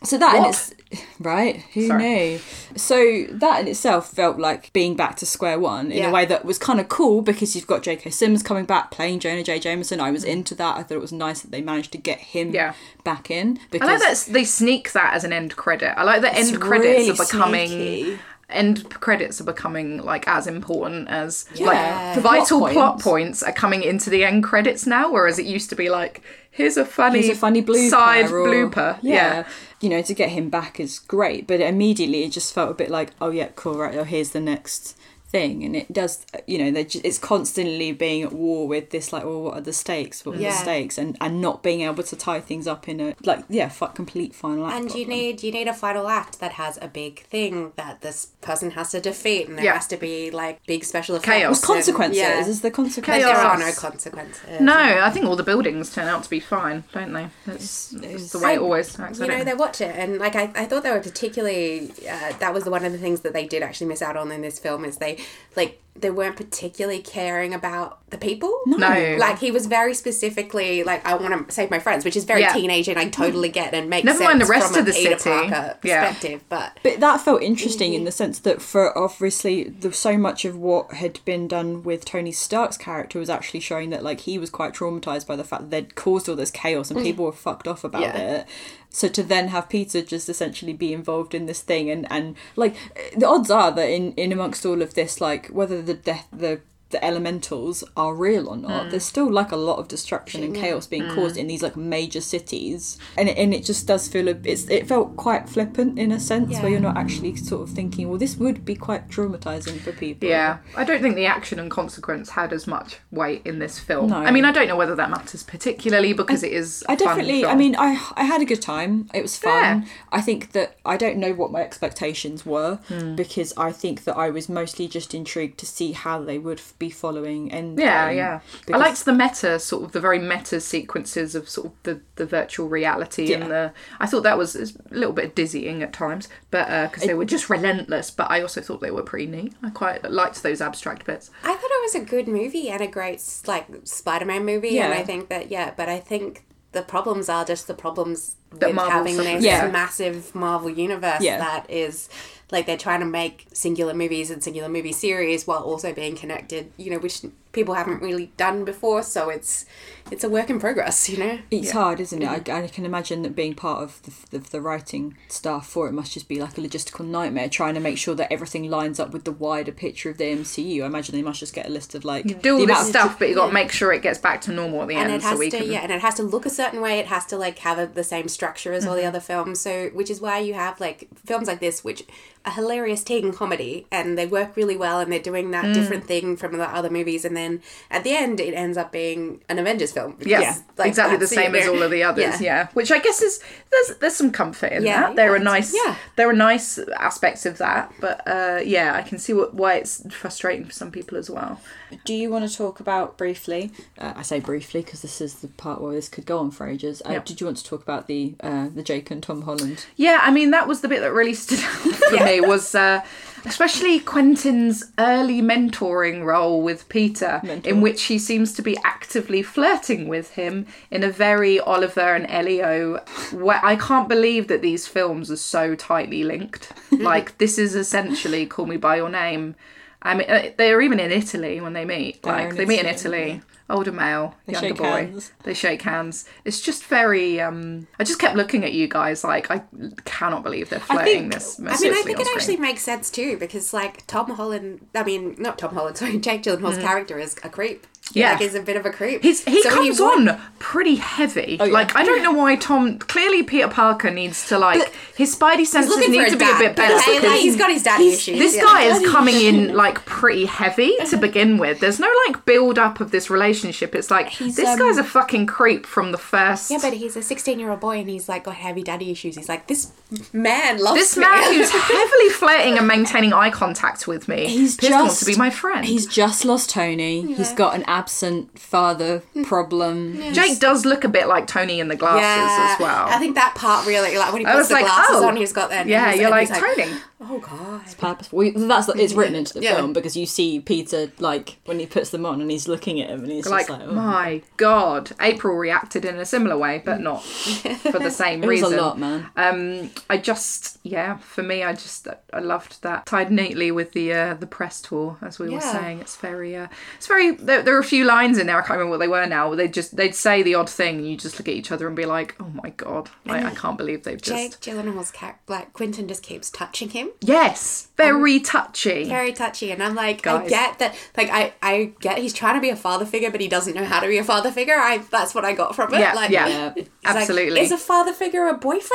A: so that
B: What?
A: in its right, who
B: Sorry.
A: knew? So that in itself felt like being back to square one in
C: Yeah.
A: a way that was kind of cool because you've got J.K. Simmons coming back playing Jonah J. Jameson. I was into that. I thought it was nice that they managed to get him
B: Mm. Yeah.
A: back in
B: I
A: because
B: like that s- they sneak that as an end credit. I like that
A: It's
B: end credits
A: really
B: are becoming
A: sneaky.
B: end credits are becoming like as important as
A: Yeah.
B: like
A: The
B: vital
A: plot
B: plot,
A: points.
B: points are coming into the end credits now, whereas it used to be like here's a funny
A: Here's a funny blooper
B: side
A: or-
B: blooper. Yeah.
A: you know, to get him back is great, but immediately it just felt a bit like, oh yeah, cool, right? Oh, here's the next thing, and it does, you know, they're ju- it's constantly being at war with this, like, well, what are the stakes? What are the
C: Yeah.
A: stakes? And and not being able to tie things up in a like, yeah, fi- complete final act.
C: And you
A: problem.
C: need you need a final act that has a big thing that this person has to defeat, and there
B: Yeah.
C: has to be like big special effects.
B: Chaos.
C: and-
A: consequences
C: yeah.
A: is the
C: And
A: consequences.
C: there are
B: Chaos. Mm-hmm.
C: no consequences.
B: No, I think all the buildings turn out to be fine, don't they? That's, that's the way it
C: I-
B: always acts. I
C: You know,
B: don't
C: they watch it, and like I, I thought they were particularly. Uh, that was the one of the things that they did actually miss out on in this film is they like they weren't particularly caring about the people.
B: No.
C: like he was very specifically like I want to save my friends, which is very
B: Yeah.
C: teenage, and I totally get and makes
B: Never
C: sense
B: mind the rest
C: from
B: of
C: a
B: the
C: Peter
B: city.
C: Parker
B: Yeah.
C: perspective, but
A: But that felt interesting in the sense that for obviously the, so much of what had been done with Tony Stark's character was actually showing that like he was quite traumatized by the fact that they'd caused all this chaos and people were fucked off about
B: Yeah.
A: it. So to then have Peter just essentially be involved in this thing and and like the odds are that in in amongst all of this like whether the death the the elementals are real or not. There's still like a lot of destruction and chaos being caused in these like major cities, and it, and it just does feel a, it's it felt quite flippant in a sense where you're not actually sort of thinking, well, this would be quite traumatizing for people.
B: Yeah, I don't think the action and consequence had as much weight in this film.
A: No.
B: I mean, I don't know whether that matters particularly because it is. a
A: I
B: fun
A: definitely. I
B: film.
A: mean, I I had a good time. It was fun.
B: Yeah.
A: I think that I don't know what my expectations were
B: Hmm.
A: because I think that I was mostly just intrigued to see how they would f- be following. And um,
B: Yeah, yeah. I liked the meta, sort of the very meta sequences of sort of the, the virtual reality
A: Yeah.
B: and the. I thought that was it's a little bit dizzying at times, but because they were just relentless. But I also thought they were pretty neat. I quite liked those abstract bits.
C: I thought it was a good movie and a great like Spider-Man movie, and
A: Yeah.
C: I think that yeah, but I think the problems are just the problems
B: That
C: with
B: Marvel's
C: having
B: suffering
C: this
A: Yeah.
C: massive Marvel universe
A: Yeah.
C: that is like they're trying to make singular movies and singular movie series while also being connected, you know, which people haven't really done before. So it's it's a work in progress, you know.
A: It's hard, isn't
B: Mm-hmm.
A: it? I, I can imagine that being part of the, the, the writing staff for it must just be like a logistical nightmare, trying to make sure that everything lines up with the wider picture of the MCU. I imagine they must just get a list of like
B: do all
A: the
B: this
A: amount of-
B: stuff, but you got to make sure it gets back to normal at the
C: and
B: end,
C: it has
B: so we
C: to
B: can.
C: yeah and it has to look a certain way it has to like have a, the same structure as all
B: Mm-hmm.
C: the other films so which is why you have like films like this which are hilarious teen comedy and they work really well and they're doing
B: Mm.
C: that different thing from the other movies and then at the end it ends up being an avengers film because,
B: Yeah, exactly the
C: that's,
B: same
C: you
B: as
C: know-
B: all of the others. Yeah. which I guess is there's there's some comfort in
C: Yeah,
B: that. There are
C: yeah,
B: nice,
C: yeah.
B: there are nice aspects of that. But uh, yeah, I can see what, why it's frustrating for some people as well.
A: Do you want to talk about briefly? Uh, I say briefly because this is the part where this could go on for ages. Uh,
B: Yep.
A: Did you want to talk about the uh, the Jake and Tom Holland?
B: Yeah, I mean that was the bit that really stood out for me was uh, especially Quentin's early mentoring role with Peter, in which he seems to be actively flirting with him in a very Oliver and Elio. Where I can't believe that these films are so tightly linked. like this is essentially Call Me by Your Name. I mean, uh, they're even in Italy when they meet.
A: in
B: Like they meet in
A: Italy,
B: Italy. Older male, younger
A: shake
B: boy
A: hands.
B: they shake hands. It's just very. Um, I just kept looking at you guys like I cannot believe they're flirting
A: think-
B: this.
C: I mean, I
B: mercilessly
C: think
B: on
C: it actually
B: screen.
C: makes sense too because, like, Tom Holland, I mean, not Tom Holland, sorry, Jake Gyllenhaal's character is a creep.
B: Mm. Yeah.
C: Like, is a bit of a creep.
B: He's, he
C: So Oh,
B: comes
C: would-
B: on pretty heavy.
A: yeah.
B: Like I don't know why Tom. Clearly, Peter Parker needs to like his Spidey senses
C: Looking for
B: need
C: a
B: to be
C: dad.
B: a bit better.
C: Hey, like,
B: because
C: he's got his daddy issues.
B: This
C: yeah.
B: guy is coming in like pretty heavy to begin with. There's no like build up of this relationship. It's like this
A: um,
B: guy's a fucking creep from the first.
C: Yeah, but he's a 16 year old boy and he's like got heavy daddy issues. He's like, this man loves
B: this
C: me.
B: man who's heavily flirting and maintaining eye contact with me
A: He's
B: appears to want to
A: just-
B: be my friend.
A: He's just lost Tony. He's got an absent father problem.
B: Jake does look a bit like Tony in the glasses as well.
C: I think that part really, like when he
B: I
C: puts
B: was
C: the
B: like,
C: glasses
B: oh,
C: on, he's got that.
B: Yeah,
C: he's,
B: you're like,
C: he's
B: Tony.
C: Oh god.
A: Purposeful. Well, That's it's written into the
C: Yeah.
A: film because you see Peter like when he puts them on and he's looking at him and he's
B: Like,
A: just like, oh.
B: my god. April reacted in a similar way, but not for the same
A: It was a
B: reason.
A: lot, man.
B: Um, I just, yeah, for me, I just, I loved that tied neatly with the uh, the press tour, as we were
C: Yeah.
B: saying. It's very, uh, it's very. There, there are a few lines in there. I can't remember what they were now. They just, they'd say the odd thing, and you just look at each other and be like, oh my god, like I can't believe they've
C: Jake
B: just. Mm.
C: Gyllenhaal's character, like Quentin, just keeps touching him.
B: Yes, very touchy.
C: Very touchy, and I'm like, I
B: Guys.
C: get that. Like, I, I get he's trying to be a father figure, but he doesn't know how to be a father figure. I, that's what I got from it.
B: Yeah,
C: like,
B: yeah,
C: it's like,
B: absolutely.
C: is a father figure a boyfriend?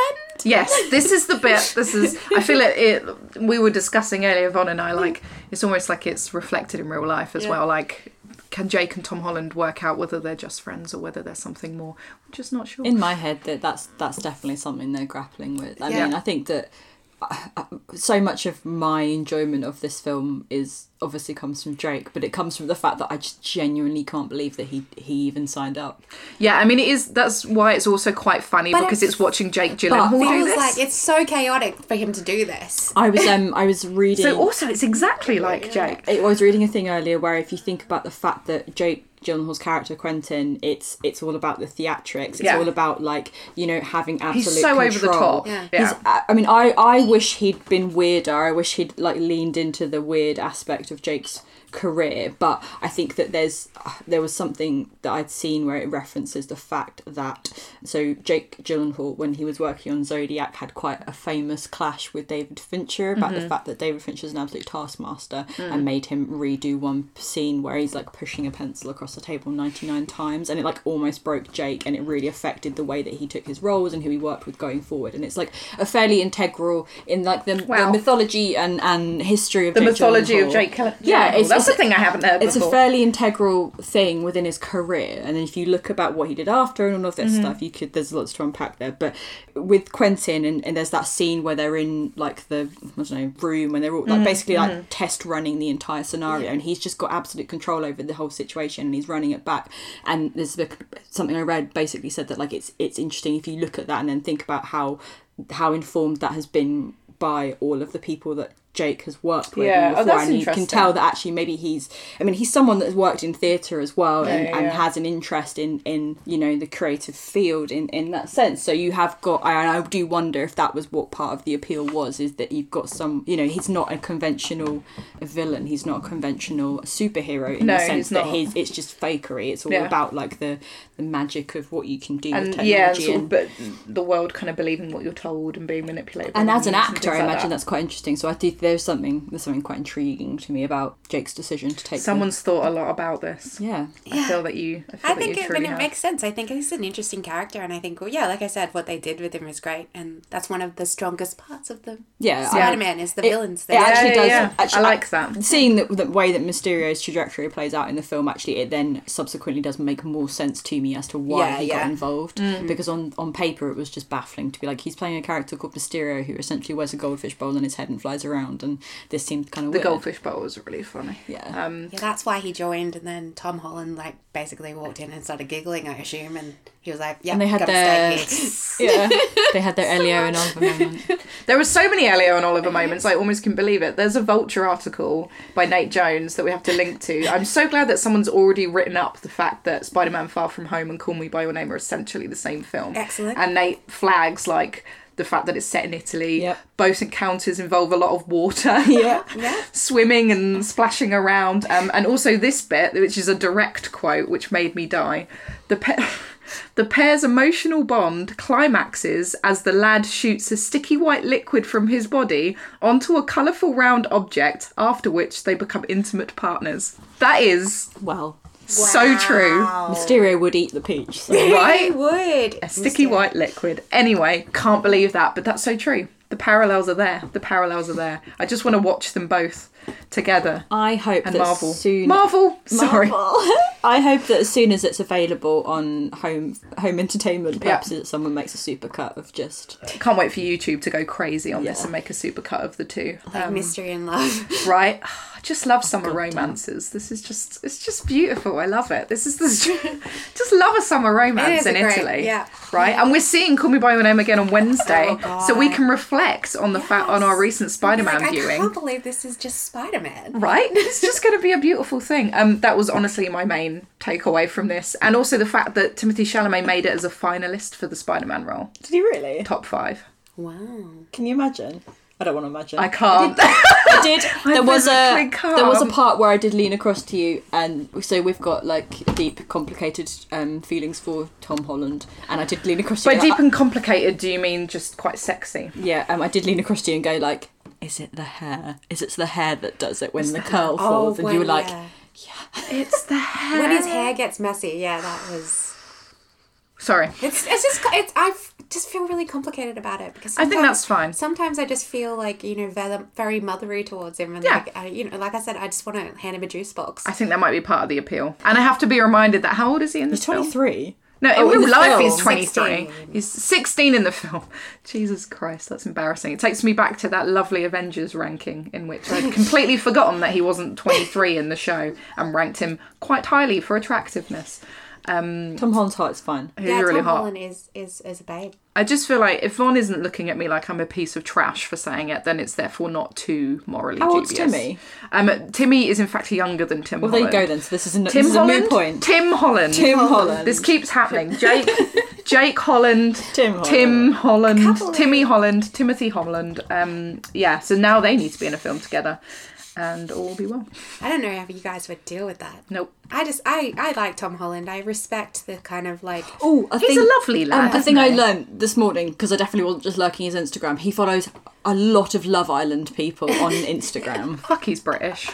B: Yes, this is the bit. This is. I feel it. it we were discussing earlier, Von and I.
A: Mm.
B: Like it's almost like it's reflected in real life as well. Like, can Jake and Tom Holland work out whether they're just friends or whether there's something more? I'm just not sure.
A: in my head that that's that's definitely something they're grappling with. I
C: Yeah.
A: mean, I think that uh, so much of my enjoyment of this film is obviously comes from Drake, but it comes from the fact that I just genuinely can't believe that he he even signed up.
B: yeah, I mean, it is. That's why it's also quite funny
C: But
B: because
C: it-
B: it's watching Jake Gyllenhaal
A: but
B: do
C: Feels
B: this.
C: like it's so chaotic for him to do this.
A: I was um I was reading
B: so also, it's exactly like Jake.
A: I was reading a thing earlier where if you think about the fact that Jake Gyllenhaal's character Quentin, it's it's all about the theatrics. It's
B: Yeah.
A: all about like you know having absolute.
B: He's so over the
A: control.
B: top.
C: Yeah.
B: Yeah.
A: He's- I I mean, I I wish he'd been weirder. I wish he'd like leaned into the weird aspect of Jake's career. But I think that there's uh, there was something that I'd seen where it references the fact that so Jake Gyllenhaal when he was working on Zodiac had quite a famous clash with David Fincher about
B: Mm-hmm.
A: the fact that David Fincher's an absolute taskmaster
B: Mm.
A: and made him redo one scene where he's like pushing a pencil across the table 99 times and it like almost broke Jake and it really affected the way that he took his roles and who he worked with going forward and it's like a fairly integral in like the,
B: Wow.
A: the mythology and and history of
B: the
A: Jake
B: mythology of
A: Gyllenhaal.
B: Jake. Gyllenhaal.
A: Yeah, it's-
B: that's the
A: it's-
B: thing I haven't heard
A: It's
B: before.
A: a fairly integral thing within his career, and then if you look about what he did after and all of
B: Mm-hmm.
A: this stuff, you could there's lots to unpack there. But with Quentin, and, and there's that scene where they're in like the I don't know room, and they're all like
B: Mm,
A: basically like test running the entire scenario, and he's just got absolute control over the whole situation, and he's running it back. And there's a bit- something I read basically said that like it's it's interesting if you look at that and then think about how how informed that has been by all of the people that Jake has worked with
B: Yeah. Oh,
A: him before,
B: that's
A: and you can
B: interesting.
A: tell that actually maybe he's. I mean, he's someone that's worked in theatre as well, and,
B: yeah,
A: and
B: yeah.
A: has an interest in in you know the creative field in in that sense. So you have got. I, I do wonder if that was what part of the appeal was, is that you've got some. You know, he's not a conventional villain. He's not a conventional superhero in
B: No,
A: the sense
B: he's
A: that
B: not.
A: his it's just fakery. It's all
B: Yeah.
A: about like the the magic of what you can do with
B: and
A: technology.
B: yeah, sort
A: and-
B: of, but the world kind of believing what you're told and being manipulated. by
A: and
B: the
A: as an
B: news and
A: actor,
B: things
A: I
B: like
A: imagine
B: that.
A: that's quite interesting. So I think there's something there's something quite intriguing to me about Jake's decision to take the-
B: someone's thought a lot about this.
A: yeah,
B: I feel that you. I, feel
C: I
B: that
C: think
B: you
C: it, when
B: truly
C: it
B: have.
C: makes sense. I think he's an interesting character, and I think, well, yeah, like I said, what they did with him is great, and that's one of the strongest parts of the
A: yeah. Uh, I-
C: Spider Man is the
A: It-
C: villains.
A: It actually
B: yeah,
A: does.
B: yeah.
A: Actually,
B: I like that.
A: Seeing the, the way that Mysterio's trajectory plays out in the film, actually, it then subsequently does make more sense to me as to why
C: Yeah,
A: he
C: yeah.
A: got involved.
B: Mm.
A: Because on, on paper, it was just baffling to be like, he's playing a character called Mysterio who essentially wears a goldfish bowl on his head and flies around, and this seemed kind of
B: the
A: weird.
B: goldfish bowl was really funny.
A: Yeah.
B: Um,
C: Yeah, that's why he joined, and then Tom Holland like basically walked in and started giggling, I assume, and he was like, "Yeah,
A: And they had
C: gotta
A: their
C: stay here."
A: yeah, they had their Elio and Oliver moment.
B: There were so many Elio and Oliver moments, I almost can believe it. There's a Vulture article by Nate Jones that we have to link to. I'm so glad that someone's already written up the fact that Spider Man Far From Home and Call Me By Your Name are essentially the same film.
C: Excellent.
B: And Nate flags, like, the fact that it's set in Italy.
A: Yep.
B: Both encounters involve a lot of water.
A: Yeah.
B: swimming and splashing around. Um, and also this bit, which is a direct quote, which made me die. The pa- the pair's emotional bond climaxes as the lad shoots a sticky white liquid from his body onto a colourful round object. After which they become intimate partners. That is
A: Well,
B: so true,
A: Mysterio would eat the peach. So.
C: He
B: right?
C: would.
B: A sticky white liquid. Anyway, can't believe that, but that's so true. The parallels are there. The parallels are there. I just want to watch them both together.
A: I hope
B: and
A: that
B: Marvel.
A: soon.
B: Marvel. Sorry.
A: I hope that as soon as it's available on home home entertainment purposes, that someone makes a super cut of just
B: Can't wait for YouTube to go crazy on this
A: Yeah.
B: and make a supercut of the two. Um,
C: Like
A: um,
C: Oh, mystery and love.
B: Right? I just love summer romances. This is just it's just beautiful. I love it. This is the just love a summer
C: It
B: romance
C: is
B: in
C: a great-
B: Italy.
C: yeah.
B: Right? And we're seeing Call Me by Your Name again on Wednesday.
C: Oh,
B: so we
C: God.
B: can reflect on the fact on our recent Spider-Man
C: like, I
B: viewing.
C: can't believe this is just Spider Man.
B: right? It's just going to be a beautiful thing. Um, that was honestly my main takeaway from this, and also the fact that Timothy Chalamet made it as a finalist for the Spider-Man role,
A: Did he really?
B: top five.
C: Wow.
A: Can you imagine? I don't want to imagine.
B: I can't.
A: I did. there was a
B: physically
A: there was a
B: can't.
A: part where I did lean across to you, and so we've got like deep, complicated um, feelings for Tom Holland, and I did lean across to
B: By
A: you.
B: deep and complicated, do you mean just quite sexy?
A: yeah, um, I did lean across to you and go like, "Is it the hair? Is it the hair that does it when the Oh, curl falls?" and you were
C: well,
A: like,
C: yeah.
B: It's the hair.
C: when his hair gets messy, yeah, that was.
B: Sorry.
C: It's it's just it's I f- just feel really complicated about it because
B: I think
C: sometimes-
B: that's fine.
C: Sometimes I just feel like you know very, very mothery towards him, and
B: Yeah.
C: like I, you know, like I said, I just want to hand him a juice box.
B: I think that might be part of the appeal. And I have to be reminded that how old is he in this film?
A: three.
B: No,
A: Oh,
B: in
A: in
B: real
A: the
B: life
A: film.
B: he's 23.
C: 16.
B: He's 16 in the film. Jesus Christ, that's embarrassing. It takes me back to that lovely Avengers ranking in which I'd completely forgotten that he wasn't 23 in the show and ranked him quite highly for attractiveness.
A: Tom Holland's heart's fine.
B: He's
C: yeah,
B: really
C: Tom
B: hot.
C: Holland is is is a babe.
B: I just feel like if Vaughn isn't looking at me like I'm a piece of trash for saying it, then it's therefore not too morally
A: How old's
B: dubious.
A: Timmy?
B: Um, Timmy is in fact younger than Tim
A: Well, there you
B: Holland.
A: go then. So this is a, this
B: Tim
A: is a
B: Holland.
A: moot point.
B: Tim Holland.
A: Tim Holland.
B: This keeps happening. Jake, Jake Holland,
A: Tim Holland.
B: Tim Holland,
C: Couple of-
B: Timmy Holland, Timothy Holland. Um, yeah. So now they need to be in a film together, and all will be well.
C: I don't know how you guys would deal with that.
B: Nope.
C: I just I I like Tom Holland. I respect the kind of like
A: Oh, I
B: He's
A: think,
B: a lovely lad,
A: Um, I
B: isn't
A: think I
B: he?
A: learned this morning because I definitely wasn't just lurking his Instagram. He follows a lot of Love Island people on Instagram,
B: Fuck, he's British.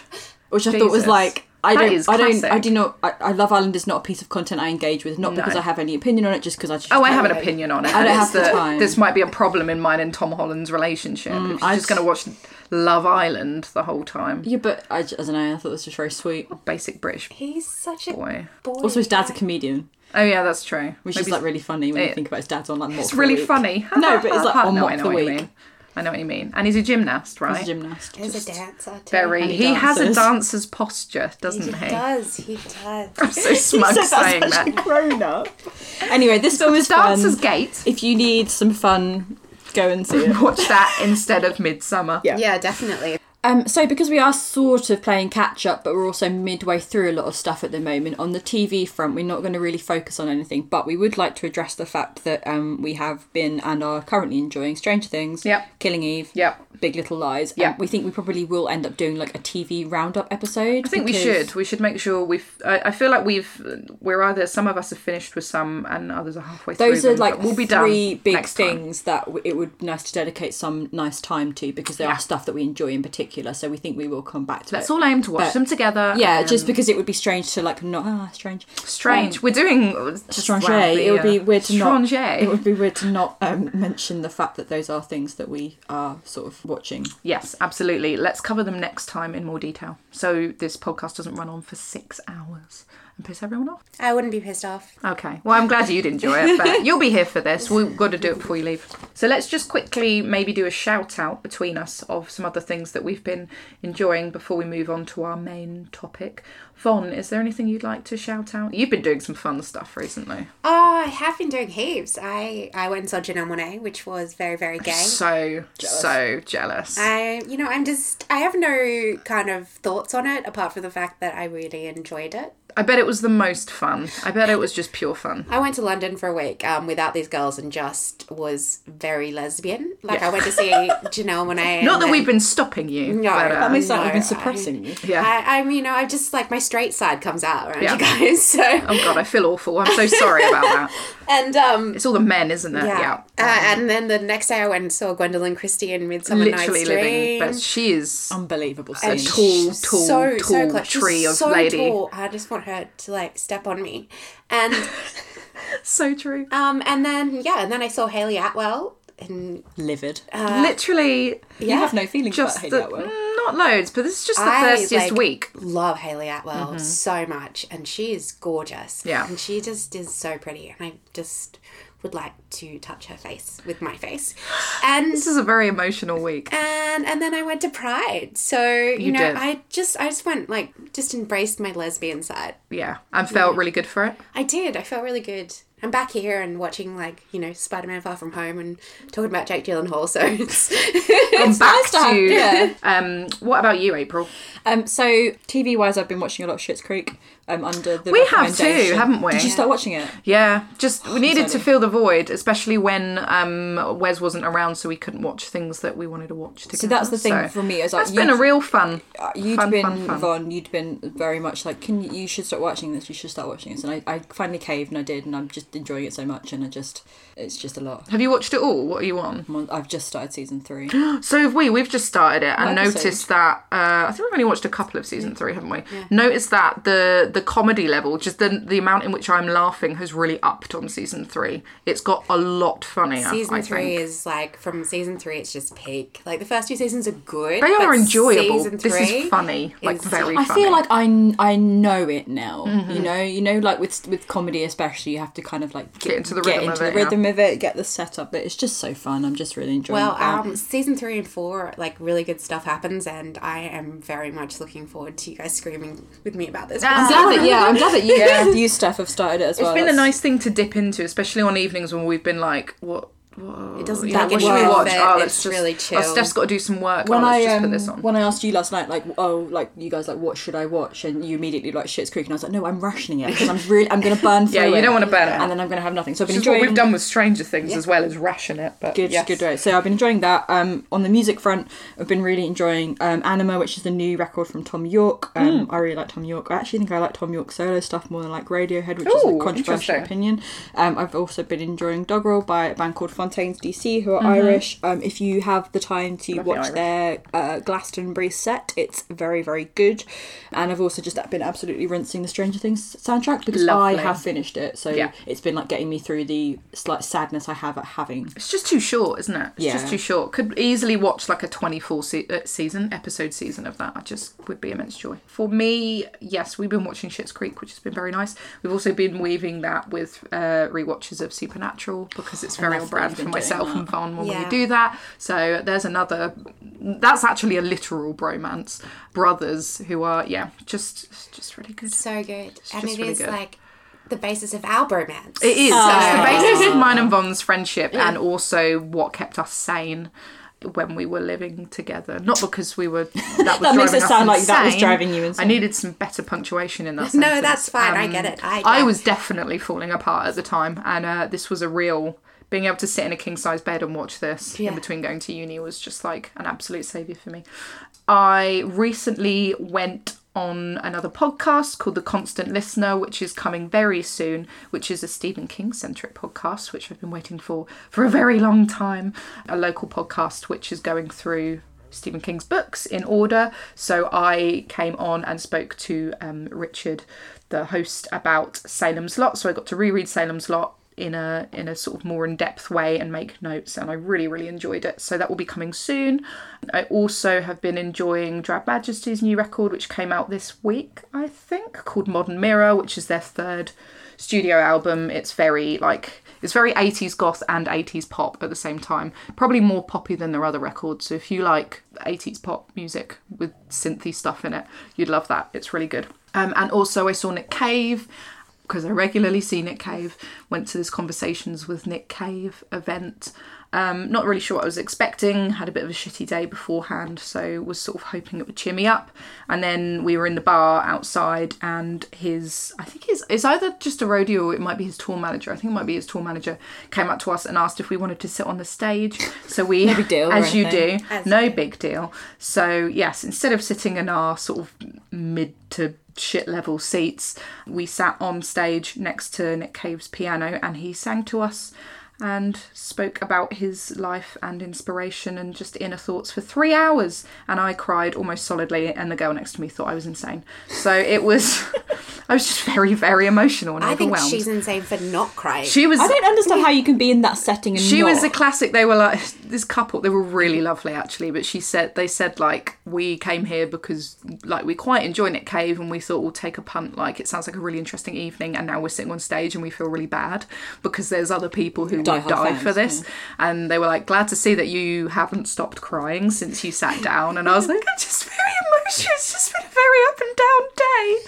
A: which I thought was
B: Jesus.
A: like. I
B: That
A: don't,
B: is
A: I don't, I
B: classic.
A: do not, I, I Love Island is not a piece of content I engage with, not because I have any opinion on it, just because I just.
B: Oh, I have an
A: can't-
B: opinion on it.
A: I don't
B: and
A: have
B: it's
A: the
B: that
A: time. Mm,
B: This might be a problem in mine and Tom Holland's relationship. if he's
A: I
B: just going to watch Love Island the whole time.
A: Yeah, but I, j- I don't know, I thought this was very sweet.
B: Basic British
C: he's such a boy.
B: boy.
A: Also, his dad's a
C: yeah.
A: comedian,
B: Oh yeah, that's true.
A: which
B: Maybe
A: is like really funny when
B: it-
A: you think about his dad's on like
B: It's really funny.
A: No, but it's like on
B: No,
A: Mock
B: I know
A: the
B: what you
A: Week.
B: mean. I know what you mean. And he's a gymnast, right?
A: He's a gymnast.
C: He's
A: just-
C: a dancer too.
B: Very.
A: And he
B: He, has a
A: dances.
B: dancer's posture,
C: He
B: doesn't he?
C: does. He does.
B: I'm so smug
A: said that's
B: saying
A: such
B: that.
A: a grown up. Anyway, this film is fun.
B: Dancer's gait.
A: If you need some fun, go and see it.
B: Watch that instead of Midsummer.
A: Yeah.
C: Yeah, definitely.
A: Um, so, because we are sort of playing catch up, but we're also midway through a lot of stuff at the moment, on the TV front, we're not going to really focus on anything, but we would like to address the fact that um, we have been and are currently enjoying Stranger Things,
B: Yep.
A: Killing Eve,
B: Yep.
A: Big Little Lies. and
B: Yep.
A: we think we probably will end up doing like a TV roundup episode.
B: I think we should. We should make sure we've. I, I feel like we've. We're either some of us have finished with some, and others are halfway through.
A: Those are
B: them, but
A: like
B: we'll be done
A: three big
B: next time.
A: things that w- it would be nice to dedicate some nice time to because there are stuff that we enjoy in particular. So we think we will come back to
B: Let's
A: it.
B: all aim to watch
A: But-
B: them together.
A: yeah,
B: and-
A: just because it would be strange to like not ah strange
B: strange. We're doing uh,
A: strange. it would be weird to
B: strange.
A: not. It would be weird to not um, mention the fact that those are things that we are sort of watching.
B: Yes, absolutely. Let's cover them next time in more detail. So this podcast doesn't run on for six hours and piss everyone off.
C: I wouldn't be pissed off.
B: Okay. Well, I'm glad you'd enjoy it, but you'll be here for this. We've got to do it before you leave. So let's just quickly maybe do a shout out between us of some other things that we've been enjoying before we move on to our main topic. Von, is there anything you'd like to shout out? You've been doing some fun stuff recently.
C: Oh, I have been doing heaps. I I went and saw Janelle Monae, which was very very gay.
B: So, so jealous.
C: I you know I'm just I have no kind of thoughts on it apart from the fact that I really enjoyed it.
B: I bet it was the most fun. I bet it was just pure fun.
C: I went to London for a week um, without these girls and just was very lesbian. Like I went to see Janelle Monae.
B: Not that we've been stopping you.
C: No,
B: but,
C: that
A: That
C: makes
A: makes sense. We've
C: No, sense. We've been I-
A: been
C: suppressing
A: suppressing you.
B: yeah.
C: I, I'm, you know, I just like my straight side comes out around
B: Yeah.
C: you guys. So,
B: Oh god, I feel awful. I'm so sorry about that.
C: and um,
B: It's all the men, isn't it?
C: yeah. Uh, and then the next day, I went and saw Gwendolyn Christie in Midsummer
B: Literally
C: Night's
B: living,
C: Dream.
B: but she
A: Oh.
B: is
A: Unbelievable
B: a
A: scene.
B: tall, tall, tall
C: close. She's
B: tree of
C: so
B: lady.
C: Tall. I just want her to like step on me, and
B: So true.
C: um, and then yeah, and then I saw Haley Atwell, and
A: Livid.
B: Literally,
A: Uh, you have no feelings
B: just
A: about
B: the,
A: Haley Atwell.
B: mm, not loads, but this is just the
C: I,
B: thirstiest
C: like,
B: week.
C: Love Haley Atwell so much, and she is gorgeous.
B: Yeah.
C: and she just is so pretty, and I just would like to touch her face with my face, and
B: This is a very emotional week.
C: and and then I went to Pride. So you, know,
B: did.
C: I just I just went like just embraced my lesbian side.
B: Yeah, and felt really good for it.
C: I did. I felt really good. I'm back here and watching like you know Spider Man Far From Home and talking about Jake Gyllenhaal. So it's
B: I'm back
A: nice to have-
B: to
A: yeah.
B: um, what about you, April?
A: Um, so TV wise, I've been watching a lot of Shit's Creek. Um, under the
B: We have too,
A: recommendation.
B: haven't we?
A: Did you start watching it?
B: Yeah, just we needed to
A: Oh, sorry.
B: fill the void, especially when um, Wes wasn't around, so we couldn't watch things that we wanted to watch together.
A: that's the thing for me, is like
B: that's been a
A: you-
B: real fun.
A: You'd
B: fun,
A: been
B: fun, fun.
A: Von. You'd been very much like, can you, you should start watching this. You should start watching this. And I, I finally caved, and I did, and I'm just enjoying it so much. And I just, it's just a lot.
B: Have you watched it all? What are you on?
A: I'm on- I've just started season three.
B: So have we. We've just started it and
A: What episode?
B: noticed that uh, I think we've only watched a couple of season three, haven't we? Noticed that the the comedy level, just the the amount in which I'm laughing, has really upped on season three. It's got a lot funnier.
C: season
B: I
C: three
B: think.
C: is like from season three. It's just peak. Like the first two seasons are good.
B: They
C: but
B: are enjoyable.
C: season
B: This is
C: three
B: funny, like
C: is-
B: very.
A: I
B: funny. Mm-hmm.
A: feel like I, kn- I know it now. You know, you know, like with with comedy especially, you have to kind of like get,
B: into the rhythm of it, yeah.
A: rhythm of it, get the setup. But it's just so fun. I'm just really enjoying.
C: Well,
A: it.
C: um, season three and four, like really good stuff happens, and I am very much looking forward to you guys screaming with me about this.
A: I'm glad that yeah, I'm glad that you you stuff have started it as well.
B: It's been a
A: That's-
B: nice thing to dip into, especially on evenings when we've been like, what? It
C: doesn't
B: yeah,
C: take
B: what should
A: any
B: we
A: time
B: watch?
C: off it.
B: Oh,
C: It's
B: let's just,
C: really
B: Oh,
C: chill.
B: Steph's got to do some work.
A: when
B: oh,
A: I
B: let's just
A: um,
B: put this on.
A: when I asked you last night, like, oh, like you guys, like, what should I watch? And you immediately like Shit's Creek, and I was like, no, I'm rationing it because I'm really, I'm gonna burn through.
B: Yeah, you
A: it,
B: don't wanna burn it.
A: and then I'm gonna have nothing. So I've been
B: Which is what
A: enjoying
B: we've done with Stranger Things as well as ration it. But
A: good,
B: yes.
A: good right. So I've been enjoying that. Um, on the music front, I've been really enjoying um, Anima, which is the new record from Tom York. Um,
B: Hmm.
A: I really like Tom York. I actually think I like Tom York solo stuff more than like Radiohead, which is
B: Ooh,
A: a controversial
B: interesting.
A: opinion. Um, I've also been enjoying Doggerel by a band called Fontaines DC, who are Irish. Um, if you have the time to watch
B: Mm-hmm. Irish.
A: their uh, Glastonbury set, it's very, very good. And I've also just been absolutely rinsing the Stranger Things soundtrack because
B: Lovely.
A: I have finished it. So
B: Yeah.
A: it's been like getting me through the slight sadness I have at having
B: It's just too short, isn't it? It's
A: Yeah.
B: just too short. Could easily watch like a 24 se- uh, season, episode season of that. I just would be immense joy. For me, yes, we've been watching Shit's Creek, which has been very nice. We've also been weaving that with uh, rewatches of Supernatural because it's very
A: love
B: on
A: that
B: brand
A: you've
B: for
A: been doing
B: myself
A: that.
B: and Vaughn when we
C: Yeah.
B: do that. So there's another, that's actually a literal bromance. Brothers who are, yeah, just just really good.
C: so good, and
B: just
C: it is
B: really good.
C: like the basis of our bromance.
A: Oh.
B: It is. It's the basis of mine and Von's friendship and also what kept us sane when we were living together. Not because we were. That, was
A: That makes
B: driving
A: it
B: us
A: sound like that was
B: insane.
A: driving you insane.
B: I needed some better punctuation in that.
C: No,
B: sentence.
C: that's fine. I
A: um,
C: get it. I
B: I
C: get-
B: was definitely falling apart at the time, and uh, this was a real. Being able to sit in a king size bed and watch this
C: Yeah.
B: in between going to uni was just like an absolute savior for me. I recently went on another podcast called The Constant Listener, which is coming very soon, which is a Stephen King centric podcast, which I've been waiting for for a very long time. A local podcast which is going through Stephen King's books in order. So I came on and spoke to um, Richard, the host, about Salem's Lot. So I got to reread Salem's Lot in a in a sort of more in-depth way and make notes and I really really enjoyed it so that will be coming soon I also have been enjoying Drab Majesty's new record which came out this week I think called Modern Mirror which is their third studio album it's very like it's very 80s goth and 80s pop at the same time probably more poppy than their other records so if you like 80s pop music with synthy stuff in it you'd love that it's really good um, and also I saw Nick Cave because I regularly see Nick Cave. Went to this conversations with Nick Cave event. Um, not really sure what I was expecting. Had a bit of a shitty day beforehand, so was sort of hoping it would cheer me up. And then we were in the bar outside, and his I think his it's either just a rodeo or it might be his tour manager. I think it might be his tour manager came up to us and asked if we wanted to sit on the stage. So we, no
A: big deal or
B: as you do,
A: anything.
B: no big deal. So yes, instead of sitting in our sort of mid to shit level seats, we sat on stage next to Nick Cave's piano and he sang to us and spoke about his life and inspiration and just inner thoughts for three hours and I cried almost solidly and the girl next to me thought I was insane. So it was I was just very, very emotional and
C: I think
B: overwhelmed.
C: she's insane for not crying.
B: she was
A: I don't understand how you can be in that setting and
B: she
A: not.
B: was a classic. They were like this couple. They were really lovely, actually. But she said they said like we came here because like we quite enjoy Nick Cave and we thought we'll take a punt. Like it sounds like a really interesting evening, and now we're sitting on stage and we feel really bad because there's other people who would
A: Die-hard
B: die
A: fans,
B: for this. And they were like glad to see that you haven't stopped crying since you sat down. And I was like, I'm just very emotional. It's just been a very up and down day.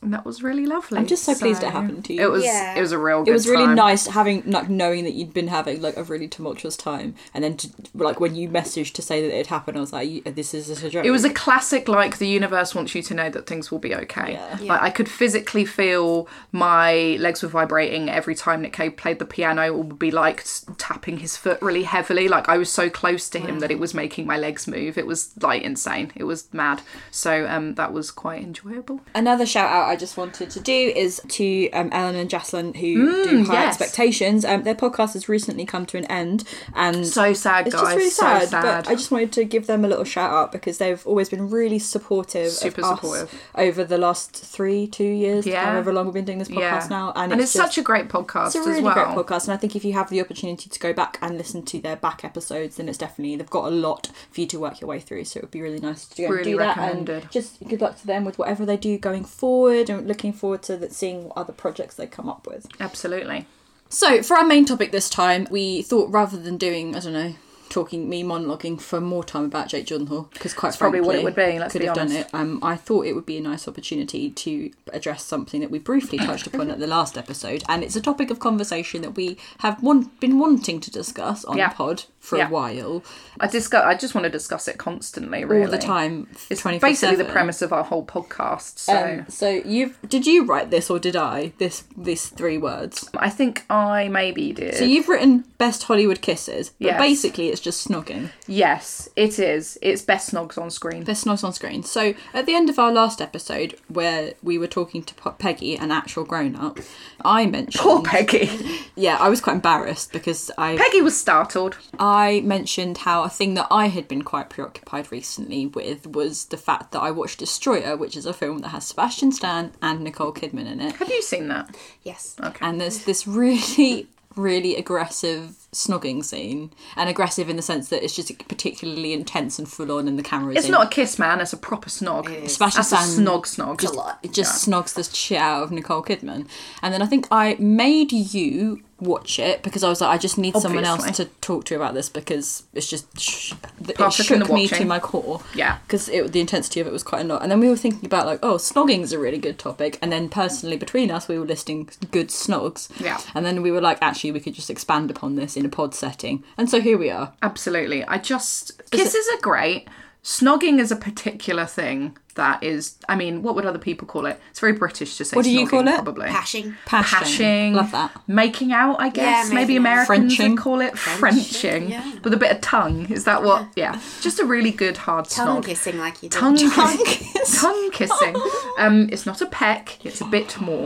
B: And that was really lovely. I'm
A: just so pleased it happened to you.
B: It was
C: Yeah.
B: it was a real.
A: it was really
B: time.
A: nice having like knowing that you'd been having like a really tumultuous time, and then to, like when you messaged to say that it happened, I was like, "You- "This is a joke."
B: It was a classic, like the universe wants you to know that things will be okay. Like I could physically feel my legs were vibrating every time Nick Cave played the piano, or would be like s- tapping his foot really heavily. Like I was so close to him that it was making my legs move. It was like insane. It was mad. So um, that was quite enjoyable.
A: Another shout out I just wanted to do is to um, Ellen and Jocelyn who do High
B: Mm, yes.
A: Expectations. Um, their podcast has recently come to an end, and
B: So sad,
A: it's
B: guys.
A: just really sad.
B: so sad.
A: But I just wanted to give them a little shout out because they've always been really supportive,
B: Super
A: of us
B: supportive.
A: over the last three, two years,
B: Yeah.
A: however long we've been doing this podcast
B: yeah.
A: now,
B: and,
A: just-
B: it's, such a great podcast
A: it's a really
B: as well.
A: great podcast, and I think if you have the opportunity to go back and listen to their back episodes, then it's definitely they've got a lot for you to work your way through. So it would be really nice to go
B: Really
A: and do that,
B: recommended.
A: and just good luck to them with whatever they do going forward, and looking forward to that, seeing what other projects they come up with.
B: Absolutely.
A: So, for our main topic this time, we thought rather than doing, I don't know, talking me monologuing for more time about Jake Gyllenhaal, because quite
B: probably
A: frankly,
B: what it would be, let's
A: could
B: be
A: have done
B: honest.
A: it. Um, I thought it would be a nice opportunity to address something that we briefly touched upon at the last episode, and it's a topic of conversation that we have one, been wanting to discuss on
B: Yeah.
A: the pod for
B: Yeah.
A: a while,
B: I discuss. I just want to discuss it constantly, really.
A: all the time.
B: It's
A: 24/7.
B: basically the premise of our whole podcast. So.
A: Um, so you've did you write this or did I this these three words?
B: I think I maybe did.
A: So you've written best Hollywood kisses, but
B: Yes.
A: basically it's just snogging.
B: yes, it is. It's best snogs on screen.
A: There's snot on screen. So at the end of our last episode, where we were talking to P- Peggy, an actual grown-up, I mentioned.
B: Poor Peggy.
A: Yeah, I was quite embarrassed because I
B: Peggy was startled.
A: I mentioned how a thing that I had been quite preoccupied recently with was the fact that I watched Destroyer, which is a film that has Sebastian Stan and Nicole Kidman in it,
B: Have you seen that?
C: yes.
A: and there's this really. Really aggressive snogging scene, and aggressive in the sense that it's just particularly intense and full on, and the camera is
B: It's
A: in.
B: not a kiss, man. It's a proper snog.
A: Sebastian
B: That's a
A: Stan
B: snog snog.
A: It just snogs the shit out of Nicole Kidman. And then I think I made you watch it because I was like, I just need someone else
B: Obviously.
A: to talk to about this because it's just sh- it
B: Partook in the
A: shook me to
B: watching.
A: my core.
B: Yeah.
A: because it the intensity of it was quite a lot. And then we were thinking about like, oh, snogging is a really good topic. And then personally between us, we were listing good snogs.
B: Yeah.
A: and then we were like, actually, we could just expand upon this in a pod setting. And so here we are.
B: Absolutely. I just kisses are great. Snogging is a particular thing that is. I mean, what would other people call it? It's very British to say.
A: What do you
B: snogging,
A: call it?
B: Probably
C: Pashing.
A: Passion.
B: Pashing,
A: love that.
B: Making out, I guess. Maybe
C: making out.
B: Americans
A: Frenching.
B: would call it Frenching,
C: yeah.
B: with a bit of tongue. Is that what? Yeah, just a really good hard
C: Tongue
B: snog.
C: kissing like you did.
B: Tongue,
A: Tongue
B: kiss-
A: kiss.
B: tongue kissing. Um, it's not a peck. It's a bit more,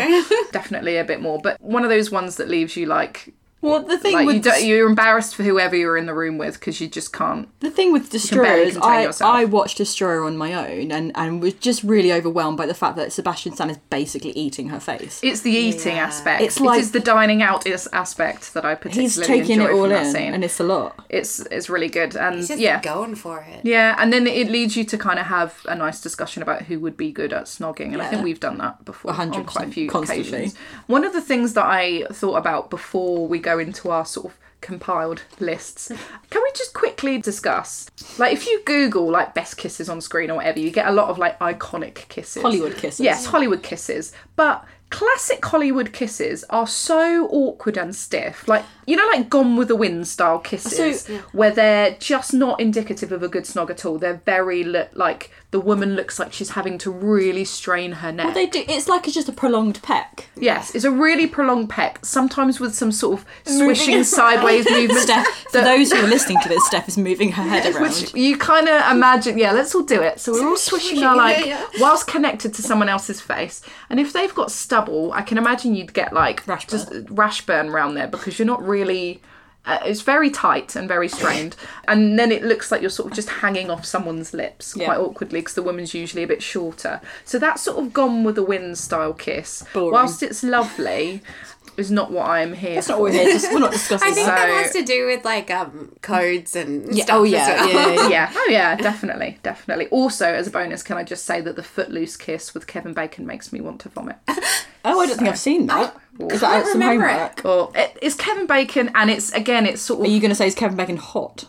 B: definitely a bit more. But one of those ones that leaves you like,
A: Well, the thing
B: like
A: with
B: you don't, you're embarrassed for whoever you're in the room with because you just can't.
A: The thing with Destroyer
B: barely
A: is
B: contain
A: I,
B: yourself.
A: I watched Destroyer on my own and, and was just really overwhelmed by the fact that Sebastian Stan is basically eating her face.
B: It's the eating
C: Yeah.
B: aspect.
A: It's
B: It's
A: like-
B: it is the dining out is aspect that I particularly
A: He's taking
B: enjoy
A: it all
B: from that
A: in
B: scene.
A: and it's a lot.
B: it's it's really good and
C: He's just
B: yeah.
C: going for it.
B: Yeah, and then it leads you to kind of have a nice discussion about who would be good at snogging, and I think
A: Yeah.
B: we've done that before on
A: 100%,
B: quite a few
A: constantly.
B: occasions. One of the things that I thought about before we go into our sort of compiled lists, can we just quickly discuss? Like, if you Google like best kisses on screen or whatever, you get a lot of like iconic kisses,
A: Hollywood kisses.
B: Yes, Hollywood kisses, but. Classic Hollywood kisses are so awkward and stiff. Like, you know, like Gone with the Wind style kisses,
A: So-
B: where they're just not indicative of a good snog at all. They're very lo- like the woman looks like she's having to really strain her neck.
A: They do. It's like it's just a prolonged peck.
B: yes, it's a really prolonged peck, sometimes with some sort of swishing sideways movement.
A: Steph, for
B: that-
A: those who are listening to this, Steph is moving her head around.
B: Which you kind of imagine, yeah, let's all do it. So we're all swishing our, like,
C: yeah,
B: whilst connected to someone else's face. And if they've got stubble, I can imagine you'd get, like,
A: Rash
B: just rash burn around there because you're not really. Uh, it's very tight and very strained. And then it looks like you're sort of just hanging off someone's lips
A: Yeah.
B: quite awkwardly because the woman's usually a bit shorter. So that sort of gone with the wind style kiss,
A: Boring.
B: whilst it's lovely, is not what I'm here
A: That's not
B: for.
A: what we're here. Just, we're not discussing
C: I think
A: that.
B: So-
C: that has to do with like um codes and
A: Yeah,
C: stuff
A: oh
C: as
A: yeah,
C: well.
A: yeah, yeah, yeah.
B: yeah. Oh yeah, definitely, definitely. Also, as a bonus, can I just say that the footloose kiss with Kevin Bacon makes me want to vomit?
A: Oh, I don't think I've seen that. Is that
C: can't
A: out some
C: remember it.
A: homework?
B: Or it, it's Kevin Bacon, and it's again, it's sort
A: Are
B: of.
A: you going to say is Kevin Bacon hot?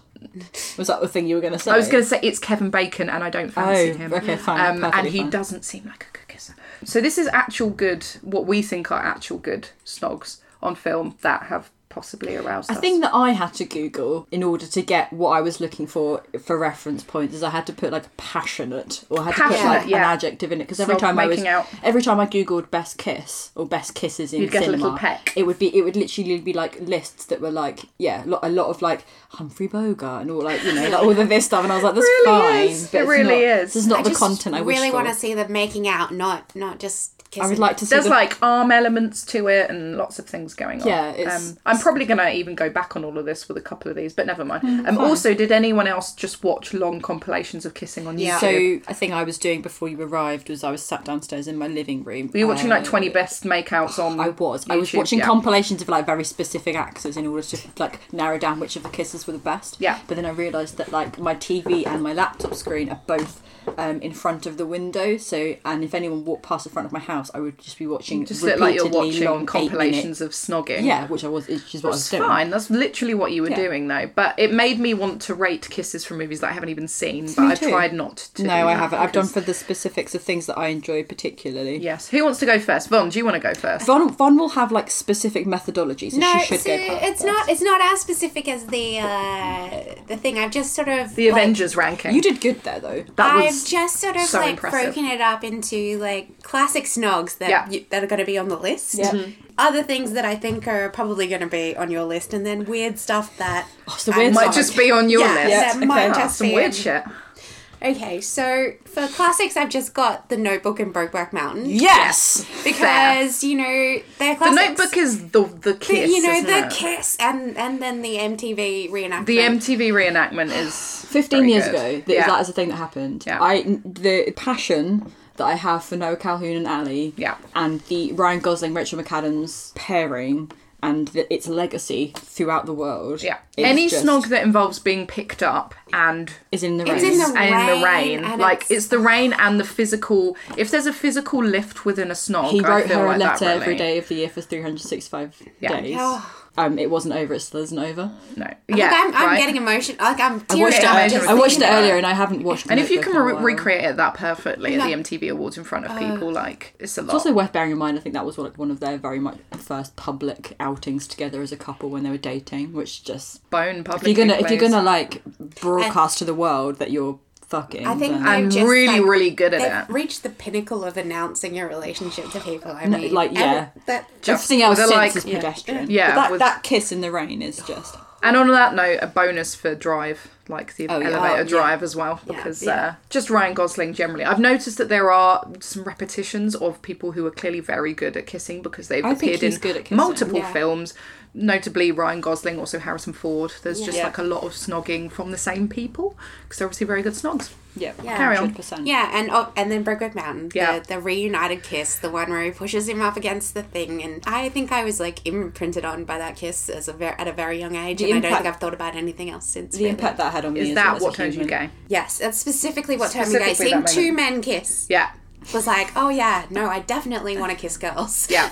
A: Was that the thing you were going to say?
B: I was going to say it's Kevin Bacon, and I don't fancy
A: Oh,
B: him.
A: okay, fine,
B: Um, and
A: perfectly
B: he
A: fine.
B: doesn't seem like a good kisser. So this is actual good. What we think are actual good snogs on film that have possibly aroused
A: The thing that I had to Google in order to get what I was looking for for reference points is I had to put like passionate or I had to put
B: Passionate,
A: like
B: yeah.
A: an adjective in it because every
B: Snog
A: time I was
B: making out.
A: every time I googled best kiss or best kisses in
B: You'd get a
A: cinema,
B: little peck.
A: it would be it would literally be like lists that were like yeah a lot, a lot of like Humphrey Bogart and all like you know like all of this stuff and I was like that's
B: Really
A: fine
B: is.
A: but
B: It
A: it's
B: really
A: not,
B: is.
A: this is not
C: I
A: the
C: just
A: content I wish
C: really
A: for.
C: want to see them making out, not not just kissing.
A: I would like to see
B: There's
A: the,
B: like arm elements to it and lots of things going on.
A: Yeah, it's- Mm,
B: Um, I'm probably going to even go back on all of this with a couple of these, but never mind. um, also, did anyone else just watch long compilations of kissing on
C: Yeah.
B: YouTube?
A: so a thing I was doing before you arrived was I was sat downstairs in my living room
B: Were you watching like
A: uh,
B: 20 best makeouts on?
A: I was. I was
B: YouTube?
A: watching
B: Yeah.
A: compilations of like very specific actors in order to like narrow down which of the kisses were the best.
B: Yeah.
A: But then I realised that like my TV and my laptop screen are both um, in front of the window. So and if anyone walked past the front of my house, I would just be watching
B: Just look like you're
A: repeatedly
B: watching
A: long
B: on
A: eight-minute-
B: compilations of snogging.
A: Yeah, which I was. Which is what I was
B: That's
A: doing.
B: fine. That's literally what you were
A: Yeah.
B: doing, though. But it made me want to rate kisses from movies that I haven't even seen. But
A: me
B: I've
A: too.
B: tried not to.
A: No, I haven't. I've done for the specifics of things that I enjoy particularly.
B: Yes. Who wants to go first? Von, do you want to go first?
A: Von, Von will have like specific methodologies, so
C: No,
A: she should
C: it's,
A: go. past
C: it's
A: first.
C: not. It's not as specific as the uh, the thing. I've just sort of
B: The
C: like,
B: Avengers ranking.
A: You did good there though.
B: That was
C: I've just sort of
B: so
C: like
B: impressive.
C: broken it up into like classic snogs that
B: Yeah. Mm-hmm.
C: you, that are going to be on the list.
A: Yeah. Mhm.
C: Other things that I think are probably going to be on your list, and then weird stuff that
A: Oh, so
C: I
A: weird
B: might
A: Sorry.
B: just be on your
C: Yeah,
B: list.
C: that Yeah. might
B: Ah,
C: just
B: some
C: be
B: weird
C: on-
B: shit.
C: Okay, so for classics, I've just got The Notebook and Brokeback Mountain.
A: Yes.
C: because you know they're
B: The
C: classics.
B: Notebook is the the
C: The-
B: kiss.
C: you know
B: isn't
C: the
B: it?
C: kiss, and and then the MTV reenactment.
B: The MTV reenactment is
A: 15
B: very
A: years
B: good.
A: ago that,
B: Yeah.
A: that is a thing that happened
B: Yeah.
A: i the passion that i have for noah calhoun and ali
B: Yeah.
A: and the ryan gosling rachel mcadams pairing and the, its legacy throughout the world
B: Yeah.
A: is
B: Any
A: just-
B: snog that involves being picked up and
A: is in the
C: It's
A: race
C: in the-
B: and in the
C: rain,
B: rain,
C: and
B: like it's,
C: it's-
B: the rain and the physical. If there's a physical lift within a snog,
A: he
B: I
A: wrote
B: feel
A: her a
B: like that
A: letter every
B: really-
A: day of the year for 365
B: Yeah.
A: days
C: Oh.
A: um, it wasn't over. It still isn't over.
B: No.
C: Yeah,
B: Yeah.
C: I'm, I'm
B: right.
C: getting emotional. Like I'm
A: I
C: tearing
A: watched it.
C: up
B: I-
C: just
A: I watched it
C: thinking about
A: earlier, and I haven't watched.
B: And if you
A: Notebook in
B: can
A: a
B: re-
A: while.
B: recreate it that perfectly
C: No.
B: at the MTV Awards in front of people, like it's a lot.
A: It's also worth bearing in mind. I think that was like one of their very much first public outings together as a couple when they were dating, which just
B: bone
A: if
B: public.
A: you're gonna if you're
B: plays.
A: gonna like broadcast to the world that you're fucking.
C: I think
A: then-
C: they've
B: I'm
C: just,
B: really,
C: like,
B: really good at
C: They've
B: it.
C: reached the pinnacle of announcing your relationship to people. I mean,
A: like, yeah.
C: ever- that
B: Just
A: Everything else
B: with
A: since
B: a, like-
A: is pedestrian.
B: Yeah,
A: But that,
B: with-
A: that kiss in the rain is just.
B: And on that note, a bonus for Drive, like the
A: Oh, yeah.
B: elevator
A: Oh,
C: yeah.
B: Drive as well, because
C: yeah.
B: Uh, just Ryan Gosling generally. I've noticed that there are some repetitions of people who are clearly very good at kissing because they've
A: I think
B: appeared
A: he's
B: in
A: good at kissing.
B: multiple
C: Yeah.
B: films, notably Ryan Gosling, also Harrison Ford. There's just
A: Yeah.
B: like a lot of snogging from the same people because they're obviously very good snogs.
A: Yeah.
C: Yeah.
B: Carry on.
A: 100%.
C: Yeah, and oh, and then Brokeback Mountain,
B: Yeah.
C: the, the reunited kiss, the one where he pushes him up against the thing, and I think I was like imprinted on by that kiss as a ver- at a very young age,
A: The
C: and I don't
A: impact-
C: think I've thought about anything else since.
A: The
C: really.
A: impact that had on me
B: Is
A: as well
B: that
A: as a
B: what turns you
A: human.
B: gay?
C: Yes, that's specifically what turned me gay.
B: Specifically
C: Seeing
B: that
C: two men kiss
B: Yeah.
C: was like, oh yeah, no, I definitely want to kiss girls.
B: Yeah.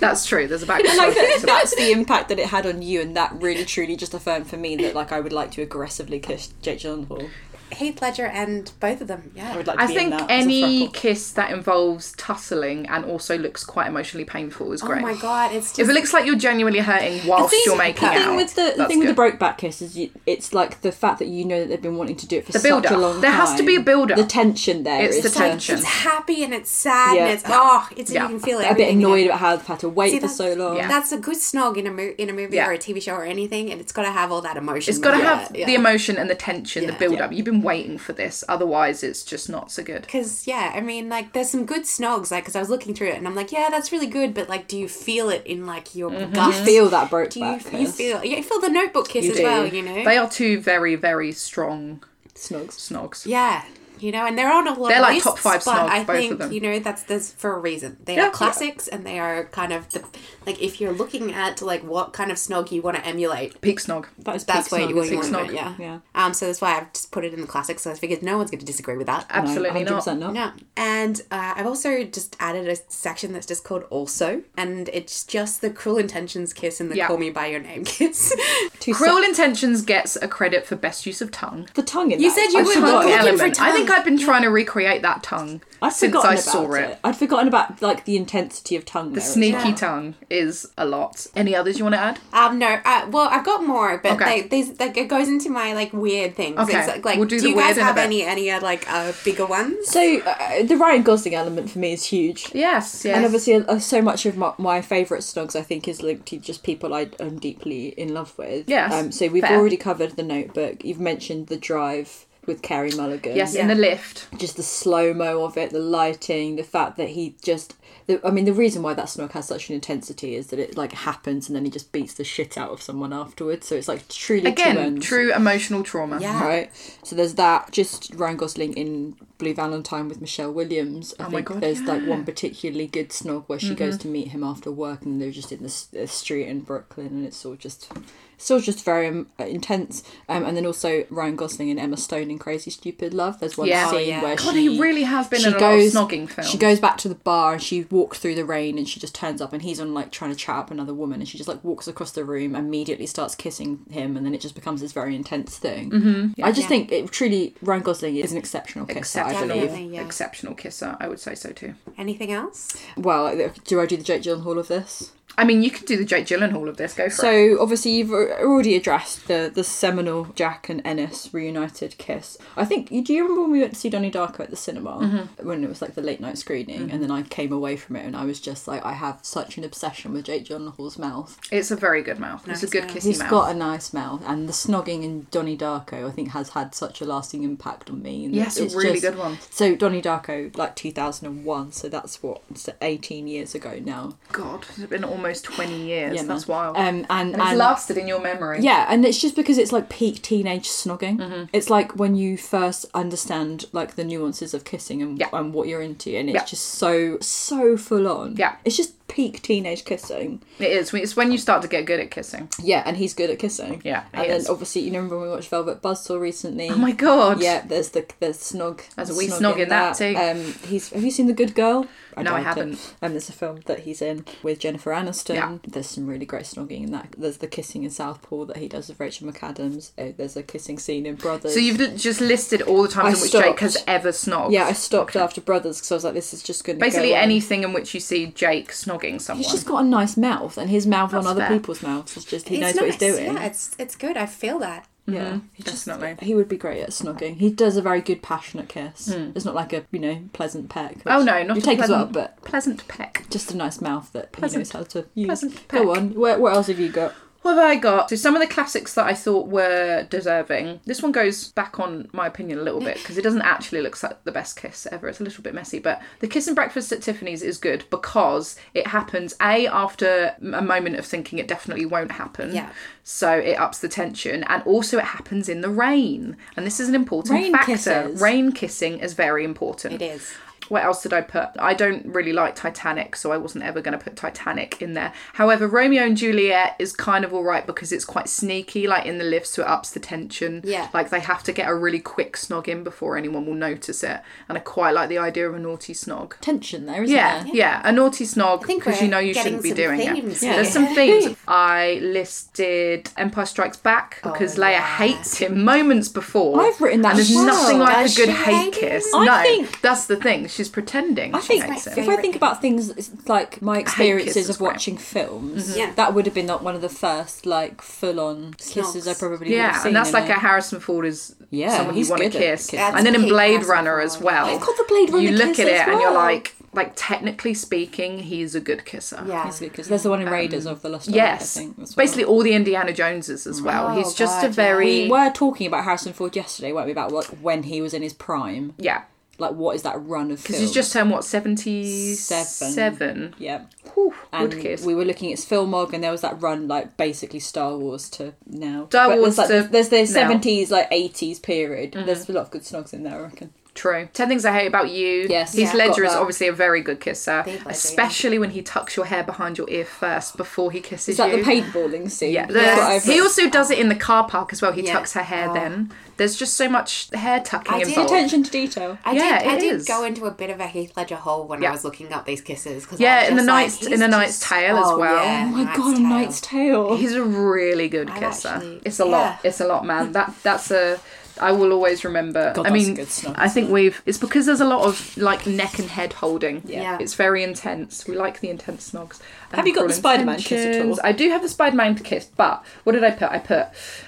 B: That's true. There's a back.
A: like that, that's the impact that it had on you, and that really truly just affirmed for me that like I would like to aggressively kiss Jake Gyllenhaal.
C: Heath Ledger and both of them. Yeah,
A: I would like. To
B: I
A: be
B: think
A: in that
B: any
A: As a throuple.
B: kiss that involves tussling and also looks quite emotionally painful is
C: Oh
B: great.
C: my god, it's just
B: If it looks like you're genuinely hurting whilst you're making
A: the thing
B: out,
A: with the, the
B: that's
A: thing with
B: good.
A: the Brokeback kiss is you, it's like the fact that you know that they've been wanting to do it for
B: The
A: such a
B: build-up.
A: long
B: There
A: time.
B: has to be a build-up.
A: The tension there
B: It's
A: is
B: the
A: to-
B: tension.
C: it's happy and it's sad
A: Yeah.
C: and it's oh, it's
B: Yeah.
C: you can feel it.
A: a bit annoyed about how they've had to wait
C: See,
A: for so
C: that's-
A: long.
B: Yeah.
C: That's a good snog in a mo- in a movie
B: Yeah.
C: or a TV show or anything, and it's got to have all that emotion.
B: It's got to
C: with it.
B: have
C: Yeah.
B: the emotion and the tension, the
C: Yeah.
B: build up. You've been waiting for this, otherwise it's just not so good.
C: Cause yeah, I mean, like, there's some good snogs, like, cause I was looking through it and I'm like, yeah, that's really good, but like, do you feel it in like your guts?
A: Feel that broke
C: Do you,
A: back
C: you
A: kiss.
C: feel? Yeah, you feel the Notebook kiss as
B: do.
C: well, you know?
B: They are two very, very strong
A: snogs.
B: snogs.
C: yeah, you know, and they're on a lot.
B: They're,
C: of
B: like, top five
C: lists, but
B: snogs,
C: I
B: both of
C: think
B: them.
C: you know that's there's for a reason. They
B: Yeah.
C: are classics, and they are kind of the like if you're looking at like what kind of snog you want to emulate,
B: Peak snog.
A: That is
C: that's
A: peak
C: where you
A: snog,
C: where
A: isn't
C: you
A: it?
C: want
B: Snog.
C: it. Yeah.
A: Yeah.
C: Um. So that's why I've just put it in the classics. So I figured no one's going to disagree with that.
A: No,
B: Absolutely not.
A: 100% not.
C: No. And uh, I've also just added a section that's just called also, and it's just the cruel intentions kiss and the
B: Yeah.
C: call me by your name kiss.
A: Too
B: Cruel Intentions gets a credit for best use of tongue.
A: The tongue in
C: You
A: that.
C: said you
A: I
C: were
A: forgot.
C: looking for
B: element. I think
C: tongue.
B: I've been trying to recreate that tongue
A: I'd
B: since
A: forgotten
B: I
A: about
B: saw it.
A: I'd forgotten about like the intensity of tongue. The
B: Oh, Sneaky
C: Yeah.
B: tongue is a lot. Any others you want to add?
C: um. No. Uh, well, I've got more, but
B: Okay.
C: they, these like it goes into my like weird things.
B: Okay.
C: It's, like,
B: We'll do
C: do,
B: the
C: you
B: weird
C: guys
B: in a
C: have
B: bit.
C: any any uh, like uh, bigger ones?
A: So uh, the Ryan Gosling element for me is huge.
B: Yes, yes.
A: And obviously, uh, so much of my, my favourite snogs, I think, is linked to just people I am deeply in love with.
B: Yes,
A: Um, so we've
B: fair.
A: already covered the Notebook. You've mentioned the Drive with Carrie Mulligan.
B: yes,
C: Yeah.
B: in the lift.
A: Just the slow mo of it, the lighting, the fact that he just. The, I mean, the reason why that snog has such an intensity is that it like happens, and then he just beats the shit out of someone afterwards. So it's like truly two
B: Again,
A: ends.
B: true emotional trauma.
C: Yeah.
A: Right. So there's that. Just Ryan Gosling in Blue Valentine with Michelle Williams. I think
B: Oh God,
A: there's like
B: yeah. Mm-hmm.
A: one particularly good snog where she goes to meet him after work and they're just in the, s- the street in Brooklyn and it's all just it's all just very um, intense. Um, and then also Ryan Gosling and Emma Stone in Crazy Stupid Love. There's one
B: Yeah. Oh,
A: scene
C: yeah.
A: where
B: God,
A: she
B: he really has been
A: she
B: in a
A: goes
B: lot of snogging films.
A: she goes back to the bar and she walked through the rain and she just turns up and he's on like trying to chat up another woman and she just like walks across the room immediately starts kissing him and then it just becomes this very intense thing mm-hmm. i just
C: Yeah.
A: think it truly ryan gosling is an exceptional kisser i
B: exceptional,
A: believe
C: Definitely, yeah.
B: exceptional kisser. I would say so too.
C: Anything else?
A: well do i do the jake gyllenhaal of this
B: I mean, you could do the Jake Gyllenhaal of this. Go for it.
A: So obviously you've al- already addressed the the seminal Jack and Ennis reunited kiss. I think you do you remember when we went to see Donnie Darko at the cinema
C: Mm-hmm.
A: when it was like the late night screening, and then I came away from it and I was just like I have such an obsession with Jake Gyllenhaal's mouth.
B: It's a very good mouth. it's a
C: Nice
B: good
C: mouth.
B: kissy
A: He's
B: mouth.
A: got a nice mouth, and the snogging in Donnie Darko I think has had such a lasting impact on me. And
B: Yes, a really good one.
A: So Donnie Darko, like two thousand and one, so that's what it's eighteen years ago now.
B: God, it's been almost twenty years.
A: man.
B: That's wild.
A: Um, and
B: and it's
A: and-
B: lasted in your memory.
A: Yeah, and it's just because it's like peak teenage snogging.
B: Mm-hmm.
A: It's like when you first understand like the nuances of kissing and,
B: Yeah.
A: and what you're into, and it's
B: Yeah.
A: just so so full on.
B: Yeah.
A: it's just peak teenage kissing.
B: It is. It's when you start to get good at kissing.
A: Yeah, and he's good at kissing.
B: Yeah,
A: and
B: he
A: then
B: is.
A: obviously you know, remember when we watched Velvet Buzzsaw recently.
B: Oh my god.
A: Yeah, there's the there's snog.
B: There's a wee snog in that
A: Um, he's have you seen The Good Girl? I
B: No,
A: doubt
B: I
A: it.
B: haven't.
A: Um, there's a film that he's in with Jennifer Aniston.
B: Yeah.
A: There's some really great snogging in that. There's the kissing in Southpaw that he does with Rachel McAdams. Uh, there's a kissing scene in Brothers.
B: So you've li- just listed all the times
A: I
B: in which Jake
A: stopped.
B: has ever snogged.
A: yeah, I stopped after Brothers because I was like, this is just going to
B: Basically, anything in which you see Jake snogging someone.
A: He's just got a nice mouth, and his mouth on
B: That's
A: other
B: fair.
A: people's mouths is just he
C: It's
A: knows what he's
C: nice.
A: doing.
C: Yeah, it's it's good. I feel that.
A: Yeah, he just-
B: Mm-hmm. definitely.
A: he would be great at snogging. He does a very good passionate kiss. It's not like a you know pleasant peck.
B: Hmm. Oh
A: which
B: no, not
A: you
B: a
A: take as
B: pleasant,
A: well, but
B: pleasant peck.
A: just a nice mouth that
B: Pleasant-
A: he knows how to use.
B: pleasant
A: Go
B: peck.
A: on. Where, what else have you got?
B: What have I got? So some of the classics that I thought were deserving. This one goes back on my opinion a little bit because it doesn't actually look like the best kiss ever. It's a little bit messy, but the kiss and breakfast at Tiffany's is good because it happens a after a moment of thinking it definitely won't happen.
C: Yeah.
B: So it ups the tension, and also it happens in the rain, and this is an important
A: Rain
B: factor.
A: kisses.
B: Rain kissing is very important.
C: It is.
B: What else did I put? I don't really like Titanic, so I wasn't ever going to put Titanic in there. However, Romeo and Juliet is kind of all right because it's quite sneaky, like in the lift, so it ups the tension.
C: Yeah.
B: Like they have to get a really quick snog in before anyone will notice it. And I quite like the idea of a naughty snog.
A: Tension there, isn't
B: Yeah,
A: there?
B: yeah, a naughty snog
C: think
B: because
C: we're
B: you know you shouldn't
C: getting
B: be
C: some
B: doing
C: themes
B: it.
C: here.
B: There's some themes. I listed Empire Strikes Back
C: Oh,
B: because Leia hates him moments before.
A: I've written that
B: and there's
A: as well.
B: nothing like
C: Does
B: a good
C: she
B: hate
C: hate
B: kiss.
A: him? I
B: no,
A: think-
B: that's the thing. She's pretending.
A: I think
B: she hates
A: if
B: him.
A: I think about things it's like my experiences
B: kisses,
A: of
B: right.
A: watching films,
B: Mm-hmm.
C: Yeah.
A: that would have been like one of the first like full on kisses I
C: Snogs.
A: probably would have
B: Yeah,
A: seen.
B: and that's
A: in
B: like
A: a-
B: a Harrison Ford is
A: Yeah,
B: someone you
A: he's
B: want to
A: good at
B: kiss.
A: kissing.
B: And then in
C: That's
B: Blade
C: peak
B: Runner
C: Harrison
B: as
C: Ford.
B: well.
A: I've got the Blade Runner
B: you look
A: kiss
B: at it
A: as
B: and you're
A: well.
B: like like technically speaking, he's a good kisser.
C: Yeah.
A: It's good 'cause there's the one in Raiders of the Lost Ark,
B: um, Yes.
A: I think. as well. Mm.
B: Basically all the Indiana Joneses as well.
C: Oh,
B: he's just
C: God,
B: a
C: yeah.
B: very
A: we were talking about Harrison Ford yesterday, weren't we? About what, when he was in his prime.
B: Yeah.
A: Like, what is that run of
B: Because
A: films?
B: he's just turned what seventy seven.
A: yeah.
B: Wood
A: And
B: kiss.
A: we were looking at his filmog, and there was that run, like basically Star Wars to now.
B: Star
A: But
B: Wars
A: there's, like,
B: to
A: there's- there's the
B: now. Mm-hmm.
A: seventies, like eighties period. There's a lot of good snogs in there, I reckon.
B: True. Ten things I hate about you.
A: Yes.
B: Heath
A: Yeah.
B: Ledger
A: Got
B: is
A: that.
B: obviously a very good kisser,
C: Big Ledger,
B: especially when he tucks your hair behind your ear first before he kisses
A: It's like
B: you.
A: the paintballing scene.
B: Yeah,
A: That's what I've
B: he
A: written.
B: also does it in the car park as well. He
C: Yeah.
B: tucks her hair.
C: Oh.
B: Then there's just so much hair tucking
C: I did
B: involved.
A: attention to detail.
C: I
B: Yeah,
C: did. I
B: it
C: did
B: is.
C: go into a bit of a Heath Ledger hole when
B: Yeah.
C: I was looking up these kisses. 'cause I
B: Yeah,
C: was
B: in The
C: just like,
B: Knight's-
C: he's
B: in The Knight's
C: just-
B: Tale as
C: oh,
B: well.
A: Oh
C: yeah,
A: my
C: Knight's
A: god, a
C: Tale.
A: Knight's Tale.
B: He's a really good kisser.
C: Oh. actually-
B: it's a
C: yeah.
B: lot. It's a lot, man. That that's a. I will always remember.
A: God,
B: I
A: that's
B: mean,
A: a good snog.
B: I think we've. It's because there's a lot of like neck and head holding.
A: Yeah.
C: Yeah.
B: It's very intense. We like the intense snogs. Um,
A: Have you got the
B: Crawling
A: Spider-Man kiss at all?
B: tensions. I do have the Spider Man kiss, but what did I put? I put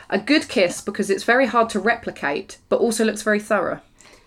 B: a good kiss because it's very hard to replicate, but also looks very thorough.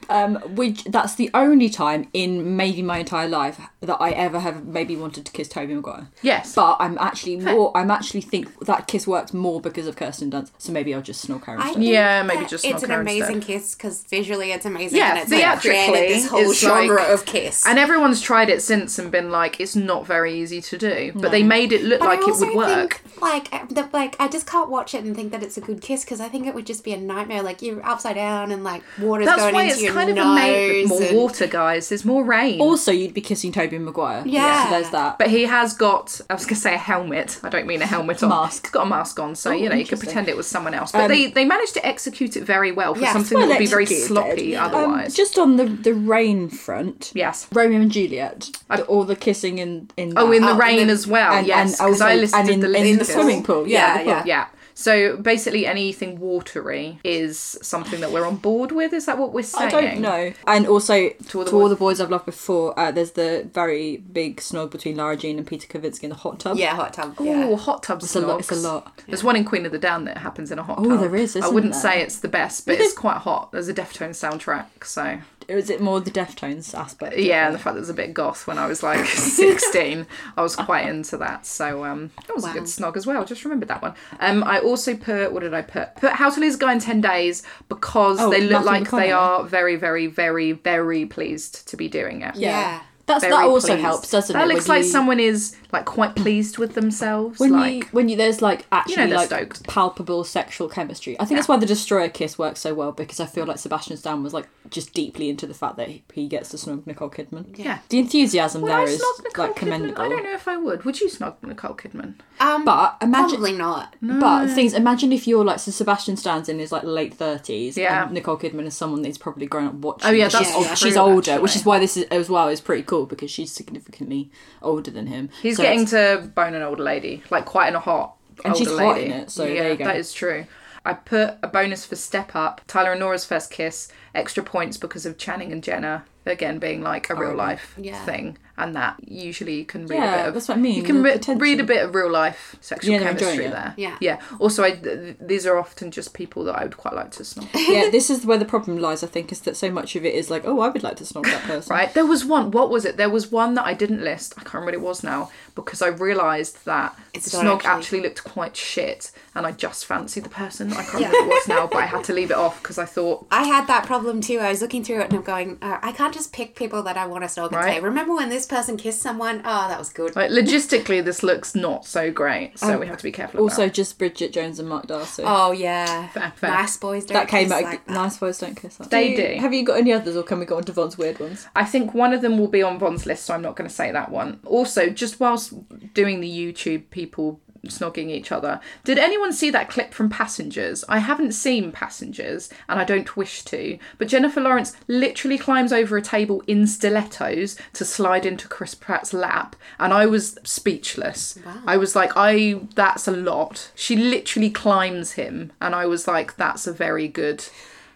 A: Um, which that's the only time in maybe my entire life that I ever have maybe wanted to kiss Toby Maguire.
B: Yes.
A: but I'm actually more. I'm actually think that kiss works more because of Kirsten Dunst. So maybe I'll just snork her.
C: I
A: instead.
C: think
B: Yeah, maybe
C: that
B: just
C: it's
B: not
C: an
B: Karen
C: amazing kiss because visually it's amazing.
B: Yeah,
C: and it's like created
B: theatrically,
C: this whole
B: it's like-
C: genre of kiss.
B: And everyone's tried it since and been like, it's not very easy to do. But they made it look
C: But
B: like
C: I
B: it
C: also
B: would work.
C: Think, like, uh, that, like I just can't watch it and think that it's a good kiss because I think it would just be a nightmare. Like you're upside down and like water's
B: That's
C: going
B: why
C: into
B: it's
C: your
B: kind of
C: nose.
B: amazing. More
C: and-
B: water, guys. There's more rain.
A: Also, you'd be kissing Toby Maguire.
C: Yeah.
A: So there's that.
B: but he has got, I was going to say a helmet. I don't mean a helmet on.
A: Mask. Oh,
B: He's got a mask on, so, you know, you could
A: interesting. Um,
B: pretend it was someone else. But they, they managed to execute it very well for
C: Yes,
B: something
A: well
B: that would be very
A: executed.
B: sloppy
A: Um,
B: otherwise.
A: just on the the rain front.
B: Yes.
A: Romeo and Juliet. the- all the kissing in in.
B: oh,
A: that.
B: in the
C: Oh,
B: rain
C: and-
B: as well, yes. Because
A: also-
B: I listed
A: and in,
B: the
A: in
B: list
A: the
B: as-
A: swimming pool. Yeah,
C: Yeah,
A: the pool.
C: yeah.
B: Yeah. So basically, anything watery is something that we're on board with. Is that what we're saying?
A: I don't know. And also, to all
B: All the
A: the,
B: Boys.
A: boys I've loved before, uh, there's the very big snog between Lara Jean and Peter Kavinsky in the hot tub.
C: Yeah, hot tub. Yeah.
B: Oh, hot tub
A: It's a lot- it's a
B: snogs.
A: lot.
B: There's one in Queen of the Down that happens in a hot
A: Oh,
B: tub.
A: there is,
B: I
A: isn't
B: wouldn't
A: there?
B: say it's the best, but it's quite hot. There's a Deftones soundtrack, so
A: Is it more the Deftones aspect? of
B: yeah.
A: it?
B: And the fact that it's a bit goth when I was like 16, I was quite into that. So um, that was a good snog as well. Just remembered that one. Um, I also put what did I put? Put How to Lose a Guy in Ten Days because
A: Oh,
B: they look
A: Matthew
B: like they
A: McConaughey.
B: are very, very, very, very pleased to be doing it.
C: Yeah.
A: That's that
B: very
A: also
B: pleased.
A: helps, doesn't
B: that
A: it?
B: looks
A: when
B: like
A: you-
B: someone is like quite pleased with themselves.
A: when
B: like
A: you when you there's like actually
B: they're
A: like
B: stoked.
A: palpable sexual chemistry. I think that's why the destroyer kiss works so well because I feel like Sebastian Stan was like just deeply into the fact that he, he gets to snub Nicole Kidman.
B: Yeah.
A: the enthusiasm
B: Would I
A: there is
B: snog Nicole
A: like
B: Kidman?
A: commendable.
B: I don't know if I would. Would you snog Nicole Kidman?
C: Um,
A: But imagine
C: probably not.
A: But things imagine if you're like so Sebastian Stan's in his like late thirties,
B: Yeah.
A: and Nicole Kidman is someone that he's probably grown up watching.
B: Oh, yeah,
A: she's,
B: that's
A: old-
B: true,
A: she's older, which is
B: actually.
A: why this is as well is pretty cool because she's significantly older than him.
B: He's
A: So
B: getting
A: it's-
B: to bone an older lady, like quite in a hot
A: And
B: older
A: she's
B: lady.
A: hot in it, so
B: yeah,
A: there you go.
B: that is true. I put a bonus for Step Up, Tyler and Nora's first kiss, extra points because of Channing and Jenna again being like a real life
C: Yeah.
B: thing, and that usually you can read a
A: Yeah,
B: bit of.
A: that's what I mean,
B: You can
A: the
B: re-
A: tension.
B: read a bit of real life sexual
A: Yeah, they're enjoying
B: chemistry
A: it.
B: there.
C: Yeah.
B: yeah. Also, I, th- th- these are often just people that I would quite like to snog.
A: yeah, this is where the problem lies. I think is that so much of it is like, oh, I would like to snog that person.
B: Right. There was one. What was it? There was one that I didn't list. I can't remember what it was now because I realised that
C: It's
B: the
C: not
B: snog actually.
C: actually-
B: looked quite shit, and I just fancied the person. I can't remember what it was now, but I had to leave it off because I thought.
C: I had that problem too. I was looking through it and I'm going, uh, I can't just pick people that I want to snog and
B: Right.
C: say, remember when this person kissed someone? Oh, that was good.
B: Like logistically, this looks not so great, so we have to be careful.
A: Also,
B: Also,
A: just Bridget Jones and Mark Darcy.
C: Oh, yeah.
B: Fair, fair.
C: Nice boys don't
A: that came
C: kiss
A: out.
C: like that.
A: nice boys don't kiss. That.
B: They
A: you-
B: do.
A: Have you got any others, or can we go on to Von's weird ones?
B: I think one of them will be on Von's list, so I'm not going to say that one. Also, just whilst doing the YouTube people snogging each other, did anyone see that clip from Passengers? I haven't seen Passengers, and I don't wish to. But Jennifer Lawrence literally climbs over a table in stilettos to slide into Chris Pratt's lap, and I was speechless. I was like, I that's a lot. She literally climbs him, and I was like, that's a very good.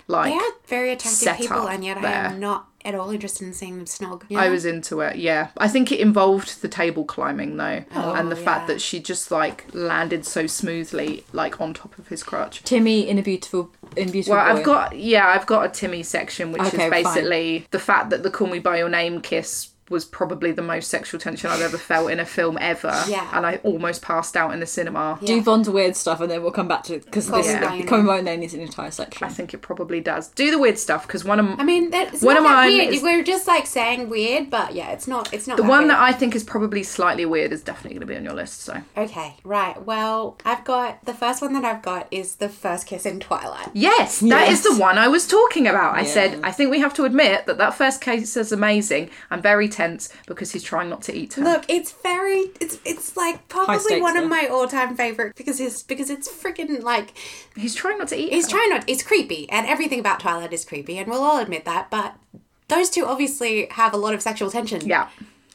B: Like
C: They are very attractive
B: set
C: people,
B: up
C: and yet I
B: there.
C: am not at all interested in seeing them snog.
B: I was into it, yeah. I think it involved the table climbing though, and the fact
C: yeah.
B: that she just like landed so smoothly, like on top of his crutch.
A: Timmy in a beautiful, in beautiful.
B: Well,
A: Boy.
B: I've got yeah, I've got a Timmy section, which
A: Okay,
B: is
A: fine.
B: basically the fact that the "Call Me by Your Name" kiss was probably the most sexual tension I've ever felt in a film ever,
C: Yeah.
B: and I almost passed out in the cinema.
A: do Von's weird stuff, and then we'll come back to because
C: Cool.
A: this
B: Yeah.
A: yeah. coming right then is an entire section.
B: I think it probably does. Do the weird stuff because one of
C: I mean, that's
B: One
C: not
B: of
C: that
B: mine
C: weird.
B: is-
C: We're just like saying weird, but yeah, it's not. It's not
B: the
C: that
B: one
C: weird.
B: that I think is probably slightly weird is definitely going to be on your list. So
C: Okay, right. Well, I've got the first one that I've got is the first kiss in Twilight.
B: Yes, that
A: Yes.
B: is the one I was talking about. I said,
A: Yeah.
B: I think we have to admit that that first case is amazing. I'm very tense because he's trying not to eat her.
C: Look, it's very it's it's like probably
A: stakes,
C: one of
A: though.
C: my all time favorite because it's because it's freaking like
B: he's trying not to eat
C: it's
B: her.
C: trying not it's creepy and everything about Twilight is creepy and we'll all admit that, but those two obviously have a lot of sexual tension.
B: yeah,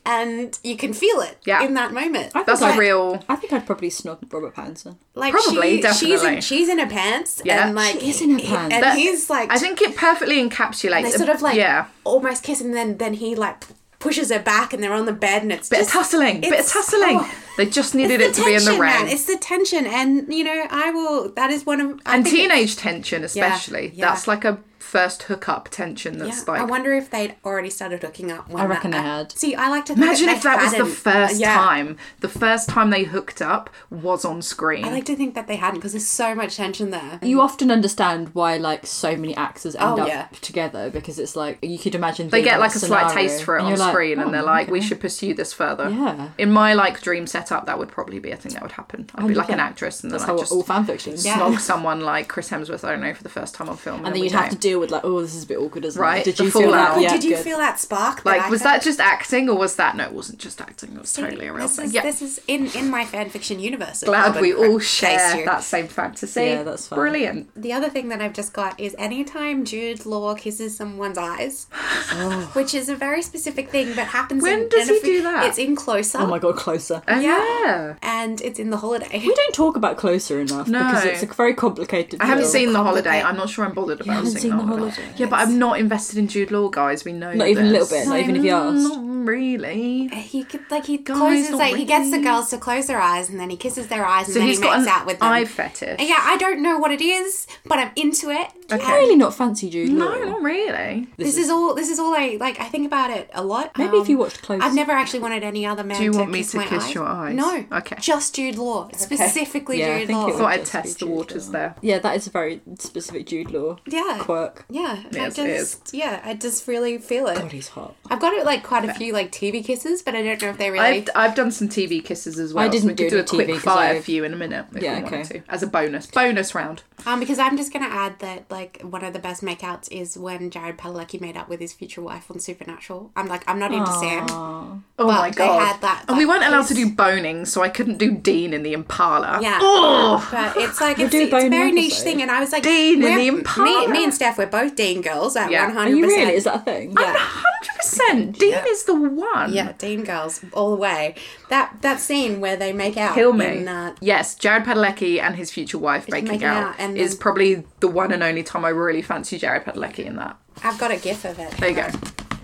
C: And you can feel it
B: Yeah.
C: in that moment.
A: I think
B: that's
A: I-
B: a real.
A: I think I'd probably snog Robert Pattinson.
C: Like
B: Probably,
C: she, she's
B: definitely.
C: in, she's in her pants
B: Yeah.
C: and like
A: She is in her
C: he-
A: pants.
C: and
B: That-
C: he's like
B: I think it perfectly encapsulates.
C: they
B: a-
C: sort of like
B: yeah,
C: almost kiss and then then he like pushes her back and they're on the bed and it's
B: bit of
C: just
B: tussling, bit of
C: it's-
B: tussling.
C: oh.
B: they just needed it
C: It's
B: to be in the rain.
C: man. It's the tension, and you know, I will. That is one of I
B: and
C: think it-
B: teenage tension, especially.
C: yeah.
B: That's like a first hookup tension. That's
C: Yeah, I
B: like
C: wonder if they'd already started hooking up. When
A: I reckon
C: that,
A: they had.
C: See, I like to think
B: Imagine
C: that
B: if that was the
C: hadn't-
B: first
C: yeah.
B: time. The first time they hooked up was on screen.
C: I like to think that they hadn't because there's so much tension there.
A: You often understand why like so many actors end
C: Oh,
A: up
C: yeah.
A: together because it's like you could imagine
B: they get like a slight taste for it on screen
A: "Oh,
B: and they're like we should pursue this further
A: Yeah.
B: in my like dream setup that would probably be a thing that would happen i'd be like an
A: 100%.
B: actress and then
A: that's
B: i'd
A: how
B: just
A: all fan fiction is.
C: Yeah.
B: snog someone like chris hemsworth i don't know for the first time on film
A: and
B: then
A: then
B: we
A: you'd have to
B: don't.
A: deal with like oh this is a bit awkward isn't
B: Right,
A: it did
B: the
A: you feel
B: fallout.
A: that
C: But
A: yeah
C: did you
A: good.
C: feel that spark?
B: like was
C: I
B: that just acting or was that no it wasn't just acting it was totally a real
C: This
B: thing
C: is,
B: yeah
C: this is in, in my fanfiction universe. of
B: glad
C: Robin
B: we all
C: Hood. Chase
B: share
C: you.
B: that same fantasy
A: Yeah, that's fine.
B: brilliant
C: The other thing that I've just got is anytime Jude Law kisses someone's eyes, which is a very specific thing that happens.
B: When
C: in,
B: does
C: in a
B: he
C: few-
B: do that?
C: It's in Closer,
A: oh my god closer
B: Uh,
C: Yeah.
B: yeah
C: and it's in the holiday.
A: we don't talk about closer enough
B: No.
A: because it's a very complicated
B: I haven't
A: film.
B: seen The Holiday.
C: complicated.
B: I'm not sure I'm bothered about
A: haven't
B: seeing,
A: seen
B: The
A: The
B: Holiday.
A: Holiday.
B: Yeah, but I'm not invested in Jude Law, guys. We know
A: Not even a
B: this.
A: little bit, not even if you asked.
B: Not really.
C: He could, like he closes
B: not
C: like he gets the
B: really.
C: girls to close their eyes and then he kisses their eyes and
B: So
C: then
B: he's
C: he
B: got
C: makes
B: an
C: out with them.
B: eye fetish.
C: And yeah, I don't know what it is, but I'm into it.
A: I really not fancy Jude Law.
B: No, not really.
C: This is all. This is all I like. I think about it a lot. Um,
A: Maybe if you watched Closer.
C: I've never actually wanted any other man.
B: Do you
C: to
B: want me
C: kiss
B: to
C: my
B: kiss
C: eyes.
B: your eyes?
C: No.
B: Okay.
C: Just Jude Law, specifically
A: Yeah, I
C: Jude
A: think it
C: Law.
A: would
B: Thought I'd
A: just be
B: test the
A: Jude
B: waters
A: Law.
B: there.
A: yeah that is a very specific Jude Law
C: Yeah.
A: quirk
C: Yeah,
B: Yes,
C: I
B: it
C: just yeah, I just really feel it.
A: god he's hot
C: I've got it like quite a few few like TV kisses, but I don't know if they really.
B: I've, I've done some TV kisses as well.
A: I didn't
B: so we
A: do
B: could do
A: the
B: a quick
A: TV 'cause
B: fire
A: I-
B: for you in a minute if
A: Yeah,
B: we wanted
A: okay.
B: to, as a bonus bonus round.
C: Um, because I'm just gonna add that like one of the best makeouts is when Jared Padalecki made up with his future wife on Supernatural. I'm like, I'm not into Sam.
B: Oh
C: Well,
B: my
C: they
B: god!
C: had that-
B: and we
C: that
B: weren't allowed
C: kiss.
B: to do boning, so I couldn't do Dean in the Impala.
C: Yeah.
B: Oh,
C: But it's like it's,
A: do
C: it's
A: bone
C: a very
A: episode.
C: niche thing, and I was like,
B: Dean in
C: we're-
B: the
C: me,
B: Impala.
C: me and Steph, we're both Dean girls at
B: Yeah.
C: 100.
A: Are you really? Is that a thing?
C: yeah.
B: hundred percent. Dean is the one.
C: Yeah, Dean girls all the way. That that scene where they make out.
B: Kill me.
C: in, uh,
B: yes, Jared Padalecki and his future wife making,
C: making
B: out,
C: out, and
B: is
C: then-
B: probably the one and only time I really fancy Jared Padalecki in that.
C: I've got a gif of it.
B: There you go.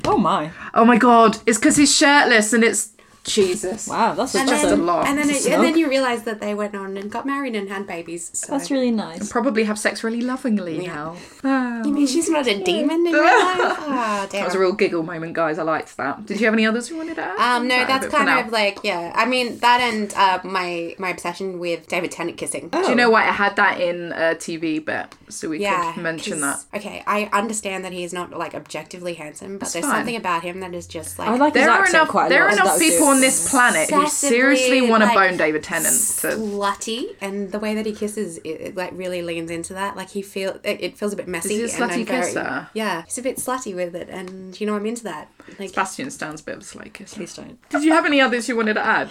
A: Oh my!
B: Oh my god, it's because he's shirtless and it's Jesus.
A: Wow, that's
C: And
A: that's
B: just
C: then,
B: a lot.
C: And then,
B: It's
C: it, and
A: not-
C: then you realize that they went on and got married and had babies. So.
A: That's really nice.
B: Probably have sex really lovingly now. Ah.
C: You mean she's not a demon in real life? Oh, damn.
B: That was a real giggle moment, guys. I liked that. Did you have any others you wanted to add?
C: Um, no,
B: Sorry,
C: that's
B: but for
C: kind
B: now-
C: of like yeah. I mean that and uh, my my obsession with David Tennant kissing.
B: Do you know what? I had that in a TV bit, so we
C: oh. Yeah,
B: could mention that.
C: 'cause- Okay, I understand that he is not like objectively handsome, but there's
B: fine.
C: something about him that is just like,
A: I like
B: There
A: his
B: are
A: accent
B: enough.
A: quite a
B: There
A: lot.
B: are
A: so
B: enough
A: that was
B: people on this planet who
C: Obsessively,
B: seriously want to
C: like,
B: bone David Tennant. To,
C: slutty, and the way that he kisses it, it like really leans into that. Like he feel it, it feels a bit messy.
B: Is he a
C: and
B: slutty
C: I'm very-
B: kisser?
C: Yeah, he's a bit slutty with it, and you know I'm into that. Like
B: Bastian stands a bit of a slow kiss.
A: Please don't.
B: Did you have any others you wanted to add?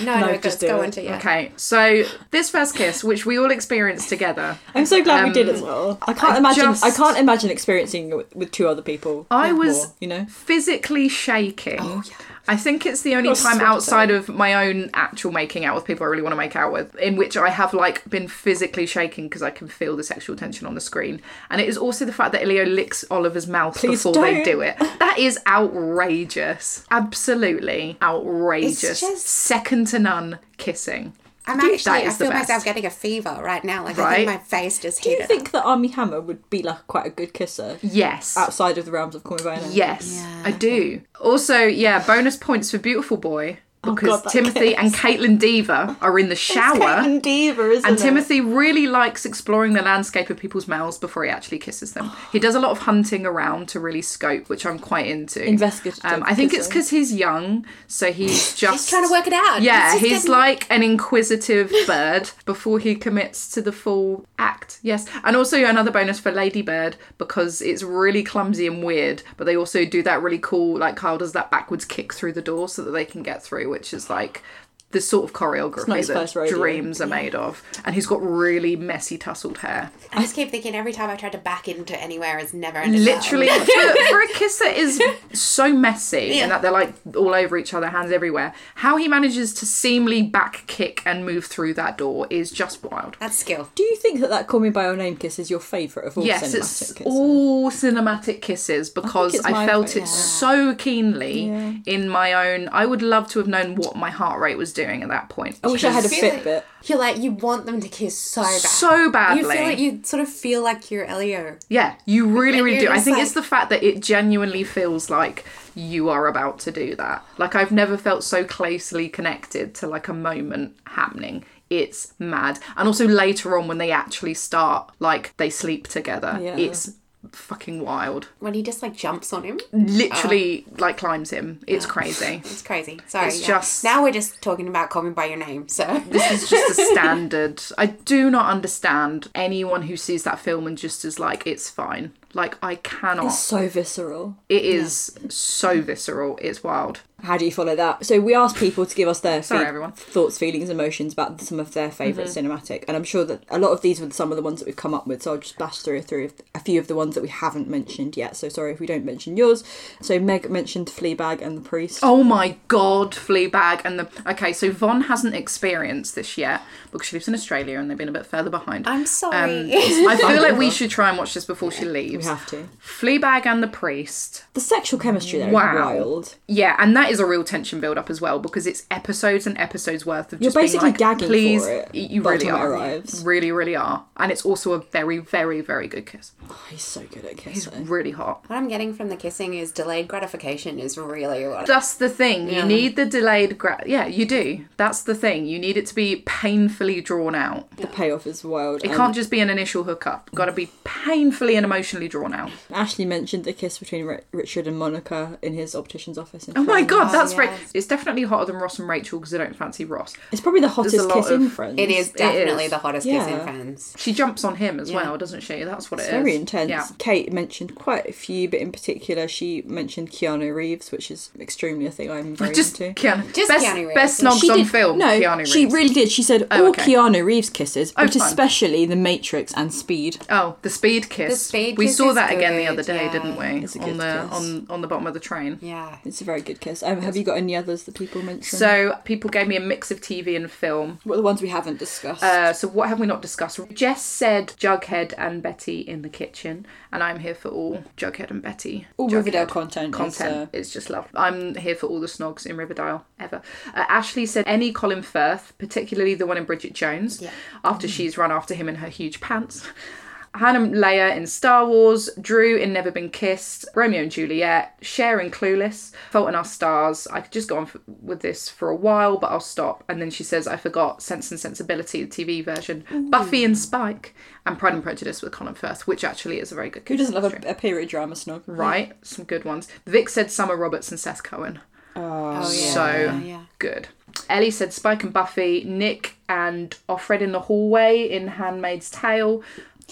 C: no, no,
A: No,
C: just
A: just
C: go
A: do it.
C: into yeah.
B: Okay, so this first kiss, which we all experienced together,
A: I'm so glad we did as well. I can't imagine.
B: Um, just-
A: I can't imagine experiencing it with, with two other people.
B: I was-
A: more, you know,
B: physically shaking.
A: Oh,
B: I think it's the only
A: You're
B: time
A: sweating.
B: outside of my own actual making out with people I really want to make out with, in which I have like been physically shaking because I can feel the sexual tension on the screen. And it is also the fact that Elio licks Oliver's mouth before they
A: don't.
B: do it. That is outrageous. Absolutely outrageous.
C: It's just-
B: Second to none kissing.
C: I'm
B: That
C: actually I
B: is the
C: feel
B: best.
C: myself getting a fever right now. Like I
B: Right?
C: think my face just
A: do
C: hit
A: you
C: it.
A: think that Army Hammer would be like quite a good kisser
B: Yes.
A: outside of the realms of Cormorano?
B: Yes,
C: Yeah.
B: I do. Also, yeah, bonus points for Beautiful Boy because
A: Oh, God, that
B: Timothy
A: kiss.
B: and Caitlin Deaver are in the shower.
A: Caitlin Deaver, isn't
B: And
A: it?
B: Timothy really likes exploring the landscape of people's mouths before he actually kisses them. He does a lot of hunting around to really scope, which I'm quite into.
A: Investigative
B: Um, I think it's
A: kissing.
B: because he's young, so he's just
C: He's trying to work it out.
B: Yeah,
C: He's
B: he's,
C: just getting-
B: like an inquisitive bird before he commits to the full act. Yes, and also another bonus for Ladybird because it's really clumsy and weird, but they also do that really cool, like Kyle does that backwards kick through the door so that they can get through, which is like. The sort of choreography
A: his first
B: that
A: rodeo.
B: dreams are made of, and he's got really messy tousled hair.
C: I just keep thinking every time I tried to back into anywhere it's never ended well.
B: Literally, for, for a kiss that is so messy
C: Yeah.
B: and that they're like all over each other, hands everywhere, how he manages to seamly back kick and move through that door is just wild.
C: That's skill.
A: Do you think that that Call Me by Your Name kiss is your favourite of all
B: Yes,
A: cinematic
B: it's
A: kisses?
B: all cinematic kisses because
A: it's
B: I,
A: my
B: felt
A: favourite.
B: it so keenly in my own. I would love to have known what my heart rate was doing at that point.
A: I wish I had a
C: You feel
A: Fitbit.
C: like- You're like you want them to kiss so bad.
B: so badly.
C: You feel like you sort of feel like you're Elio.
B: Yeah, you really, really
C: you're
B: do. I
C: just
B: think
C: like-
B: it's the fact that it genuinely feels like you are about to do that. Like I've never felt so closely connected to like a moment happening. It's mad. And also later on when they actually start, like they sleep together.
A: Yeah.
B: It's fucking wild.
C: When he just like jumps on him.
B: Literally like climbs him. It's crazy.
C: It's crazy. Sorry.
B: It's
C: yeah.
B: just-
C: now we're just talking about Call Me by your name. So
B: This is just a standard. I do not understand anyone who sees that film and just is like, it's fine. Like I cannot.
A: So visceral.
B: It is so visceral. It's wild.
A: How do you follow that? So we asked people to give us their
B: Sorry,
A: fe-
B: everyone. Mm-hmm.
A: thoughts, feelings, emotions about some of their favorite cinematic, and I'm sure that a lot of these were some of the ones that we've come up with. So I'll just bash through through a few of the ones that we haven't mentioned yet. So sorry if we don't mention yours. So Meg mentioned Fleabag and the Priest.
B: Oh my god, Fleabag and the okay. So Von hasn't experienced this yet because she lives in Australia and they've been a bit further behind. Um,
C: I'm sorry.
B: I feel like we should try and watch this before she leaves.
A: We have to.
B: Fleabag and the Priest.
A: The sexual chemistry there is
B: Wow.
A: wild.
B: Yeah, and that is a real tension build up as well because it's episodes and episodes worth of
A: You're
B: just being
A: basically
B: like,
A: gagging for
B: please,
A: it
B: y- you
A: by the
B: really
A: time it
B: are,
A: arrives.
B: really, really are, and it's also a very, very, very good kiss.
A: Oh, he's so good at
B: It's
A: kissing.
B: really hot.
C: What I'm getting from the kissing is delayed gratification is really what
B: That's the thing. You need the delayed gra- Yeah, you do. That's the thing. You need it to be painfully drawn out.
A: The payoff is wild.
B: It
A: and
B: can't just be an initial hookup. Got to be painfully and emotionally drawn out.
A: Um, Ashley mentioned the kiss between Ri- Richard and Monica in his optician's office. In
B: Oh my
A: Friends.
B: god, that's right.
C: yes.
B: It's definitely hotter than Ross and Rachel because I don't fancy Ross.
A: It's probably the
B: There's
A: hottest
B: a lot
A: kiss in
B: of-
A: Friends.
C: it is definitely
B: is.
C: the hottest
A: Yeah.
C: kiss in Friends.
B: She jumps on him as well, doesn't she? That's what
A: It's
B: it is.
A: very intense.
B: Yeah.
A: Kate mentioned quite a few, but in particular, she mentioned Keanu Reeves, which is extremely a thing I'm very
B: Just
A: into.
B: Keanu.
C: Just
B: best,
C: Keanu Reeves.
B: Best snogs
A: She
B: on
A: did-
B: film.
A: No,
B: Keanu Reeves. Oh,
A: she really did. She said all
B: okay. Oh,
A: Keanu Reeves kisses, but
B: fine.
A: especially The Matrix and Speed.
B: Oh, the speed kiss.
C: The speed
B: we
C: kiss
B: saw
C: is
B: that again the
C: good,
B: other day,
C: yeah.
B: didn't we?
A: It's a
B: on
A: good
B: the
A: kiss.
B: on on the bottom of the train.
C: Yeah.
A: It's a very good kiss. Um, have you got any others that people mentioned?
B: So people gave me a mix of TV and film.
A: what are the ones we haven't discussed?
B: Uh, so what have we not discussed? Jess said Jughead and Betty in the kitchen, and I'm here for all Jughead and Betty.
A: all
B: Jughead.
A: Riverdale content. is, uh,
B: content it's just love i'm here for all the snogs in riverdale ever uh, ashley said any colin firth particularly the one in bridget jones after she's run after him in her huge pants Hannah Leia in Star Wars, Drew in Never Been Kissed, Romeo and Juliet, Cher in Clueless, Fault in Our Stars. I could just go on f- with this for a while, but I'll stop. And then she says, I forgot Sense and Sensibility, the TV version, Buffy and Spike, and Pride and Prejudice with Colin Firth, which actually is a very good
A: who doesn't love
B: kiss.
A: a, a period drama snog?
B: Right, some good ones. Vic said Summer Roberts and Seth Cohen.
C: Oh, yeah.
B: So
C: yeah.
B: good. Ellie said Spike and Buffy, Nick and Offred in the hallway in Handmaid's Tale.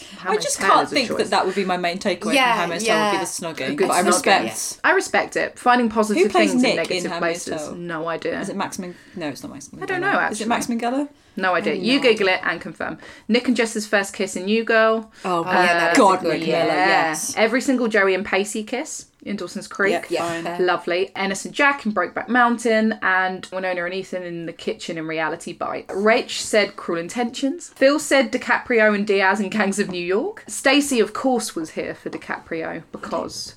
A: I
B: Handmaid's
A: just
B: Tale
A: can't
B: is a
A: think
B: choice.
A: that that would be my main takeaway
C: Yeah,
A: from Handmaid's Tale would be the snogging.
B: Good
A: But I
B: snogging.
A: respect.
B: I respect it. Finding positive
A: Who plays
B: things
A: Nick in
B: in negative
A: Handmaid's
B: places.
A: Tale?
B: No idea.
A: Is it Max Min- No, it's not Max Minghella. I
B: don't know,
A: Is it Max Minghella?
B: No idea. You Google it and confirm. Nick and Jess's first kiss in You Girl.
A: Oh,
C: yeah, that is a
A: God, Nick
C: good one.
A: Miller, yes.
B: Every single Joey and Pacey kiss in Dawson's Creek.
A: Yeah,
C: Yeah. Fair.
B: Lovely. Ennis and Jack in Brokeback Mountain and Winona and Ethan in the kitchen in Reality Bite. Rach said Cruel Intentions. Phil said DiCaprio and Diaz in Gangs of New York. Stacey, of course, was here for DiCaprio because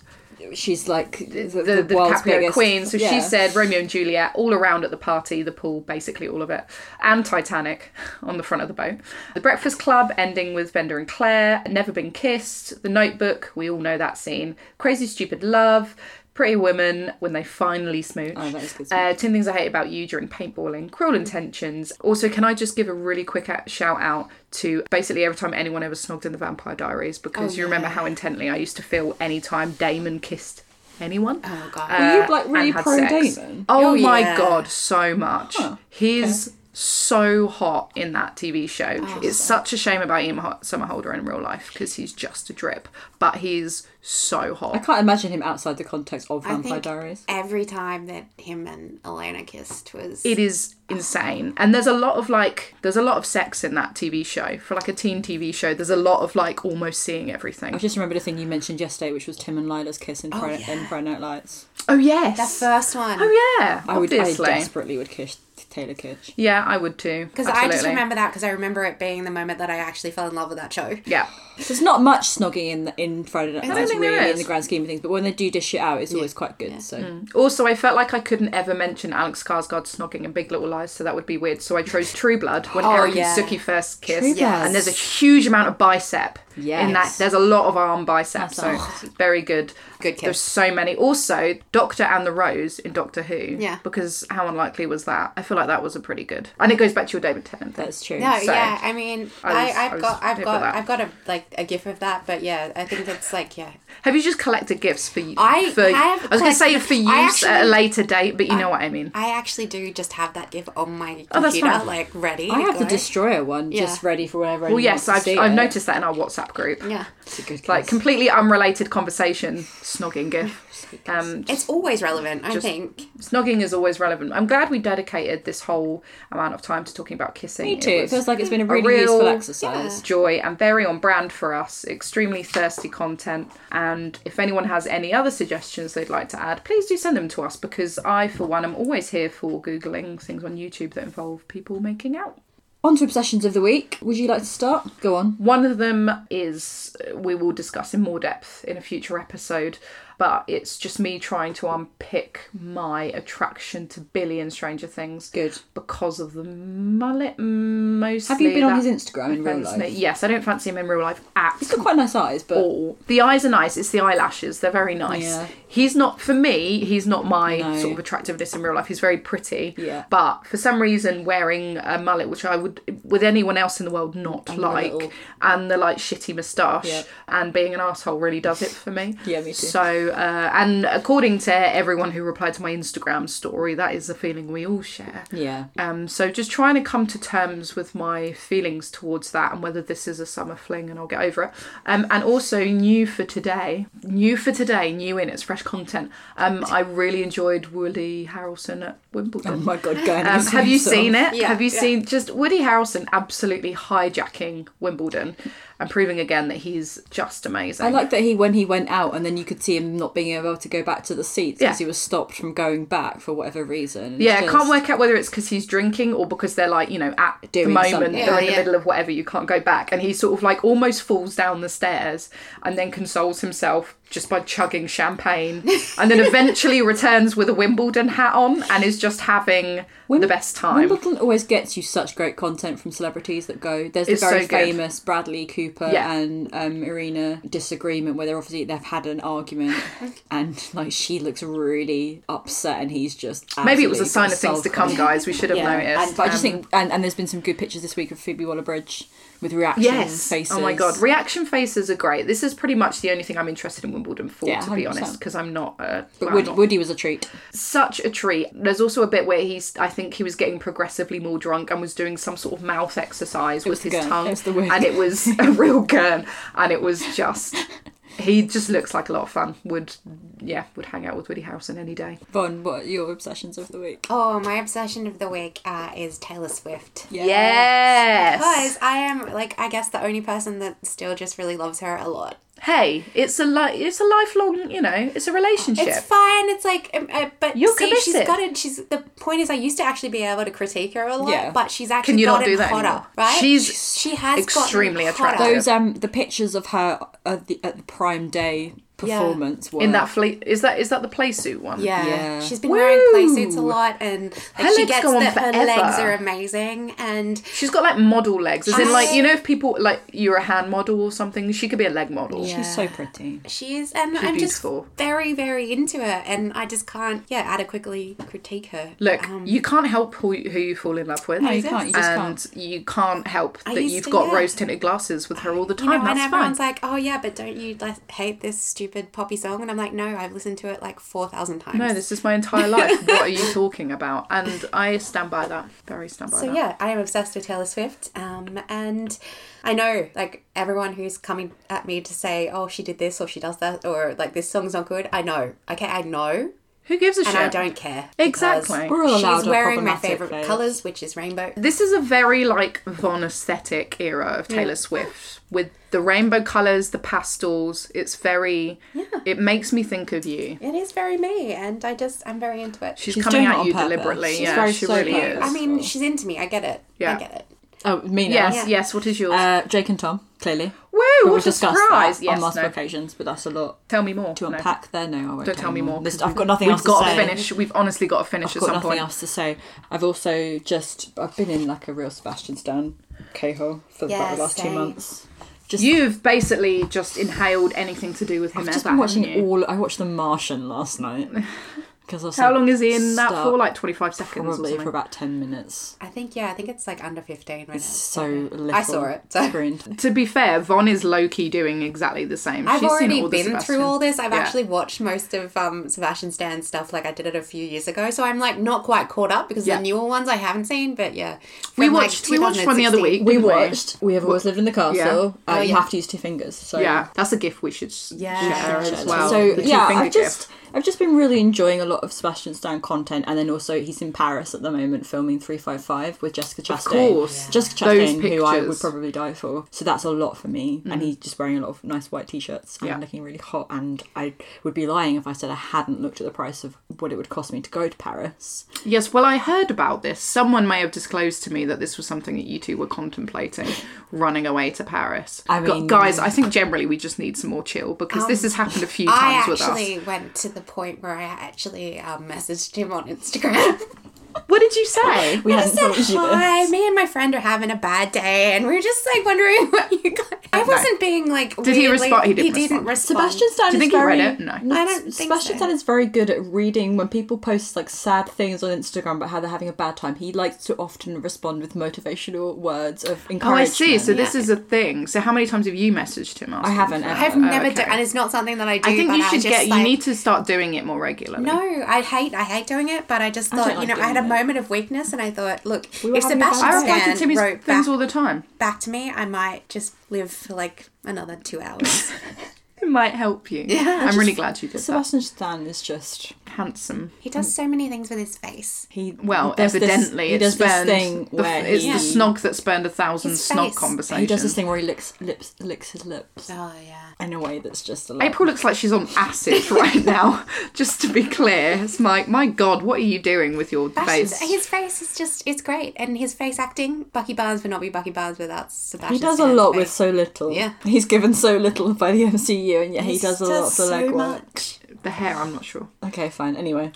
A: She's like the, the,
B: the, the
A: world's
B: DiCaprio
A: biggest-
B: queen. So she
A: yeah.
B: said Romeo and Juliet all around at the party, the pool, basically all of it, and Titanic on the front of the boat. The Breakfast Club ending with Bender and Claire, Never Been Kissed, The Notebook, we all know that scene, Crazy Stupid Love. Pretty Women when they finally smooch.
A: Oh, that is good
B: Uh, 10 Things I Hate About You during paintballing, Cruel Intentions. Also, can I just give a really quick out- shout out to basically every time anyone ever snogged in the Vampire Diaries
A: Oh,
B: because you remember how intently I used to feel anytime Damon kissed anyone. Uh,
C: Oh, God.
A: Were you, like, really
B: and had
A: pro
B: sex.
A: Damon?
B: Oh,
C: Oh,
B: my
C: yeah.
B: god, so much. He's so hot in that TV show.
A: Oh,
B: It's such a shame about Ian Ho- Summer Holder in real life because he's just a drip, but he's so hot.
A: I can't imagine him outside the context of
C: I
A: Vampire
C: think
A: Diaries.
C: every time that him and Elena kissed was
B: it is insane and there's a lot of like there's a lot of sex in that tv show for like a teen tv show there's a lot of like almost seeing everything
A: I just remembered a thing you mentioned yesterday, which was Tim and Lila's kiss in, Friday,
C: Oh, yeah.
A: in Friday Night Lights.
B: oh yes
C: the first one.
B: oh yeah
A: I would, I
B: obviously
A: desperately would kiss Taylor Kitsch.
B: yeah i would too
C: Because I just
B: Absolutely.
C: remember that because I remember it being the moment that I actually fell in love with that show.
B: yeah
A: There's not much snogging in in Friday Night Lights,
B: think there
A: really, in
B: is. Hmm.
A: the grand scheme of things. But when they do dish it out, it's always quite good. So
B: also i felt like i couldn't ever mention alex skarsgård snogging in big little lies so that would be weird so i chose true blood when
C: Oh,
B: eric
C: yeah.
B: and suki first kiss
A: True Blood.
B: and there's a huge amount of bicep in that
A: Yes.
B: there's a lot of arm bicep
A: That's
B: so
A: awesome.
B: very good
C: Good kiss.
B: There's so many. Also, Doctor and the Rose in Doctor Who.
C: Yeah.
B: Because how unlikely was that? I feel like that was a pretty good. And it goes back to your David Tennant thing.
A: that's true.
C: No,
B: So,
C: yeah, I mean,
B: I
C: I
B: was- I
C: I've
B: was
C: got, I've
B: here for
C: got,
B: that.
C: I've got a like a gif of that, but yeah, I think it's like, yeah,
B: Have you just collected gifts for you?
C: I
B: for,
C: have
B: I was going to say
C: collected-
B: for
C: I
B: use at a
C: actually-
B: later date, but you know what I mean.
C: I actually do just have that gif on my
B: that's
C: computer,
B: fine.
C: like ready.
A: I
C: to
A: have the
C: go.
A: Destroyer one just
C: Yeah.
A: ready for whenever.
B: well, yes, I've,
A: wants to see
B: I've
A: it.
B: noticed that in our WhatsApp group.
C: Yeah,
A: It's a good kiss.
B: Like completely unrelated conversation, snogging gif. Um,
C: it's always relevant. I think.
B: snogging is always relevant. I'm glad we dedicated this whole amount of time to talking about kissing.
A: Me too.
B: It
A: It,
B: was-
A: feels like it's been a
B: a
A: really
B: real-
A: useful exercise.
B: joy and very on brand for us. Extremely thirsty content. And if anyone has any other suggestions they'd like to add, please do send them to us because I, for one, am always here for Googling things on YouTube that involve people making out.
A: On to obsessions of the week. Would you like to start? Go on.
B: One of them is uh, we will discuss in more depth in a future episode. but it's just me trying to unpick my attraction to Billy and Stranger Things.
A: Good.
B: Because of the mullet, mostly.
A: Have you been on
B: that
A: his Instagram in real
B: offends me. Oh.
A: life?
B: Yes, I don't fancy him in real life at
A: He's got quite nice eyes, but
B: all. The eyes are nice. It's the eyelashes. They're very nice.
A: Yeah.
B: He's not for me. He's not my
A: No.
B: sort of attractiveness in real life. He's very pretty.
A: Yeah.
B: But for some reason, wearing a mullet, which I would with anyone else in the world not
A: the
B: like,
A: little-
B: and the like shitty moustache
A: Yeah.
B: and being an asshole really does it for me.
A: Yeah, me too.
B: So uh, and according to everyone who replied to my Instagram story, that is a feeling we all share.
A: yeah.
B: Um, so just trying to come to terms with my feelings towards that and whether this is a summer fling and I'll get over it. Um, and also new for today, new for today, new in it's fresh content. Um, I really enjoyed Woody Harrelson at
A: Oh
B: Wimbledon.
A: my god, going.
B: Um, have you seen it?
C: Yeah,
B: have you
C: yeah.
B: seen just Woody Harrelson absolutely hijacking Wimbledon and proving again that he's just amazing?
A: I like that he when he went out and then you could see him not being able to go back to the seats because
B: Yeah.
A: he was stopped from going back for whatever reason.
B: Yeah,
A: It's
B: I can't
A: just-
B: work out whether it's because he's drinking or because they're like, you know, at the
A: Doing
B: moment,
A: something.
B: they're in
C: Yeah,
B: the
C: yeah.
B: middle of whatever, you can't go back. And he sort of like almost falls down the stairs and then consoles himself just by chugging champagne and then eventually returns with a Wimbledon hat on and is just having the best time.
A: Wimbledon always gets you such great content from celebrities that go. There's
B: It's
A: the very
B: so good.
A: famous Bradley Cooper
B: Yeah.
A: and um, Irina disagreement where they're obviously they've had an argument and like she looks really upset and he's just
B: Maybe it was a
A: absolutely
B: sign of things to
A: sulking.
B: come, guys. We should have
A: Yeah,
B: noticed.
A: and, but I just
B: Um,
A: think and, and there's been some good pictures this week of Phoebe Waller-Bridge with reaction
B: Yes.
A: faces.
B: Oh my god, reaction faces are great. This is pretty much the only thing I'm interested in Wimbledon for,
A: Yeah,
B: to be
A: 100%.
B: honest, because I'm not. Uh,
A: But
B: well, I'm
A: Wood,
B: not
A: Woody was a treat.
B: such a treat. There's also a bit where he's, I think he was getting progressively more drunk and was doing some sort of mouth exercise with
A: was the
B: his
A: gurn.
B: tongue,
A: It was the wig.
B: and it was a real gurn, and it was just. He just looks like a lot of fun. Would, yeah, would hang out with Woody Harrelson any day.
A: Bon, what are your obsessions of the week?
C: Oh, my obsession of the week uh, is Taylor Swift.
B: Yes.
C: Because I am, like, I guess the only person that still just really loves her a lot.
B: Hey, it's a li- it's a lifelong, you know, it's a relationship.
C: It's fine. It's like, um, uh, but
B: You're
C: see, she's
B: committed.
C: got it. She's the point is, I used to actually be able to critique her a lot,
A: Yeah.
C: but she's actually
B: Can you not
C: gotten
B: do that
C: hotter,
B: anymore?
C: right?
B: She's
C: she has gotten
B: extremely
C: hotter.
B: attractive.
A: Those um the pictures of her at the, at the prime day performance were
B: in that fleet, is that is that the play suit one?
C: Yeah.
A: Yeah.
C: she's been wearing play suits a
B: Woo.
C: lot, and like,
B: Her
C: she
B: legs
C: gets
B: go on
C: that her legs
B: forever.
C: are amazing, and
B: She's got like model legs, as in
C: I-
B: like you know if people like you're a hand model or something, she could be a leg model.
C: Yeah.
A: she's so pretty.
C: she is, and um, I'm
B: beautiful.
C: just very, very into her, and I just can't, yeah, adequately critique her.
B: Look,
C: Um,
B: you can't help who, who you fall in love with.
A: No, you can't. You just
B: and
A: can't.
B: you can't help that
C: used
B: you've
C: to,
B: got
C: yeah.
B: rose tinted glasses with her all the
C: you know,
B: time.
C: and
B: That's fine.
C: everyone's like, "Oh yeah, but don't you like, hate this stupid poppy song?" And I'm like, "No, I've listened to it like four thousand times."
B: no, this is my entire life. what are you talking about? And I stand by that. Very stand by
C: So
B: that.
C: yeah, I am obsessed with Taylor Swift, um, and I know like everyone who's coming at me to say, "Oh, she did this or she does that," or like this song's not good. I know, okay, I know,
B: Who gives a
C: and
B: shit?
C: I don't care.
B: Exactly.
A: We're all allowed
C: She's
A: our
C: wearing my
A: problematic
C: favorite
A: phase.
C: colors, which is rainbow.
B: This is a very like Von aesthetic era of Taylor Swift with the rainbow colours, the pastels. It's very. It makes me think of you.
C: It is very me, and I just I'm very into it.
B: She's,
A: She's
B: coming
A: doing it
B: at
A: on
B: you
A: purpose.
B: deliberately.
A: She's
B: yeah,
A: very
B: she
A: so
B: really
A: purposeful.
B: is.
C: I mean, she's into me. I get it.
B: Yeah.
C: I get it.
A: Oh, me now.
B: yes,
C: Yeah.
B: yes. What is yours?
A: Uh, Jake and Tom, clearly.
B: Woo!
A: But
B: What a
A: discussed
B: surprise!
A: that
B: Yes,
A: on multiple
B: no.
A: occasions, but that's a lot
B: Tell me more.
A: to
B: No.
A: unpack there. No, I won't.
B: Don't tell me more.
A: This- I've got nothing
B: We've
A: else
B: got
A: to say.
B: finish. We've honestly got to finish
A: I've
B: at
A: got
B: some
A: nothing
B: point.
A: else to say. I've also just I've been in like a real Sebastian Stan K-hole for about
C: Yeah,
A: the last
C: same.
A: two months. Just
B: You've basically just inhaled anything to do with him.
A: I've
B: as
A: just
B: that,
A: been watching
B: haven't you?
A: all. I watched The Martian last night because I was
B: How
A: like,
B: long is he in that
A: stuck
B: for? Like twenty-five seconds or
A: probably
B: something.
A: for about ten minutes.
C: I think yeah. I think it's like under fifteen right now.
A: So little.
C: I saw it, so-
A: screen time.
B: to be fair, Von is low key doing exactly the same.
C: I've
B: She's
C: already
B: seen all the
C: been
B: Sebastian.
C: through all this. I've
B: Yeah.
C: actually watched most of um, Sebastian Stan stuff. Like I did it a few years ago, so I'm like not quite caught up because
B: Yeah.
C: the newer ones I haven't seen. But yeah,
B: We
C: From, like,
B: watched. we watched one the other week.
C: 2016.
A: We
B: didn't
A: watched. We have always lived in the castle.
B: Yeah.
A: Uh,
C: Oh,
A: You
C: yeah.
A: have to use two fingers. So
B: Yeah, that's a gift we should s-
C: Yeah.
B: share
C: We should
B: as
C: share
B: well.
A: So
B: the
A: yeah,
B: two-finger
A: I've just
B: gift.
A: I've just been really enjoying a lot of Sebastian Stan content, and then also he's in Paris at the moment filming 355 with Jessica Chastain.
B: course.
A: Jessica
B: Those
A: Chastain, who I would
B: pictures. Mm.
A: probably die for. So that's a lot for me. And he's just wearing a lot of nice white t shirts and
B: Yeah.
A: looking really hot. And I would be lying if I said I hadn't looked at the price of what it would cost me to go to Paris.
B: Yes, well, I heard about this. Someone may have disclosed to me that this was something that you two were contemplating running away to Paris.
A: I
B: Gu-
A: mean-
B: guys, I think generally we just need some more chill because this has happened a few
C: I
B: times with
C: actually
B: us.
C: went to the point where I actually um, messaged him on Instagram.
B: What did you say?
A: We
C: I
A: hadn't
C: said,
A: thought you
C: "Hi,
A: this.
C: me and my friend are having a bad day, and we are just like wondering what you guys." I wasn't being like.
B: Did he
C: weirdly-
B: respond? He didn't respond.
C: respond.
A: Sebastian Stan
B: Do you think
A: is
B: he read
A: very,
B: it? No.
C: I don't think
A: Sebastian
C: so.
A: Stan is very good at reading when people post like sad things on Instagram about how they're having a bad time. He likes to often respond with motivational words of encouragement.
B: Oh, I see. So this is a thing. So how many times have you messaged him? asking
A: haven't
B: for
A: ever.
C: I've
B: Oh,
C: never
B: okay.
C: done, and it's not something that I do.
B: I think
C: but
B: you should
C: just,
B: get.
C: Like,
B: You need to start doing it more regularly.
C: No, I hate I hate doing it, but I just thought
A: don't like
C: you know I had a
A: doing it.
C: moment of weakness, and I thought, look,
A: were
C: if
A: having a bad
C: Sebastian
B: I reply to
C: Stan
B: Timmy's
C: wrote
B: things
C: back,
B: all the time.
C: back to me, I might just live for like another two hours.
B: It might help you.
C: Yeah.
B: I'm really glad you did
A: Sebastian Stan is just
B: that. Handsome.
C: he does so many things with his face.
A: he.
B: Well,
A: he does this-
B: evidently,
A: he
B: it
A: does this
B: spurned
A: thing
B: the,
A: where
B: it's
A: he,
B: the snog that spurned a thousand
C: His
B: snog
C: face.
B: conversations.
A: he does this thing where he licks lips, licks his lips
C: Oh yeah.
A: in a way that's just a lot.
B: April looks like she's on acid right now. Just to be clear, it's like, my God, what are you doing with your
C: Sebastian's-
B: face?
C: His face is just, it's great. And his face acting, Bucky Barnes would not be Bucky Barnes without Sebastian.
A: He does a
C: Stan's
A: lot
C: face.
A: with so little.
C: Yeah.
A: hehe's given so little by the MCU, and yet he
C: He's
A: does a lot
C: just
A: for
C: so
A: legwork.
C: much.
B: The hair, I'm not sure.
A: Okay, fine. Anyway,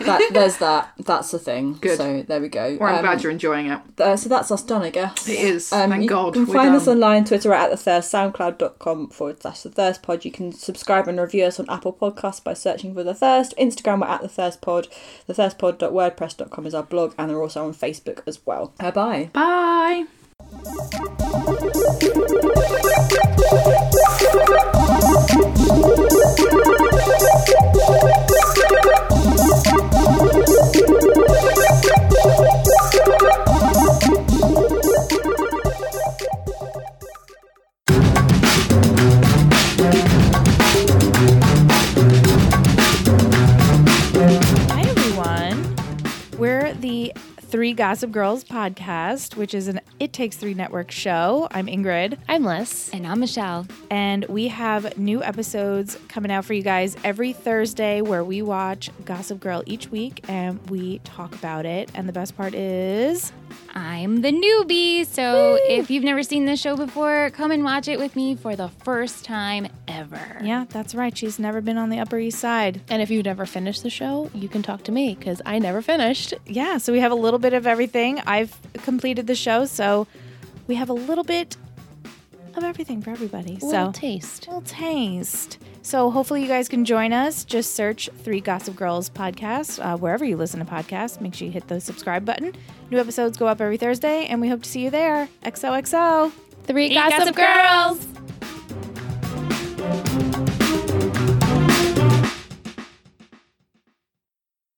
A: that, there's that. That's the thing.
B: Good.
A: So there we go.
B: Or I'm
A: Um,
B: glad you're enjoying it.
A: Uh, so that's us done, I guess. Um,
B: It is. Thank
A: you
B: God.
A: can
B: We're
A: find us
B: done.
A: online, Twitter at the Thirst, SoundCloud.com forward slash the Thirst Pod. You can subscribe and review us on Apple Podcasts by searching for the Thirst. Instagram we're at the Thirst Pod. The ThirstPod.wordpress.com is our blog, and they're also on Facebook as well. Bye bye.
B: Bye.
D: Hi, everyone. We're the Three Gossip Girls podcast, which is an It Takes Three Network show. I'm Ingrid,
E: I'm Liz.
F: And I'm Michelle.
D: and we have new episodes coming out for you guys every Thursday where we watch Gossip Girl each week and we talk about it. And the best part is
F: I'm the newbie. So if you've never seen this show before, come and watch it with me for the first time ever.
D: yeah, that's right. She's never been on the Upper East Side.
E: And if you've never finished the show, you can talk to me because I never finished.
D: Yeah, so we have a little bit of everything. I've completed the show, so we have a little bit of everything for everybody.
E: Little
D: So
E: taste.
D: little taste. So hopefully you guys can join us. Just search Three Gossip Girls podcast uh, wherever you listen to podcasts. Make sure you hit the subscribe button. New episodes go up every Thursday, and we hope to see you there. XOXO.
E: Three
F: Gossip Girls.